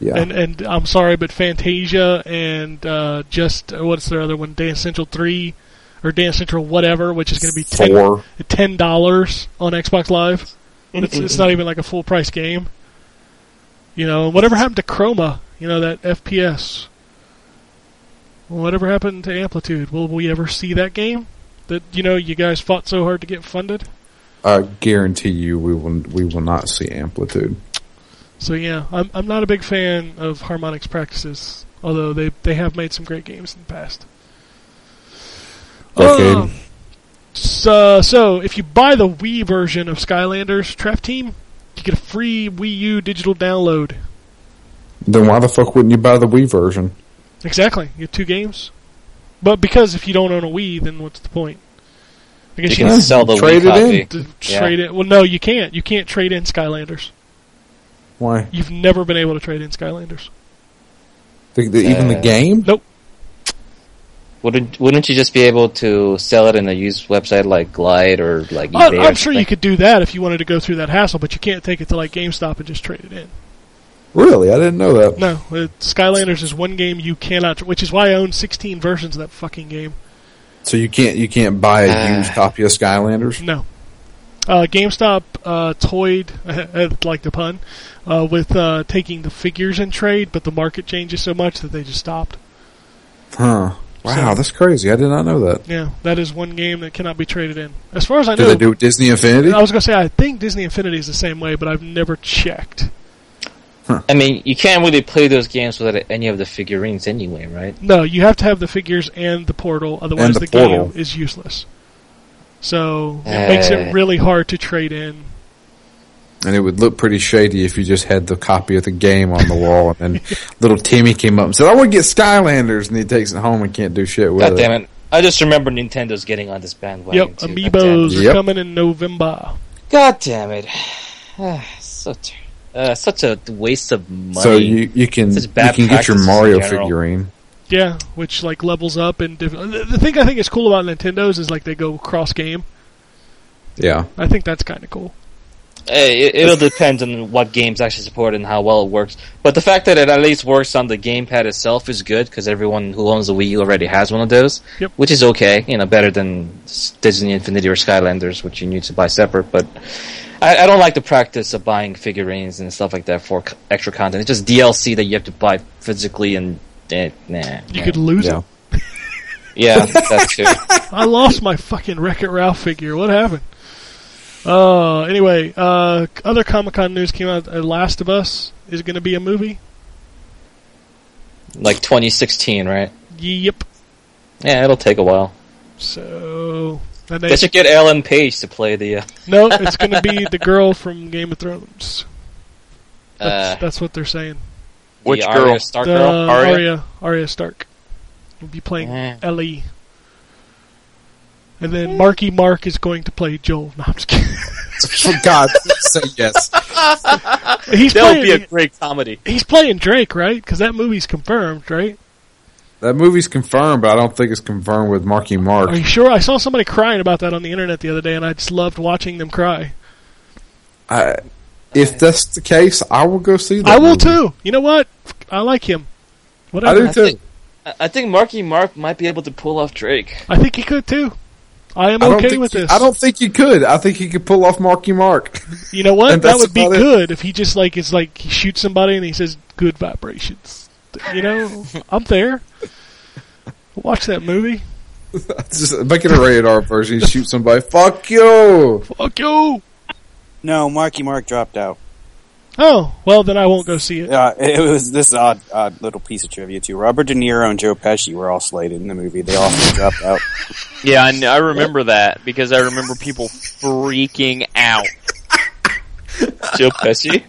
S6: Yeah,
S3: And and I'm sorry, but Fantasia and uh, just uh, what's their other one? Dance Central Three or Dance Central whatever, which is going to be ten
S6: four.
S3: ten dollars on Xbox Live. It's, it's not even like a full price game. You know, whatever happened to Chroma? You know that FPS. Whatever happened to Amplitude? Will we ever see that game? That you know you guys fought so hard to get funded.
S6: I guarantee you, we will we will not see amplitude.
S3: So yeah, I'm I'm not a big fan of Harmonix practices, although they they have made some great games in the past.
S6: Arcade.
S5: Oh.
S3: Um, so, so if you buy the Wii version of Skylanders Trap Team, you get a free Wii U digital download.
S6: then why the fuck wouldn't you buy the Wii version?
S3: Exactly. You get two games. But because if you don't own a Wii, then what's the point? I
S9: You
S3: guess you,
S9: can sell the
S6: Trade
S9: Wii
S6: it
S9: copy.
S6: in.
S3: have to
S9: Yeah.
S3: trade it. Well, no, you can't. You can't trade in Skylanders.
S6: Why?
S3: You've never been able to trade in Skylanders.
S6: The, the, even the
S9: Uh,
S6: game?
S9: Wouldn't wouldn't you just be able to sell it in a used website like Glide or like eBay?
S3: I,
S9: or
S3: I'm sure you
S9: something?
S3: could do that if you wanted to go through that hassle, but you can't take it to like GameStop and just trade it in.
S6: Really? I didn't know that.
S3: No, it, Skylanders is one game you cannot, tr- which is why I own 16 versions of that fucking game.
S6: So you can't you can't buy
S5: Uh.
S6: a used copy of Skylanders.
S3: No. Uh, GameStop uh, toyed, I like the pun, uh, with uh, taking the figures in trade, but the market changes so much that they just stopped.
S6: Huh. Wow, that's crazy. I did not know that.
S3: Yeah, that is one game that cannot be traded in. As far as I
S6: Do
S3: know,
S6: they do it with Disney Infinity?
S5: Oh.
S3: I was going to say, I think Disney Infinity is the same way, but I've never checked.
S5: I mean, you can't really play those games without any of the figurines anyway, right?
S3: No, you have to have the figures and the portal, otherwise
S6: the
S3: the,
S6: portal.
S3: game is useless. So it makes
S5: Eh.
S3: it really hard to trade in.
S6: And it would look pretty shady if you just had the copy of the game on the wall, and then little Timmy came up and said, "I want to get Skylanders," and he takes it home and can't do shit with
S5: God
S6: it.
S5: damn it. I just remember Nintendo's getting on this bandwagon.
S3: yep,
S5: too. God damn
S3: Amiibos
S5: it.
S3: are
S6: Yep.
S3: coming in November.
S5: God damn it. Ah, such, uh, such a waste of money.
S6: So you you can you
S5: Such bad
S6: can get your
S5: practices in
S6: Mario
S5: general.
S6: figurine.
S3: Yeah, which like levels up and diff- the the thing I think is cool about Nintendo's is like they go cross game.
S6: Yeah,
S3: I think that's kind of cool.
S5: Eh, it, it'll depend on what games actually support and how well it works. But the fact that it at least works on the gamepad itself is good because everyone who owns the Wii U already has one of those,
S3: Yep.
S5: which is okay. You know, better than s- Disney Infinity or Skylanders, which you need to buy separate. But I, I don't like the practice of buying figurines and stuff like that for c- extra content. It's just DLC that you have to buy physically and. eh, nah,
S3: You
S5: nah.
S3: could lose
S6: yeah.
S3: it.
S5: yeah, that too.
S3: I lost my fucking Wreck-It Ralph figure. What happened? Uh, anyway, uh, other Comic-Con news came out. Uh, Last of Us is going to be a movie.
S5: Like 2016, right?
S3: Yep.
S5: Yeah, it'll take a while.
S3: So and
S5: They should get Ellen Page to play the. Uh,
S3: No, it's going to be the girl from Game of Thrones. That's,
S5: Uh,
S3: that's what they're saying.
S7: Which
S5: the
S7: girl?
S5: Arya Stark
S3: The
S5: girl?
S7: Arya?
S3: Arya, Arya Stark will be playing
S5: Yeah.
S3: Ellie, and then Marky Mark is going to play Joel. No, I'm just kidding.
S6: For God, say yes.
S3: He's
S5: That'll be a
S3: playing.
S5: great comedy.
S3: He's playing Drake, right? Because that movie's confirmed, right?
S6: That movie's confirmed, but I don't think it's confirmed with Marky Mark.
S3: Are you sure? I saw somebody crying about that on the internet the other day, and I just loved watching them cry.
S6: I, if that's the case, I will go see that.
S3: I will
S6: movie.
S3: too. You know what? I like him.
S6: I
S3: Whatever.
S6: do
S3: I,
S6: too.
S5: think- I- I think Marky Mark might be able to pull off Drake.
S3: think he could too. I am
S6: I don't,
S3: okay
S6: think
S3: with
S6: he,
S3: this.
S6: I don't think he could. I think he could pull off Marky Mark.
S3: You know what?
S6: And
S3: That
S6: that's
S3: would be
S6: about it.
S3: good if he just like is like he shoots somebody and he says good vibrations. You know, I'm there. Watch that movie.
S6: Just make it a rated R version. Shoot somebody. Fuck you.
S3: Fuck you.
S8: No, Marky Mark dropped out.
S3: Oh well, then I won't go see it.
S8: Uh, it was this odd, odd little piece of trivia too. Robert De Niro and Joe Pesci were all slated in the movie. They all dropped out.
S7: Yeah, I, kn- I remember that because I remember people freaking out.
S5: Joe Pesci?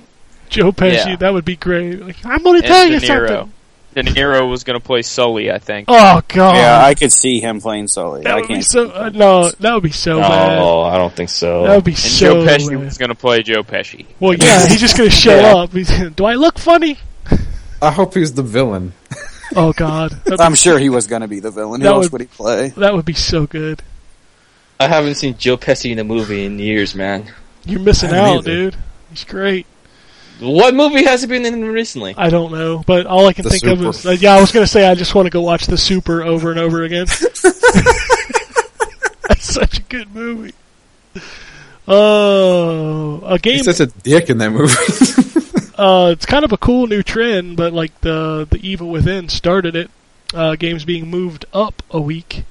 S3: Joe Pesci,
S7: Yeah.
S3: that would be great. Like, I'm gonna
S7: And
S3: tell you
S7: De Niro.
S3: something.
S7: De Niro was going to play Sully, I think.
S3: Oh god,
S8: Yeah, I could see him playing Sully.
S3: that
S8: I
S3: would be
S8: can't.
S3: so. Uh, no, that would be so bad.
S5: Oh, I don't think
S3: That
S5: so.
S3: would be
S7: And
S3: so.
S7: Joe Pesci
S3: bad.
S7: was going to play Joe Pesci.
S3: Well, yeah, he's just gonna show
S7: Yeah.
S3: up. He's- Do I look funny?
S6: I hope he's the villain.
S3: Oh god, That'd
S8: I'm sure he was going to be the villain. Who
S3: That
S8: else
S3: would-
S8: would he play?
S3: be- that would be so good.
S5: I haven't seen Joe Pesci in a movie in years, man.
S3: You're missing
S6: I haven't
S3: out,
S6: either.
S3: dude. He's great.
S5: What movie has he been in recently?
S3: I don't know, but all I can
S6: The
S3: think of
S6: Super.
S3: is uh, yeah. I was gonna say I just want to go watch The Super over and over again. That's such a good movie. Oh, a game.
S6: He's such a dick in that movie.
S3: uh, it's kind of a cool new trend, but like the the Evil Within started it. Uh, games being moved up a week.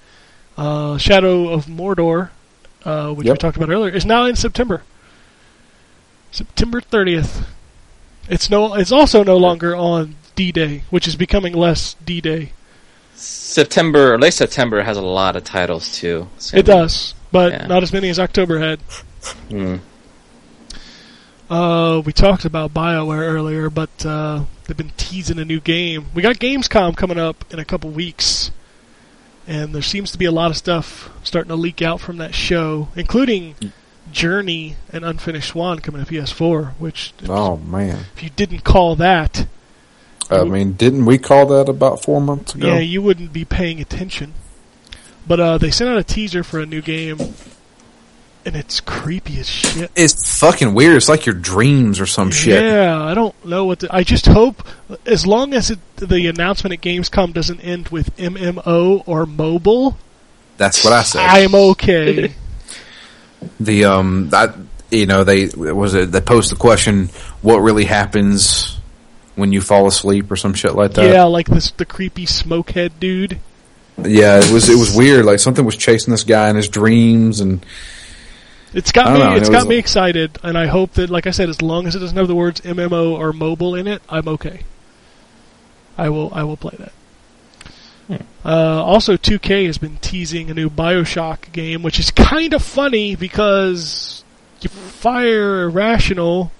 S3: Uh, Shadow of Mordor, uh, which we
S6: Yep.
S3: talked about earlier, is now in September. September thirtieth. It's no. It's also no longer on D Day, which is becoming less D Day.
S5: September, late September has a lot of titles too. So-
S3: It does, but
S5: Yeah.
S3: not as many as October had.
S5: Mm.
S3: Uh, we talked about BioWare earlier, but uh, they've been teasing a new game. We got Gamescom coming up in a couple weeks, and there seems to be a lot of stuff starting to leak out from that show, including Journey and Unfinished Swan coming to PS4. Which,
S6: oh man.
S3: if you didn't call that,
S6: I mean, didn't we call that about four months ago?
S3: yeah, you wouldn't be paying attention. But uh, they sent out a teaser for a new game, and it's creepy as shit.
S6: It's fucking weird. It's like your dreams or some shit.
S3: Yeah, I don't know what. To, I just hope, as long as it, the announcement at Gamescom doesn't end with MMO or mobile,
S6: That's what I said.
S3: I'm okay.
S6: the um that you know they was it they posed the question what really happens when you fall asleep or some shit like that
S3: yeah, like this the creepy smokehead dude.
S6: yeah it was it was weird like something was chasing this guy in his dreams and
S3: It's got
S6: I
S3: me.
S6: don't know,
S3: it's
S6: it
S3: got
S6: was-
S3: me excited, and I hope that, like I said, as long as it doesn't have the words MMO or mobile in it, I'm okay. I will. I will play that.
S6: Hmm.
S3: Uh, also, 2K has been teasing a new Bioshock game, which is kind of funny because you fire Irrational,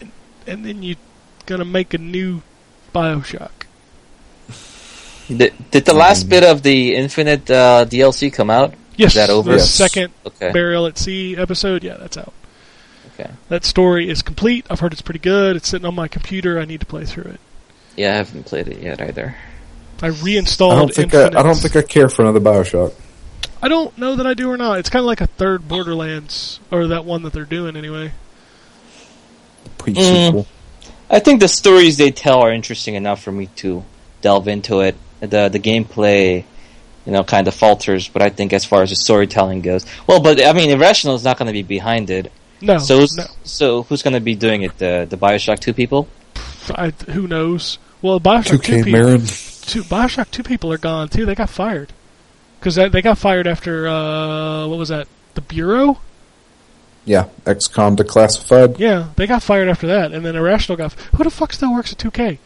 S3: and, and then you're gonna make a new Bioshock.
S5: Did, did the last bit of the Infinite uh, DLC come out?
S3: Yes,
S5: Is that over?
S3: The second
S5: Okay.
S3: Burial at Sea episode. Yeah, that's out.
S5: Okay.
S3: That story is complete. I've heard it's pretty good. It's sitting on my computer. I need to play through it.
S5: Yeah, I haven't played it yet either.
S3: I
S6: I
S3: reinstalled.
S6: don't think I,
S3: Infinite.
S6: I don't think I care for another Bioshock
S3: I don't know that I do or not. It's kind of like a third Borderlands or that one that they're doing anyway.
S5: Mm. I think the stories they tell are interesting enough for me to delve into it. The the gameplay, you know, kind of falters, but I think as far as the storytelling goes, well, but I mean, Irrational is not going to be behind it.
S3: No,
S5: So who's-
S3: no.
S5: so who's going to be doing it? The the Bioshock Two people?
S3: I, who knows? Well, Bioshock
S6: 2K
S3: two people.
S6: Marin.
S3: Two Bioshock two people are gone too. They got fired because they got fired after uh, what was that? The Bureau.
S6: yeah XCOM declassified
S3: Yeah, they got fired after that, and then Irrational got. Who the fuck still works at 2K?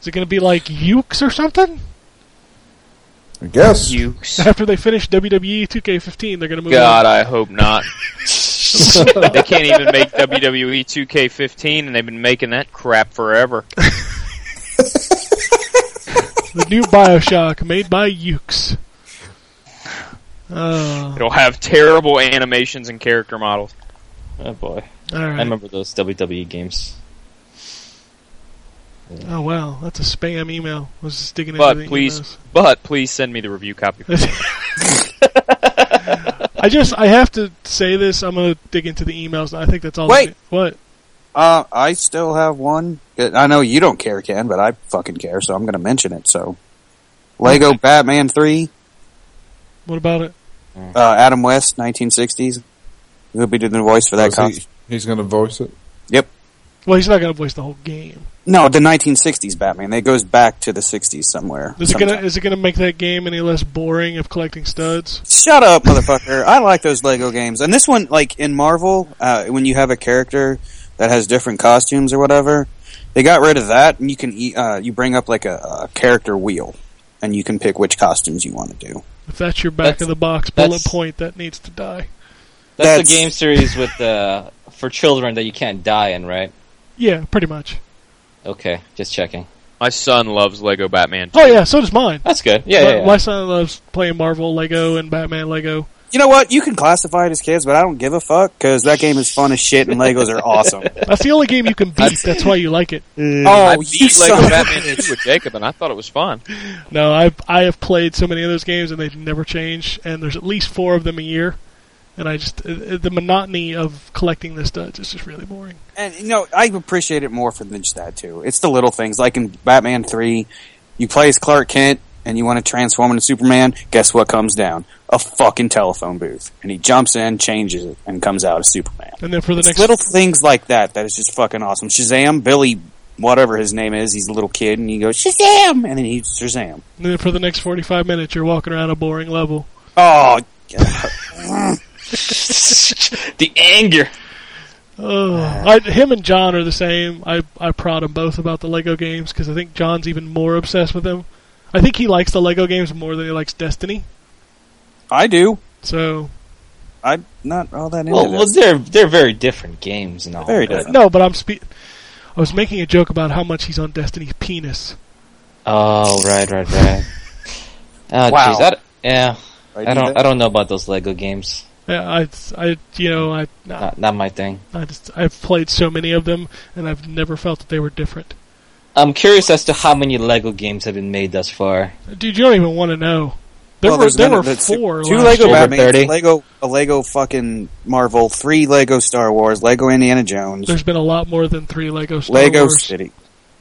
S3: Is it going to be like Ukes or something?
S6: I guess
S7: Ukes.
S3: After they finish E WWE 2K15, they're going to move.
S7: God, I hope not. they can't even make E WWE 2K15, and they've been making that crap forever.
S3: on. the new Bioshock made by Ukes. Oh,
S7: It'll have terrible animations and character models.
S5: Oh boy,
S3: all
S5: I
S3: right.
S5: remember those WWE games.
S3: Oh wow, that's a spam email. I was just digging
S7: But
S3: into the
S7: please, but please send me the review copy.
S3: emails. I just I have to say this. I'm going to dig into the emails. I think that's all.
S8: Wait.
S3: I- what?
S8: Uh, I still have one. I know you don't care, Ken, but I fucking care, so I'm going to mention it. So, Lego Batman Three,
S3: What about it?
S8: uh, Adam West, 1960s. He'll be doing the voice for that.
S6: Oh,
S8: comic.
S6: is he- he's gonna voice it
S3: Well, he's not going to voice the whole game.
S8: No, the 1960s Batman. That goes back to the 60s somewhere.
S3: Is it gonna
S8: sometime.
S3: is it gonna make that game any less boring of collecting studs?
S8: Shut up, motherfucker. I like those Lego games. And this one, like in Marvel, uh, when you have a character that has different costumes or whatever, they got rid of that, and you can e- uh, you bring up like a, a character wheel, and you can pick which costumes you want to do.
S3: If that's your back
S5: That's-
S3: of the box bullet
S5: that's-
S3: point, that needs to die.
S5: That's,
S8: That's-
S5: the game series with uh, for children that you can't die in, right?
S3: Yeah, pretty much.
S5: Okay, just checking.
S7: My son loves Lego Batman.
S3: Oh yeah, so does mine.
S5: That's good. Yeah,
S3: my,
S5: yeah, yeah.
S3: my son loves playing Marvel Lego and Batman Lego.
S8: You know what? You can classify it as kids, but I don't give a fuck because that game is fun as shit, and Legos are awesome.
S3: That's the only game you can beat. that's why you like it.
S8: oh,
S7: I
S8: you
S7: beat Lego
S8: son of a
S7: Batman
S8: bitch.
S7: 2 with Jacob, and I thought it was fun.
S3: No, I I have played so many of those games and they've never changed. And there's at least four of them a year. And I just uh, uh, the monotony of collecting the studs is just really boring.
S8: And you know, I appreciate it more for than just that too. It's the little things, like in Batman Three, you play as Clark Kent and you want to transform into Superman. Guess what comes down? A fucking telephone booth, and he jumps in, changes it, and comes out as Superman.
S3: And then for the
S8: It's
S3: next
S8: little things like that that is just fucking awesome. Shazam, Billy, whatever his name is, he's a little kid, and he goes Shazam, and then he's Shazam.
S3: and then for the next forty five minutes, you're walking around a boring level.
S8: Oh,
S5: the anger.
S3: Oh, I, him and John are the same. I I prod them both about the Lego games because I think John's even more obsessed with them. I think he likes the Lego games more than he likes Destiny.
S8: I do.
S3: So
S8: I'm not all that into
S5: Well, well,
S8: this.
S5: they're they're very different games and all.
S8: Very
S5: but-
S8: different.
S3: no, but I'm spe- I was making a joke about how much he's on Destiny's penis.
S5: Oh, right, right, right. Oh,
S8: Wow.
S5: jeez, I d- yeah, I
S8: do
S5: don't,
S8: that.
S5: I don't know about those Lego games.
S3: Yeah, I I you know I
S8: Ah.
S3: I
S5: Not, not my thing.
S3: I just I've played so many of them and I've never felt that they were different.
S5: I'm curious as to how many Lego games have been made thus far.
S3: Dude, you don't even want to know. There
S8: Well,
S3: were
S8: there's
S3: there
S8: been-
S3: were
S8: that's two-
S3: four.
S8: Two
S3: last
S8: Lego
S3: year.
S8: Batman,
S5: 30.
S8: Lego a Lego fucking Marvel, three Lego Star Wars, Lego Indiana Jones,
S3: There's been a lot more than three Lego Star
S8: Lego
S3: Wars.
S8: City.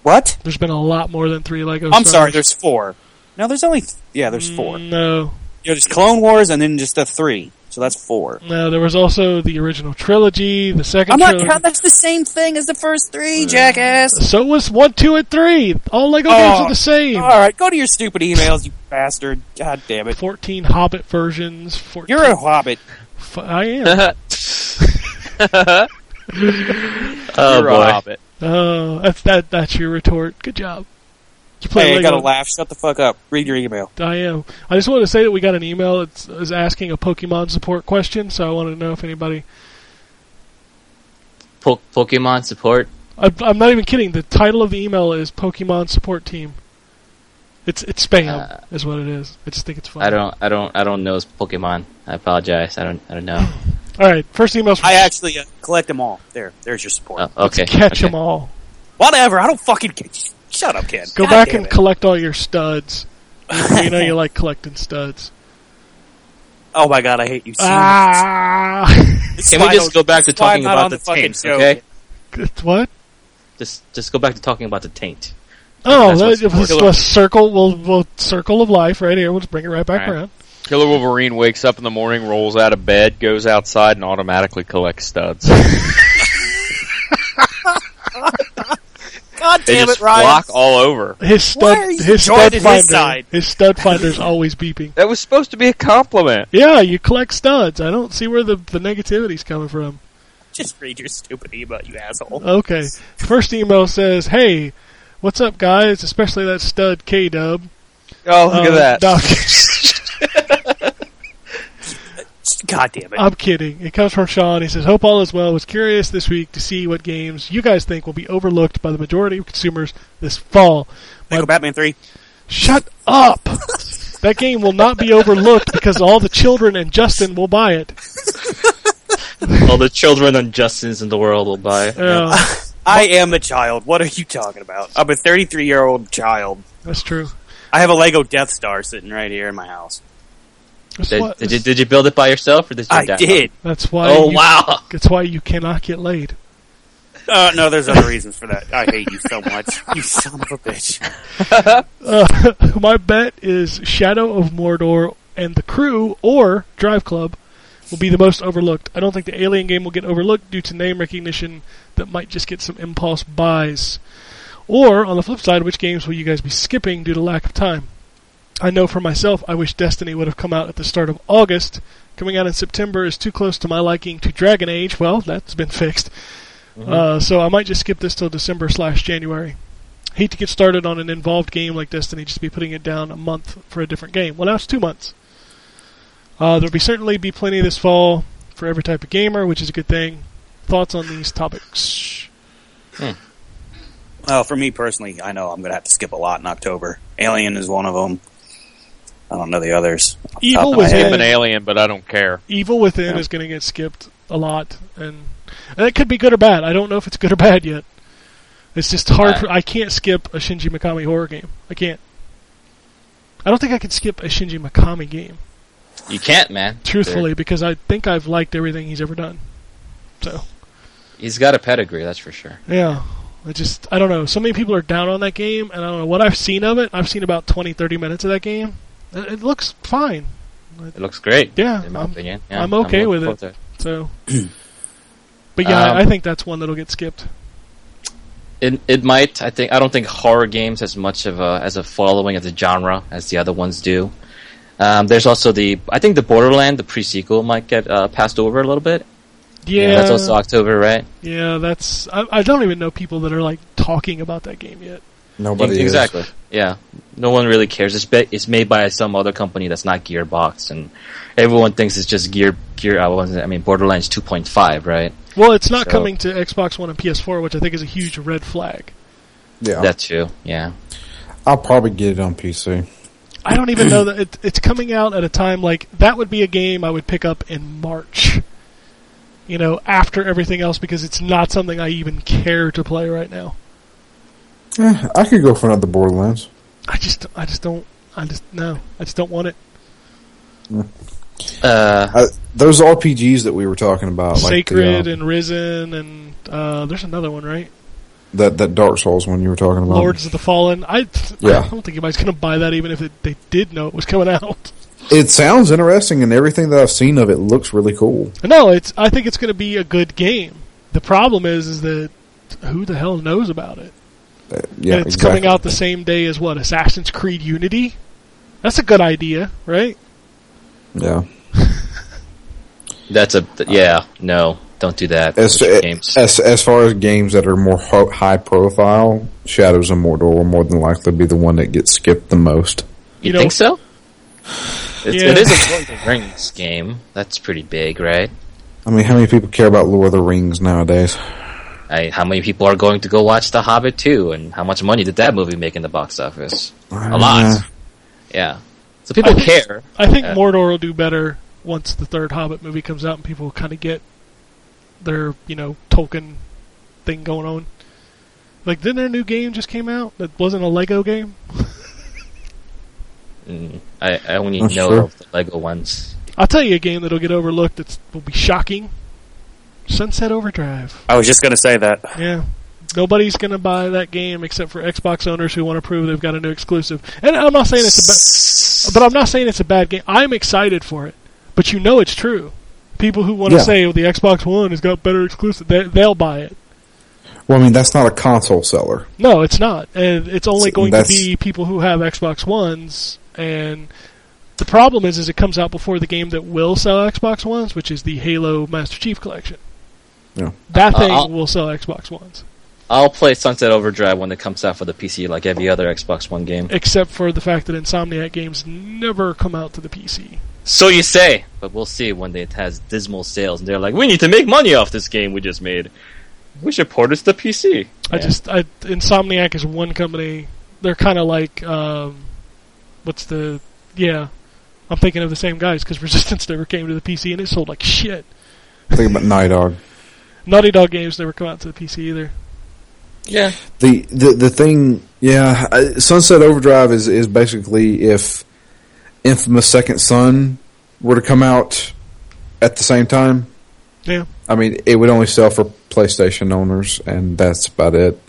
S8: What?
S3: There's been a lot more than three Lego.
S8: I'm
S3: Star Wars.
S8: sorry,
S3: Mm.
S8: there's four. No, there's only th- yeah, there's four.
S3: No,
S8: you know, there's Clone Wars and then just the three, so that's four.
S3: No, Uh, there was also the original trilogy, the 2nd
S8: I'm not
S3: trilogy.
S8: counting. That's the same thing as the first three, jackass.
S3: So was one, two, and three. All Lego games
S8: Oh,
S3: are the same.
S8: All right, go to your stupid emails, you bastard. God damn it.
S3: 14 Hobbit versions. 14,
S8: You're a hobbit.
S3: F- I am.
S9: Oh,
S7: You're a
S9: boy.
S7: hobbit.
S3: oh, that's that. That's your retort. Good job. You play
S8: Hey, I
S3: Lego.
S8: gotta laugh. Shut the fuck up. Read your email.
S3: I am. I just wanted to say that we got an email. It's is asking a Pokemon support question. So I wanted to know if anybody.
S9: Po- Pokemon support.
S3: I, I'm not even kidding. The title of the email is Pokemon support team. It's it's spam
S8: Uh.
S3: is what it is. I just think it's funny.
S9: I don't. I don't. I don't know Pokemon. I apologize. I don't. I don't know.
S3: All right, first email's from
S8: I actually uh, collect them all. There, there's your support.
S9: Okay.
S3: catch them all.
S8: Whatever. I don't fucking. ca- Shut up, kid.
S3: Go
S8: God
S3: back
S8: damn
S3: and
S8: it.
S3: collect all your studs. we know you like collecting studs.
S8: Oh my god, I hate you so
S3: Ah,
S8: much.
S9: Can we just go back to
S8: That's why I'm
S9: talking
S8: not
S9: about
S8: on
S9: the,
S8: fucking
S9: taint?
S8: show.
S9: Okay.
S3: what?
S9: Just just go back to talking about the taint.
S3: Oh,
S9: That's
S3: that,
S9: what's-
S3: let's,
S7: killer.
S3: let's circle. We'll, we'll circle of life right here. We'll just bring it right back
S7: Alright.
S3: around.
S7: Killer Wolverine wakes up in the morning, rolls out of bed, goes outside, and automatically collects studs.
S8: God
S7: they
S8: damn
S7: just
S8: it, Ryan.
S7: flock all over.
S3: His
S8: Why
S3: stud,
S8: are you
S3: his
S8: joined
S3: stud
S8: at his
S3: finder,
S8: side?
S3: his stud finder's always beeping.
S7: That was supposed to be a compliment.
S3: Yeah, you collect studs. I don't see where the the negativity's coming from.
S8: Just read your stupid email, you asshole.
S3: Okay, first email says, "Hey, what's up, guys? Especially that stud Uh, K Dub.
S7: Oh, look at that.
S8: God damn it.
S3: I'm kidding. It comes from Sean. He says, "Hope all is well. Was curious this week to see what games you guys think will be overlooked by the majority of consumers this fall.
S8: Lego Batman 3.
S3: Shut up. that game will not be overlooked because all the children and Justin will buy it.
S9: All the children and Justins in the world will buy. it.
S3: Uh,
S8: I am a child. What are you talking about? I'm a 33 year old child.
S3: that's true.
S8: I have a Lego Death Star sitting right here in my house.
S3: That's why,
S9: Did, did you did you build it by yourself or did you?
S8: I
S9: download it?
S8: did.
S3: that's why.
S9: Oh
S3: you-
S9: wow!
S3: That's why you cannot get laid.
S8: Uh, no, there's other reasons for that. I hate you so much. You son of a bitch.
S3: Uh, my bet is Shadow of Mordor and the Crew or Drive Club will be the most overlooked. I don't think the Alien game will get overlooked due to name recognition that might just get some impulse buys. Or, on the flip side, which games will you guys be skipping due to lack of time? I know for myself, I wish Destiny would have come out at the start of August. Coming out in September is too close to my liking to Dragon Age. Well, that's been fixed. Uh, so I might just skip this till December slash January hate to get started on an involved game like Destiny, just be putting it down a month for a different game. Well, now it's two months. Uh, there'll be certainly be plenty this fall for every type of gamer, which is a good thing. Thoughts on these topics?
S8: Oh, for me personally, I know I'm going to have to skip a lot in October. Alien is one of them. I don't know the others. off the top
S3: Evil
S8: of my
S3: was
S8: head.
S7: I'm an alien, but I don't care.
S3: Evil Within is going to get skipped a lot, and and it could be good or bad. I don't know if it's good or bad yet. It's just hard.
S9: Uh,
S3: for, I can't skip a Shinji Mikami horror game. I can't. I don't think I can skip a Shinji Mikami game.
S9: You can't, man.
S3: truthfully, because I think I've liked everything he's ever done. So
S9: There- he's got a pedigree, that's for sure.
S3: yeah, I just I don't know. So many people are down on that game, and I don't know what I've seen of it. I've seen about 20, 30 minutes of that game. It, it looks fine.
S9: It looks great.
S3: Yeah,
S9: in my
S3: I'm-
S9: opinion.
S3: I'm okay
S9: looking
S3: with
S9: forward to
S3: it. So, but yeah,
S9: Um,
S3: I think that's one that'll get skipped.
S9: It it might. I think I don't think horror games as much of a as a following of the genre as the other ones do. Um, there's also the I think the Borderland the pre-sequel might get uh, passed over a little bit.
S3: Yeah,
S9: that's also October, right?
S3: yeah, that's. I, I don't even know people that are like talking about that game yet.
S6: Nobody
S9: exactly. Yeah, no one really cares. It's ba- it's made by some other company that's not Gearbox, and everyone thinks it's just Gear Gear. uh, I wasn't. I mean, Borderlands 2.5, right?
S3: Well, it's not
S9: So-
S3: coming to Xbox One and PS4, which I think is a huge red flag.
S6: is. Yeah,
S9: That too. Yeah.
S6: I'll probably get it on PC.
S3: I don't even know that it, it's coming out at a time like that would be a game I would pick up in March. You know, after everything else, because it's not something I even care to play right now.
S6: Eh, I could go for another Borderlands.
S3: I just, I just don't, I just no, I just don't want it.
S9: Uh,
S6: I, those RPGs that we were talking about, like
S9: um,
S3: Sacred
S6: the, uh,
S3: and Risen, and uh, there's another one, right?
S6: That that Dark Souls one you were talking about.
S3: Lords of the Fallen. I,
S6: Yeah.
S3: I don't think anybody's going to buy that, even if it, they did know it was coming out.
S6: It sounds interesting, and everything that I've seen of it looks really cool.
S3: No, it's. I think it's going to be a good game. The problem is, is that who the hell knows about it?
S6: Yeah,
S3: and it's
S6: exactly.
S3: coming out the same day as what Assassin's Creed Unity. That's a good idea, right?
S6: Yeah.
S5: That's a th- yeah. No, don't do that.
S6: As,
S5: Push your games.
S6: as as far as games that are more ho- high profile, Shadows of Mordor will more than likely be the one that gets skipped the most.
S5: You, think so? It's, It
S3: Yeah.
S5: is a Lord of the Rings game. That's pretty big, right?
S6: I mean, how many people care about Lord of the Rings nowadays?
S5: I, how many people are going to go watch The Hobbit 2 and how much money did that movie make in the box office? A
S6: Uh, Yeah.
S5: lot. Yeah. So people
S3: I think-
S5: care.
S3: I think
S5: Uh,
S3: Mordor will do better once the third Hobbit movie comes out and people kind of get their you know Tolkien thing going on. Like, didn't their new game just came out that wasn't a Lego game?
S5: mm, I, I only
S6: That's
S5: know
S6: true.
S5: of the Lego ones.
S3: I'll tell you a game that'll get overlooked that will be shocking. Sunset Overdrive.
S8: I was just going to say that.
S3: Yeah. Nobody's going to buy that game except for Xbox owners who want to prove they've got a new exclusive. And I'm not saying it's a ba- but I'm not saying it's a bad game. I'm excited for it. But you know it's true. People who want to
S6: Yeah.
S3: say oh, the Xbox One has got better exclusive, they, they'll buy it.
S6: Well, I mean, that's not a console seller.
S3: No, it's not. And it's only
S6: So
S3: going to
S6: that's-
S3: be people who have Xbox Ones and the problem is is it comes out before the game that will sell Xbox Ones, which is the Halo Master Chief collection.
S6: Yeah.
S3: That
S5: Uh,
S3: thing
S5: I'll-
S3: will sell Xbox Ones.
S5: I'll play Sunset Overdrive when it comes out for the PC like every other Xbox One game.
S3: except for the fact that Insomniac games never come out to the PC.
S5: So you say. But we'll see when it has dismal sales and they're like, we need to make money off this game we just made. We should port it to the PC.
S3: I just I, Insomniac is one company. They're kind of like um, what's the yeah. I'm thinking of the same guys because Resistance never came to the PC and it sold like shit.
S6: Think about Night Dog.
S3: Naughty Dog games never come out to the PC either.
S5: Yeah.
S6: The the the thing, yeah, I, Sunset Overdrive is is basically if Infamous Second Son were to come out at the same time.
S3: Yeah.
S6: I mean, it would only sell for PlayStation owners, and that's about it.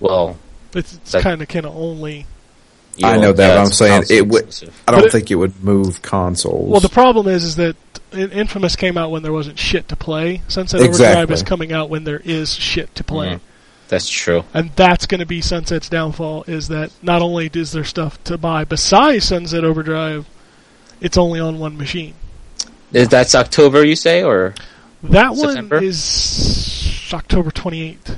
S5: Well,
S3: It's, it's
S5: That-
S3: kind of kind of only.
S5: you
S6: I know that, but I'm
S5: it's
S6: saying it
S5: console
S6: would-
S5: exclusive.
S6: I don't
S3: But it-
S6: think it would move consoles.
S3: Well, the problem is is that In- Infamous came out when there wasn't shit to play. Sunset Overdrive
S6: Exactly.
S3: is coming out when there is shit to play.
S5: Mhm. That's true.
S3: and that's going to be Sunset's downfall. Is that not only is there stuff to buy besides Sunset Overdrive, it's only on one machine.
S5: Is that's October you say or
S3: That one
S5: September?
S3: is October 28th,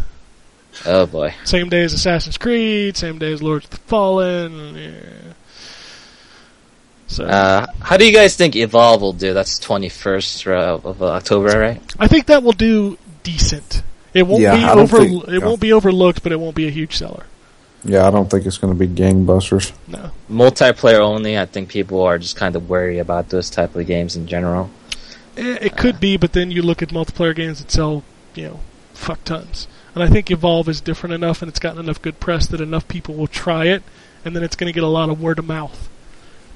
S5: oh boy.
S3: same day as Assassin's Creed, same day as Lords of the Fallen. yeah. So
S5: Uh, how do you guys think Evolve will do? That's 21st of, of October, right?
S3: I think that will do decent. It won't
S6: Yeah,
S3: be
S6: I don't
S3: over.
S6: think-
S3: it
S6: yeah.
S3: won't be overlooked, but it won't be a huge seller.
S6: yeah, I don't think it's going to be gangbusters.
S3: No,
S5: Multiplayer only. I think people are just kind of wary about those type of games in general.
S3: Eh, it could be, but then you look at multiplayer games that sell, you know, fuck tons. And I think Evolve is different enough, and it's gotten enough good press that enough people will try it, and then it's going to get a lot of word of mouth.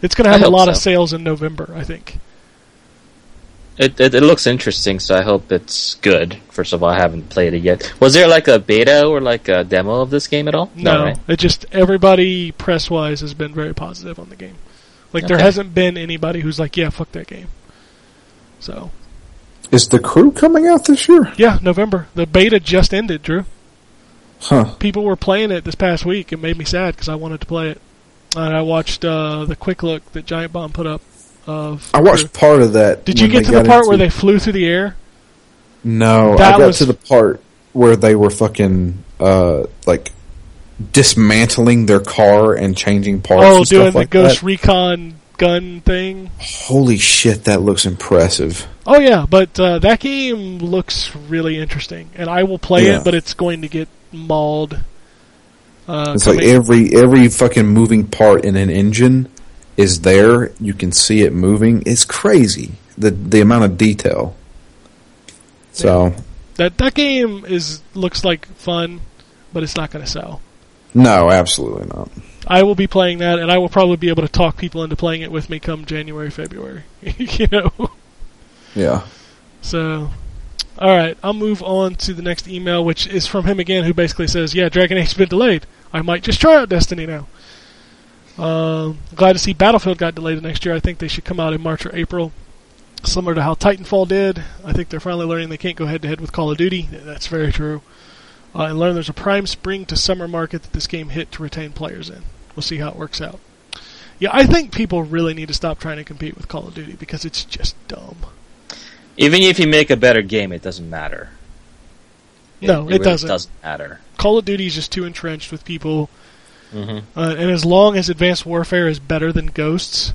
S3: It's going to
S5: I
S3: have a
S5: hope
S3: lot of
S5: so.
S3: sales in November, I think.
S5: It, it it looks interesting, so I hope it's good. First of all, I haven't played it yet. Was there like a beta or like a demo of this game at all?
S3: No,
S5: right?
S3: it just everybody press wise has been very positive on the game. Like there
S5: Okay.
S3: hasn't been anybody who's like, yeah, fuck that game. So
S6: Is the crew coming out this year?
S3: yeah, November. The beta just ended, Drew.
S6: Huh?
S3: people were playing it this past week. It made me sad because I wanted to play it. And I watched uh, the quick look that Giant Bomb put up of.
S6: I watched part of that.
S3: Did you
S6: when
S3: get
S6: they
S3: to the
S6: got
S3: part where
S6: into-
S3: they flew through the air?
S6: No,
S3: That
S6: I got
S3: was-
S6: to the part where they were fucking uh like dismantling their car and changing parts.
S3: Oh,
S6: and
S3: doing
S6: stuff like
S3: the Ghost
S6: that.
S3: Recon gun thing.
S6: Holy shit, that looks impressive.
S3: Oh yeah, but uh, that game looks really interesting, and I will play
S6: Yeah.
S3: it. But it's going to get mauled. Uh,
S6: It's like
S3: coming-
S6: every every fucking moving part in an engine is there. You can see it moving. It's crazy the the amount of detail. So
S3: that that game is looks like fun, but it's not going to sell.
S6: no, absolutely not.
S3: I will be playing that, and I will probably be able to talk people into playing it with me come January, February. you know,
S6: Yeah,
S3: so All right, I'll move on to the next email, which is from him again, who basically says, "Yeah, Dragon Age's been delayed. I might just try out Destiny now." Um, glad to see Battlefield got delayed to next year. I think they should come out in March or April, similar to how Titanfall did. I think they're finally learning they can't go head to head with Call of Duty. That's very true. Uh, and learn there's a prime spring to summer market that this game hit to retain players in. We'll see how it works out. Yeah, I think people really need to stop trying to compete with Call of Duty because it's just dumb.
S9: Even if you make a better game, it doesn't matter.
S3: No, it
S9: really
S3: doesn't.
S9: matter.
S3: Call of Duty is just too entrenched with people,
S9: hmm
S3: uh, and as long as Advanced Warfare is better than Ghosts,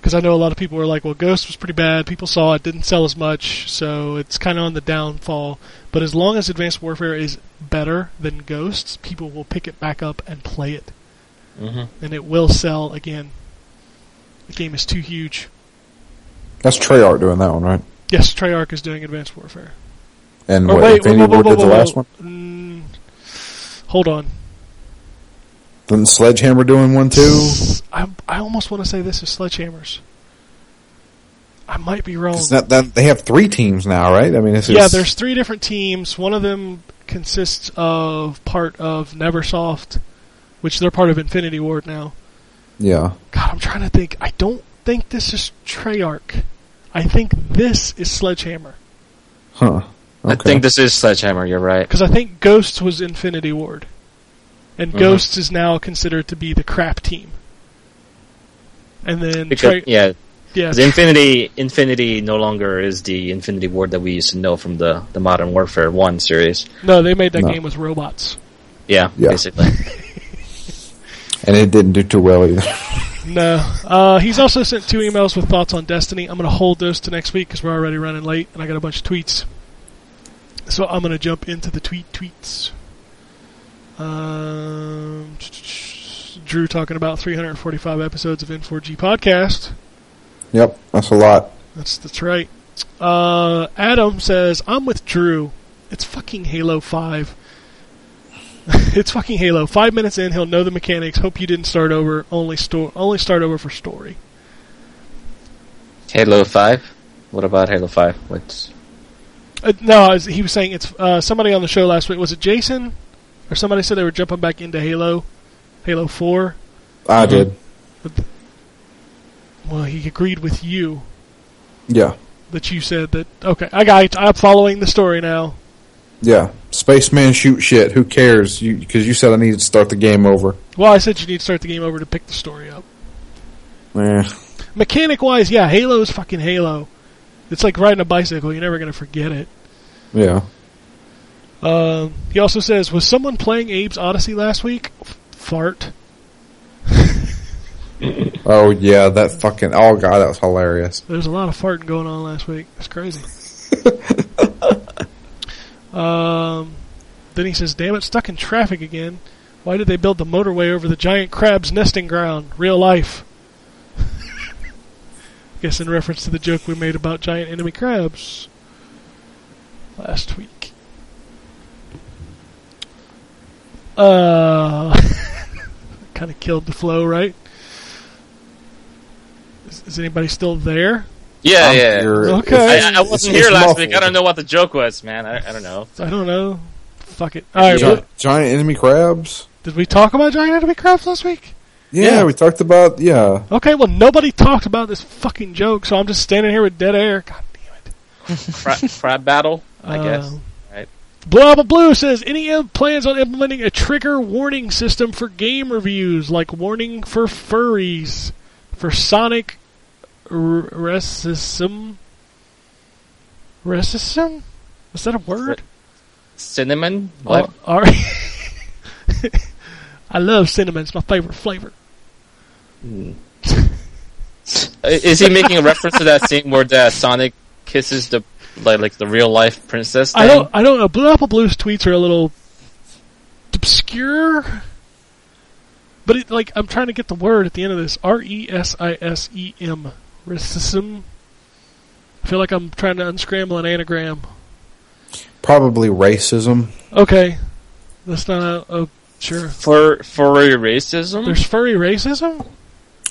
S3: because I know a lot of people were like, "Well, Ghosts was pretty bad. People saw it, didn't sell as much, so it's kind of on the downfall." But as long as Advanced Warfare is better than Ghosts, people will pick it back up and play it,
S9: hmm
S3: and it will sell again. The game is too huge.
S6: That's Treyarch doing that one, right?
S3: Yes, Treyarch is doing Advanced Warfare.
S6: And
S3: Or
S6: what
S3: Oh, wait,
S6: Infinity
S3: whoa, whoa,
S6: Ward did
S3: whoa,
S6: the
S3: whoa,
S6: last
S3: whoa.
S6: one?
S3: Mm, hold on.
S6: Didn't Sledgehammer doing one too?
S3: I, I almost want to say this is Sledgehammers. I might be wrong.
S6: It's not that they have three teams now, right? I mean, it's
S3: Oh. yeah,
S6: just-
S3: there's three different teams. One of them consists of part of Neversoft, which they're part of Infinity Ward now.
S6: yeah.
S3: God, I'm trying to think. I don't think this is Treyarch. I think this is Sledgehammer.
S6: Huh.
S9: I think this is Sledgehammer. You're right.
S3: Because I think Ghosts was Infinity Ward. And
S9: Mhm.
S3: Ghosts is now considered to be the crap team. And then
S9: Because,
S3: Trey-
S9: yeah,
S3: yeah,
S9: The Infinity Infinity no longer is the Infinity Ward that we used to know from the, the Modern Warfare One series.
S3: no, they made that
S9: No.
S3: game with robots.
S9: Yeah, basically.
S6: And it didn't do too well either.
S3: No. Uh, he's also sent two emails with thoughts on Destiny. I'm going to hold those to next week because we're already running late and I got a bunch of tweets. So I'm going to jump into the tweet tweets. Um, Drew talking about 345 episodes of N4G podcast.
S6: Yep, that's a lot.
S3: That's that's right. Uh, Adam says I'm with Drew. It's fucking Halo Five. it's fucking Halo. Five minutes in, he'll know the mechanics. Hope you didn't start over. Only store. Only start over for story.
S9: Halo Five. What about Halo Five? What's
S3: Uh, no, I was- he was saying it's uh, somebody on the show last week. Was it Jason or somebody said they were jumping back into Halo, Halo Four?
S6: I
S3: Mm-hmm.
S6: did.
S3: Well, he agreed with you
S6: Yeah.
S3: that you said that. Okay, I got. I'm following the story now.
S6: Yeah. Spaceman shoot shit. Who cares? You Because you said I needed to start the game over.
S3: Well, I said you need to start the game over to pick the story up.
S6: Eh.
S3: mechanic wise, yeah, Halo is fucking Halo. It's like riding a bicycle; you're never gonna forget it.
S6: Yeah.
S3: Um, he also says, "Was someone playing Abe's Odyssey last week?" F- Fart.
S6: Oh, yeah, that fucking. Oh, God, that was hilarious.
S3: There's a lot of farting going on last week. That's crazy. um, then he says, "Damn it, stuck in traffic again. Why did they build the motorway over the giant crab's nesting ground? Real life." Guess in reference to the joke we made about giant enemy crabs last week. Uh, kind of killed the flow, right? Is, is anybody still there?
S9: Yeah,
S3: I'm
S9: yeah.
S3: here. Okay.
S9: I, I wasn't
S3: It's
S9: here last
S3: muffled.
S9: week. I don't know what the joke was, man. I, I don't know.
S3: I don't know. Fuck it. All right.
S6: Gi-
S3: what-
S6: giant enemy crabs?
S3: Did we talk about giant enemy crabs last week?
S6: Yeah, we talked about. Yeah.
S3: Okay. Well, nobody talked about this fucking joke, so I'm just standing here with dead air. God.
S9: Crab, crab battle, I guess.
S3: Um,
S9: Right.
S3: Blah blah blue says any im- plans on implementing a trigger warning system for game reviews, like warning for furries, for Sonic r- racism. Racism? Is that a word? Oh,
S9: Cinnamon. What?
S3: All right. I love cinnamon. It's my favorite flavor.
S5: Uh,
S9: Is he making a reference to that scene where the Sonic kisses the like like the real life princess? Thing?
S3: I don't. I don't know. Blue Apple Blues tweets are a little obscure, but it, like I'm trying to get the word at the end of this. R e s i s e m. Racism. I feel like I'm trying to unscramble an anagram.
S6: Probably racism.
S3: Okay, that's not a, a sure.
S9: For furry racism.
S3: There's furry racism.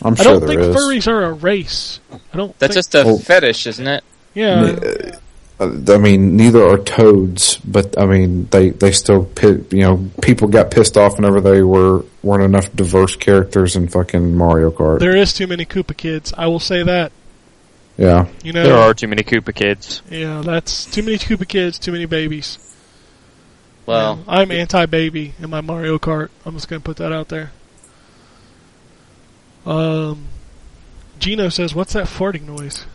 S6: I'm
S3: I
S6: sure
S3: don't
S6: there
S3: think
S6: is.
S3: furries are a race. I don't.
S9: That's
S3: think-
S9: just a fetish, isn't it?
S3: Yeah.
S6: uh, I mean, neither are toads, but I mean, they they still pi- you know people got pissed off whenever they were weren't enough diverse characters in fucking Mario Kart.
S3: There is too many Koopa kids. I will say that.
S6: yeah,
S3: You know,
S7: there are too many Koopa kids.
S3: Yeah, that's too many Koopa kids, too many babies.
S5: Well,
S3: I'm anti-baby in my Mario Kart. I'm just gonna put that out there. Um, Gino says, "What's that farting noise?"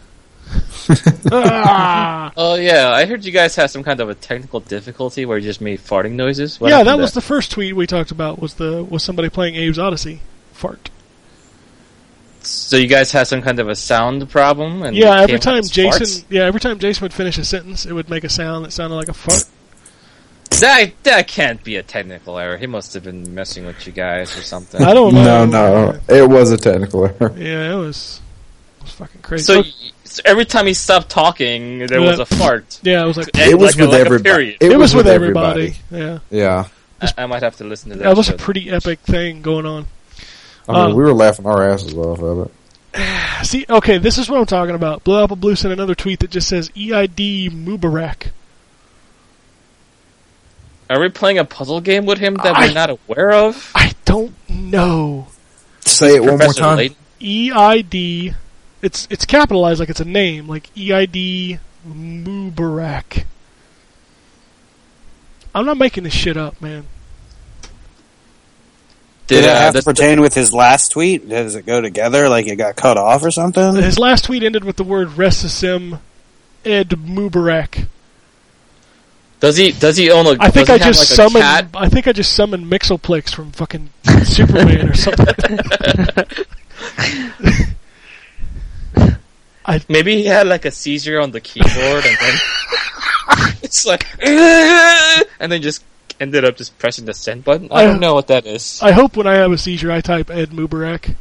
S3: Ah!
S5: Oh yeah, I heard you guys had some kind of a technical difficulty where you just made farting noises. What
S3: yeah,
S5: happened
S3: that
S5: to
S3: was the first tweet we talked about. Was the was somebody playing Abe's Odyssey? Fart.
S5: So you guys had some kind of a sound problem? And
S3: yeah,
S5: it
S3: every
S5: came out
S3: time
S5: as
S3: Jason,
S5: farts?
S3: yeah, every time Jason would finish a sentence, it would make a sound that sounded like a fart.
S5: That that can't be a technical error. He must have been messing with you guys or something.
S3: Oh,
S6: No, no, it was a technical error.
S3: Yeah, it was, it was fucking crazy.
S5: So, y- so every time he stopped talking, there was
S3: Yeah.
S5: a fart.
S3: Yeah, it was like-
S5: And
S3: It was
S5: like a-
S3: with
S5: like a
S3: everybo-
S5: period.
S3: it It was was with with everybody. everybody,
S6: Yeah,
S5: I, I might have to listen to that.
S3: that was a
S5: show.
S3: pretty epic thing going on.
S6: I mean,
S3: Uh,
S6: we were laughing our asses off of it.
S3: See, okay, this is what I'm talking about. Blue Apple Blue sent another tweet that just says EID Mubarak.
S5: Are we playing a puzzle game with him that we're not aware of?
S3: I don't know.
S6: Say it
S5: one more Professor time. Layton?
S3: EID. It's it's capitalized like it's a name, like EID Mubarak. I'm not making this shit up, man.
S8: Did
S5: uh,
S8: it have to pertain with his last tweet? Does it go together? Like it got cut off or something?
S3: His last tweet ended with the word Resisim Ed Mubarak.
S5: Does he? Does he own a?
S3: I think
S5: does he
S3: I
S5: have,
S3: just
S5: like, a
S3: summoned.
S5: cat?
S3: I think I just summoned Mixoplex from fucking Superman or something.
S5: Maybe he had like a seizure on the keyboard, and then it's like, and then just ended up just pressing the send button. I don't know what that is.
S3: I hope when I have a seizure, I type Ed Mubarak.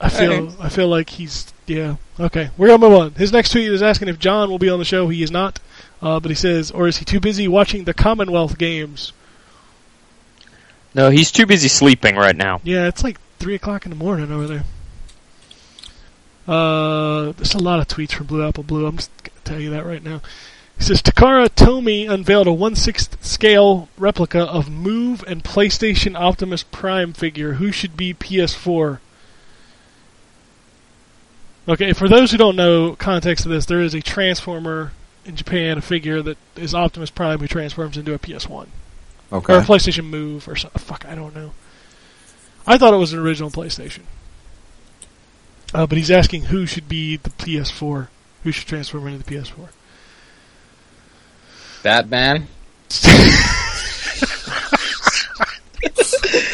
S3: I feel
S5: Alright.
S3: I feel like he's yeah okay. We're gonna move on. His next tweet is asking if John will be on the show. He is not, uh, but he says, or is he too busy watching the Commonwealth Games?
S7: No, he's too busy sleeping right now.
S3: Yeah, it's like three o'clock in the morning over there. Uh, there's a lot of tweets from Blue Apple Blue. I'm just gonna tell you that right now. He says Takara Tomy unveiled a one sixth scale replica of Move and PlayStation Optimus Prime figure. Who should be PS4? Okay, for those who don't know context of this, there is a Transformer in Japan, a figure that is Optimus Prime who transforms into a PS1
S11: Okay.
S3: or a PlayStation Move or something. Fuck, I don't know. I thought it was an original PlayStation. Uh, but he's asking who should be the PS4, who should transform into the PS4.
S5: Batman.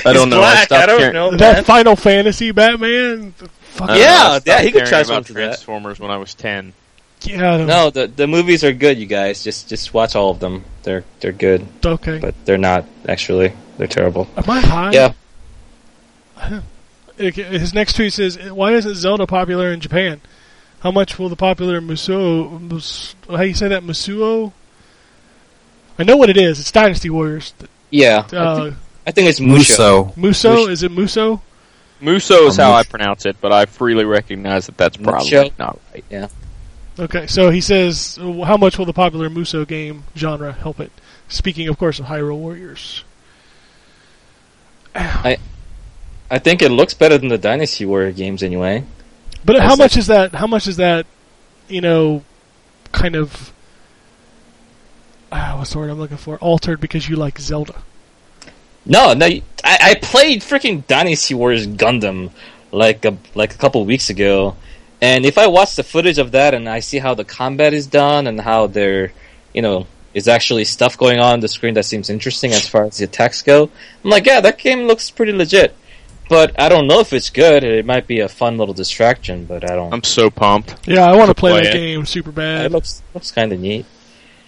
S7: I don't know. I, stopped caring-
S5: Oh,
S3: that Final Fantasy Batman. The
S7: I
S3: Fuck
S7: don't know, I stopped caring about Transformers when I was ten.
S3: Yeah, I don't-
S5: no, the the movies are good, you guys. Just just watch all of them. They're they're good.
S3: Okay.
S5: but they're not actually. They're terrible.
S3: Am I high?
S5: Yeah.
S3: Okay, His next tweet says, "Why isn't Zelda popular in Japan? How much will the popular Musuo? Mus, how do you say that Musuo? I know what it is. It's Dynasty Warriors.
S5: Yeah. I,
S3: Uh,
S5: think, I think it's
S7: Musou.
S5: Musho.
S3: Muso? Is it Muso?
S7: Muso is how I pronounce it, but I freely recognize that that's probably
S5: Mucho.
S7: not right.
S5: Yeah.
S3: Okay, so he says, uh, how much will the popular Muso game genre help it? Speaking, of course, of Hyrule Warriors.
S5: I I think it looks better than the Dynasty Warrior games anyway.
S3: But
S5: I
S3: how
S5: said-
S3: much is that? How much is that? You know, kind of. Uh, what's the word I'm looking for? Altered because you like Zelda.
S5: No, no. you- I, I played freaking Dynasty Warriors Gundam like a like a couple weeks ago, and if I watch the footage of that and I see how the combat is done and how there, you know, is actually stuff going on, on the screen that seems interesting as far as the attacks go, I'm like, yeah, that game looks pretty legit. But I don't know if it's good. It might be a fun little distraction, but I don't.
S7: I'm so pumped.
S3: Yeah, I want to play,
S5: play
S3: that
S5: it.
S3: game super bad.
S5: It looks looks kind of neat.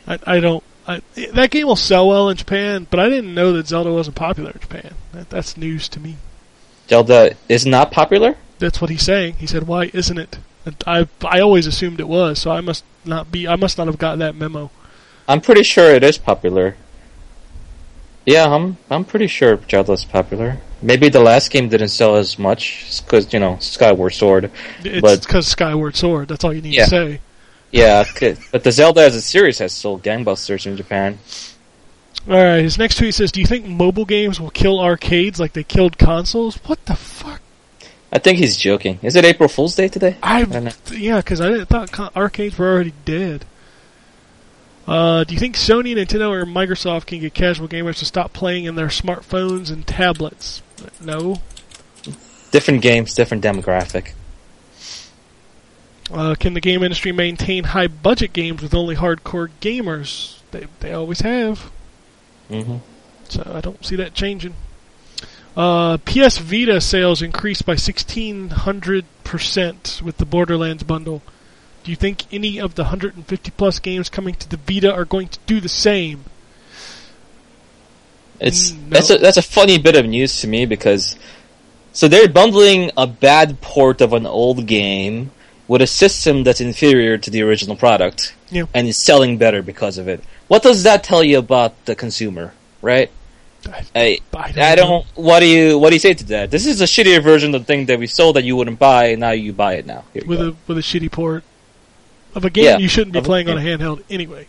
S3: I, I don't. I, that game will sell well in Japan, but I didn't know that Zelda wasn't popular in Japan. That, that's news to me.
S5: Zelda is not popular.
S3: That's what he's saying. He said, "Why isn't it?" And I I always assumed it was, so I must not be. I must not have got that memo.
S5: I'm pretty sure it is popular. Yeah, I'm I'm pretty sure Zelda's popular. Maybe the last game didn't sell as much because you know Skyward Sword,
S3: It's
S5: but
S3: because Skyward Sword. That's all you need
S5: Yeah.
S3: to say.
S5: Yeah, good. but the Zelda as a series has sold gangbusters in Japan.
S3: All right, his next tweet says, "Do you think mobile games will kill arcades like they killed consoles?" What the fuck?
S5: I think he's joking. Is it April Fool's Day today?
S3: I don't know. Yeah, because I didn't- thought con- arcades were already dead. Uh, do you think Sony, Nintendo, or Microsoft can get casual gamers to stop playing in their smartphones and tablets? No.
S5: Different games, different demographic.
S3: Uh, can the game industry maintain high budget games with only hardcore gamers? They they always have.
S5: Mm-hmm.
S3: So I don't see that changing. Uh, PS Vita sales increased by 1600% with the Borderlands bundle. Do you think any of the 150 plus games coming to the Vita are going to do the same?
S5: It's
S3: Mm,
S5: that's a that's a funny bit of news to me because so they're bundling a bad port of an old game with a system that's inferior to the original product
S3: Yeah.
S5: and is selling better because of it. What does that tell you about the consumer, right? I, I don't,
S3: Mm-hmm.
S5: What do you What do you say to that? This is a shittier version of the thing that we sold that you wouldn't buy. and Now you buy it now. Here you
S3: With
S5: go.
S3: a with a shitty port of a game
S5: Yeah,
S3: you shouldn't be
S5: of a
S3: playing on a
S5: game.
S3: handheld anyway,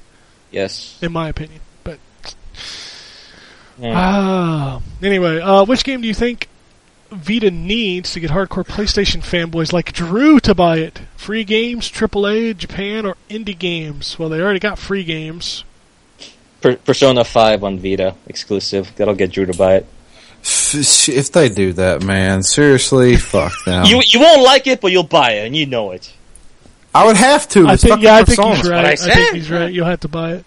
S5: yes.
S3: in my opinion. But
S5: Yeah.
S3: Ah. Anyway, uh, which game do you think Vita needs to get hardcore PlayStation fanboys like Drew to buy it? Free games, AAA, Japan, or indie games? Well, they already got free games.
S5: Per- Persona Five on Vita exclusive. That'll get Drew to buy it.
S6: If they do that, man, seriously, fuck them.
S5: You you won't like it, but you'll buy it, and you know it.
S6: I would have to.
S3: I
S6: It's
S3: think,
S6: fucking
S3: yeah, I think
S6: Persona.
S3: he's right. I, think he's right. You'll have to buy it.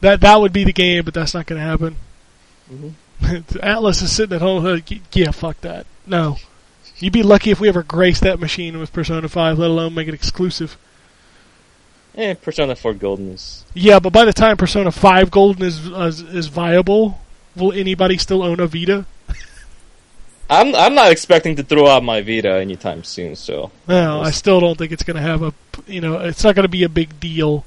S3: That that would be the game, but that's not going to happen.
S6: Mm-hmm.
S3: Atlas is sitting at home. like, Yeah, fuck that. No, you'd be lucky if we ever graced that machine with Persona Five, let alone make it exclusive.
S5: Eh, Persona Four Golden is
S3: Yeah, but by the time Persona Five Golden is is, is viable, will anybody still own a Vita?
S5: I'm I'm not expecting to throw out my Vita anytime soon, so
S3: No, I still don't think it's going to have a you know it's not going to be a big deal.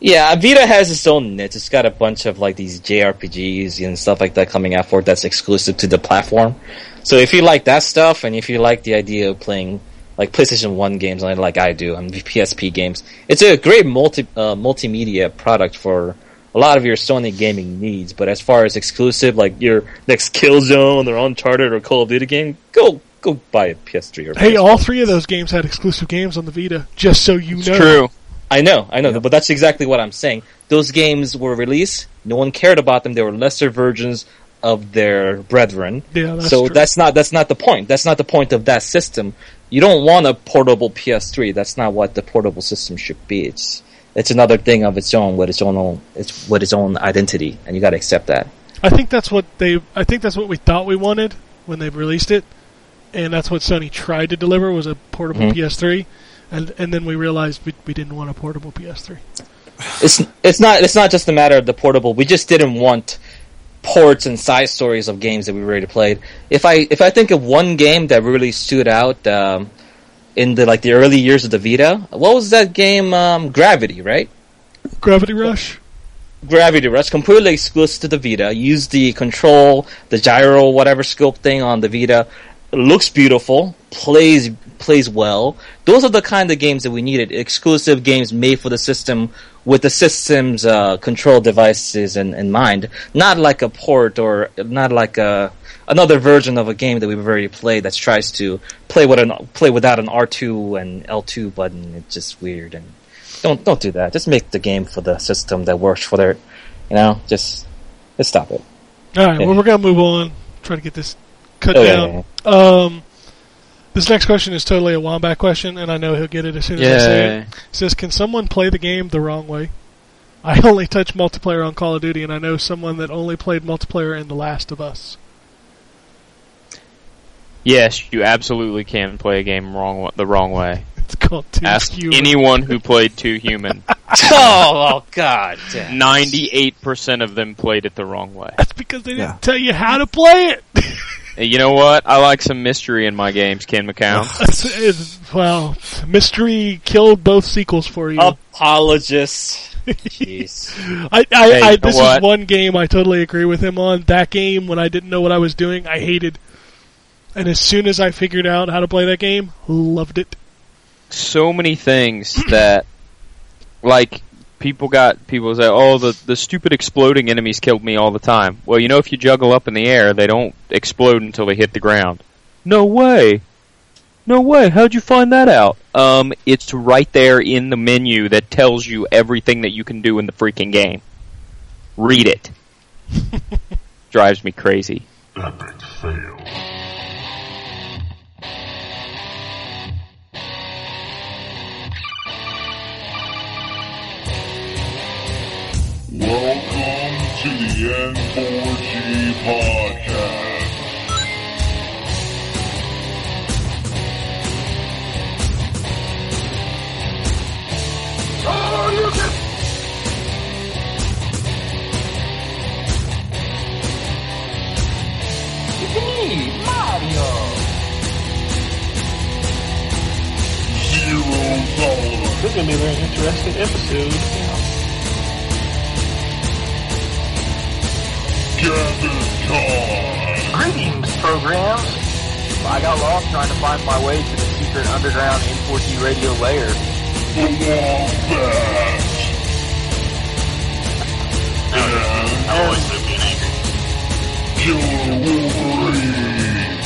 S5: yeah, Vita has its own niche. It's got a bunch of like these JRPGs and stuff like that coming out for it that's exclusive to the platform. So if you like that stuff and if you like the idea of playing like PlayStation One games like like I do and PSP games, it's a great multi uh, multimedia product for a lot of your Sony gaming needs. But as far as exclusive, like your next Killzone or Uncharted or Call of Duty game, go go buy a PS3 or
S3: Hey, all three of those games had exclusive games on the Vita. Just so you know,
S5: I know, I know, but that's exactly what I'm saying. Those games were released. No one cared about them. They were lesser versions of their brethren.
S3: Yeah, that's
S5: so
S3: true.
S5: that's not that's not the point. That's not the point of that system. You don't want a portable PS3. That's not what the portable system should be. It's it's another thing of its own with its own, own it's with its own identity, and you got to accept that.
S3: I think that's what they. I think that's what we thought we wanted when they released it, and that's what Sony tried to deliver was a portable
S5: Mhm.
S3: PS3, and and then we realized we, we didn't want a portable PS3.
S5: it's it's not it's not just a matter of the portable. We just didn't want ports and side stories of games that we already played. If I if I think of one game that really stood out um, in the like the early years of the Vita, what was that game? Um, Gravity, right?
S3: Gravity Rush.
S5: Gravity Rush, completely exclusive to the Vita. Use the control, the gyro, whatever scope thing on the Vita. It looks beautiful, plays plays well. Those are the kind of games that we needed. Exclusive games made for the system with the system's uh, control devices in, in mind, not like a port or not like a another version of a game that we've already played that tries to play with an play without an R two and L two button. It's just weird and don't don't do that. Just make the game for the system that works for their, you know. Just just stop it.
S3: All right, well,
S5: Yeah.
S3: we're gonna move on. Try to get this cut
S5: Oh, yeah,
S3: down. Um, this next question is totally a wombat question, and I know he'll get it as soon as I say
S7: Yay.
S3: it. it. Says, can someone play the game the wrong way? I only touch multiplayer on Call of Duty, and I know someone that only played multiplayer in The Last of Us.
S7: Yes, you absolutely can play a game wrong the wrong way.
S3: It's called Two
S7: Ask
S3: Human.
S7: anyone who played Two Human.
S5: oh, god!
S7: Ninety-eight percent of them played it the wrong way.
S3: Because they didn't tell you how to play it.
S7: And you know what? I like some mystery in my games, Ken McCown.
S3: It's- it's- well, mystery killed both sequels for you.
S5: Apologists. Jeez.
S3: I, I,
S7: Hey, you
S3: I
S7: know
S3: this is
S7: what?
S3: one game I totally agree with him on. That game, when I didn't know what I was doing, I hated. And as soon as I figured out how to play that game, loved it.
S7: so many things that like people got people say, "Oh, the the stupid exploding enemies killed me all the time." Well, you know, if you juggle up in the air, they don't explode until they hit the ground. No way. No way. How'd you find that out? Um, it's right there in the menu that tells you everything that you can do in the freaking game. Read it. Drives me crazy.
S1: Welcome to the N4G podcast.
S12: Oh, you can It's me, Mario.
S13: This is gonna be a very interesting episode.
S14: Greetings, programs. I got lost trying to find my way to the secret underground N4T radio lair.
S1: I always have been angry. Killer Wolverine.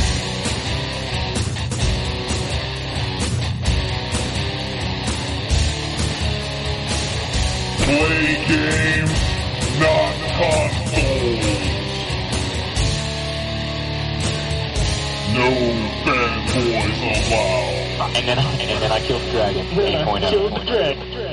S1: Play games, not consoles. No fanboys allowed.
S13: And then, and then I killed the dragon. Eight point
S1: Killed
S13: the dragon.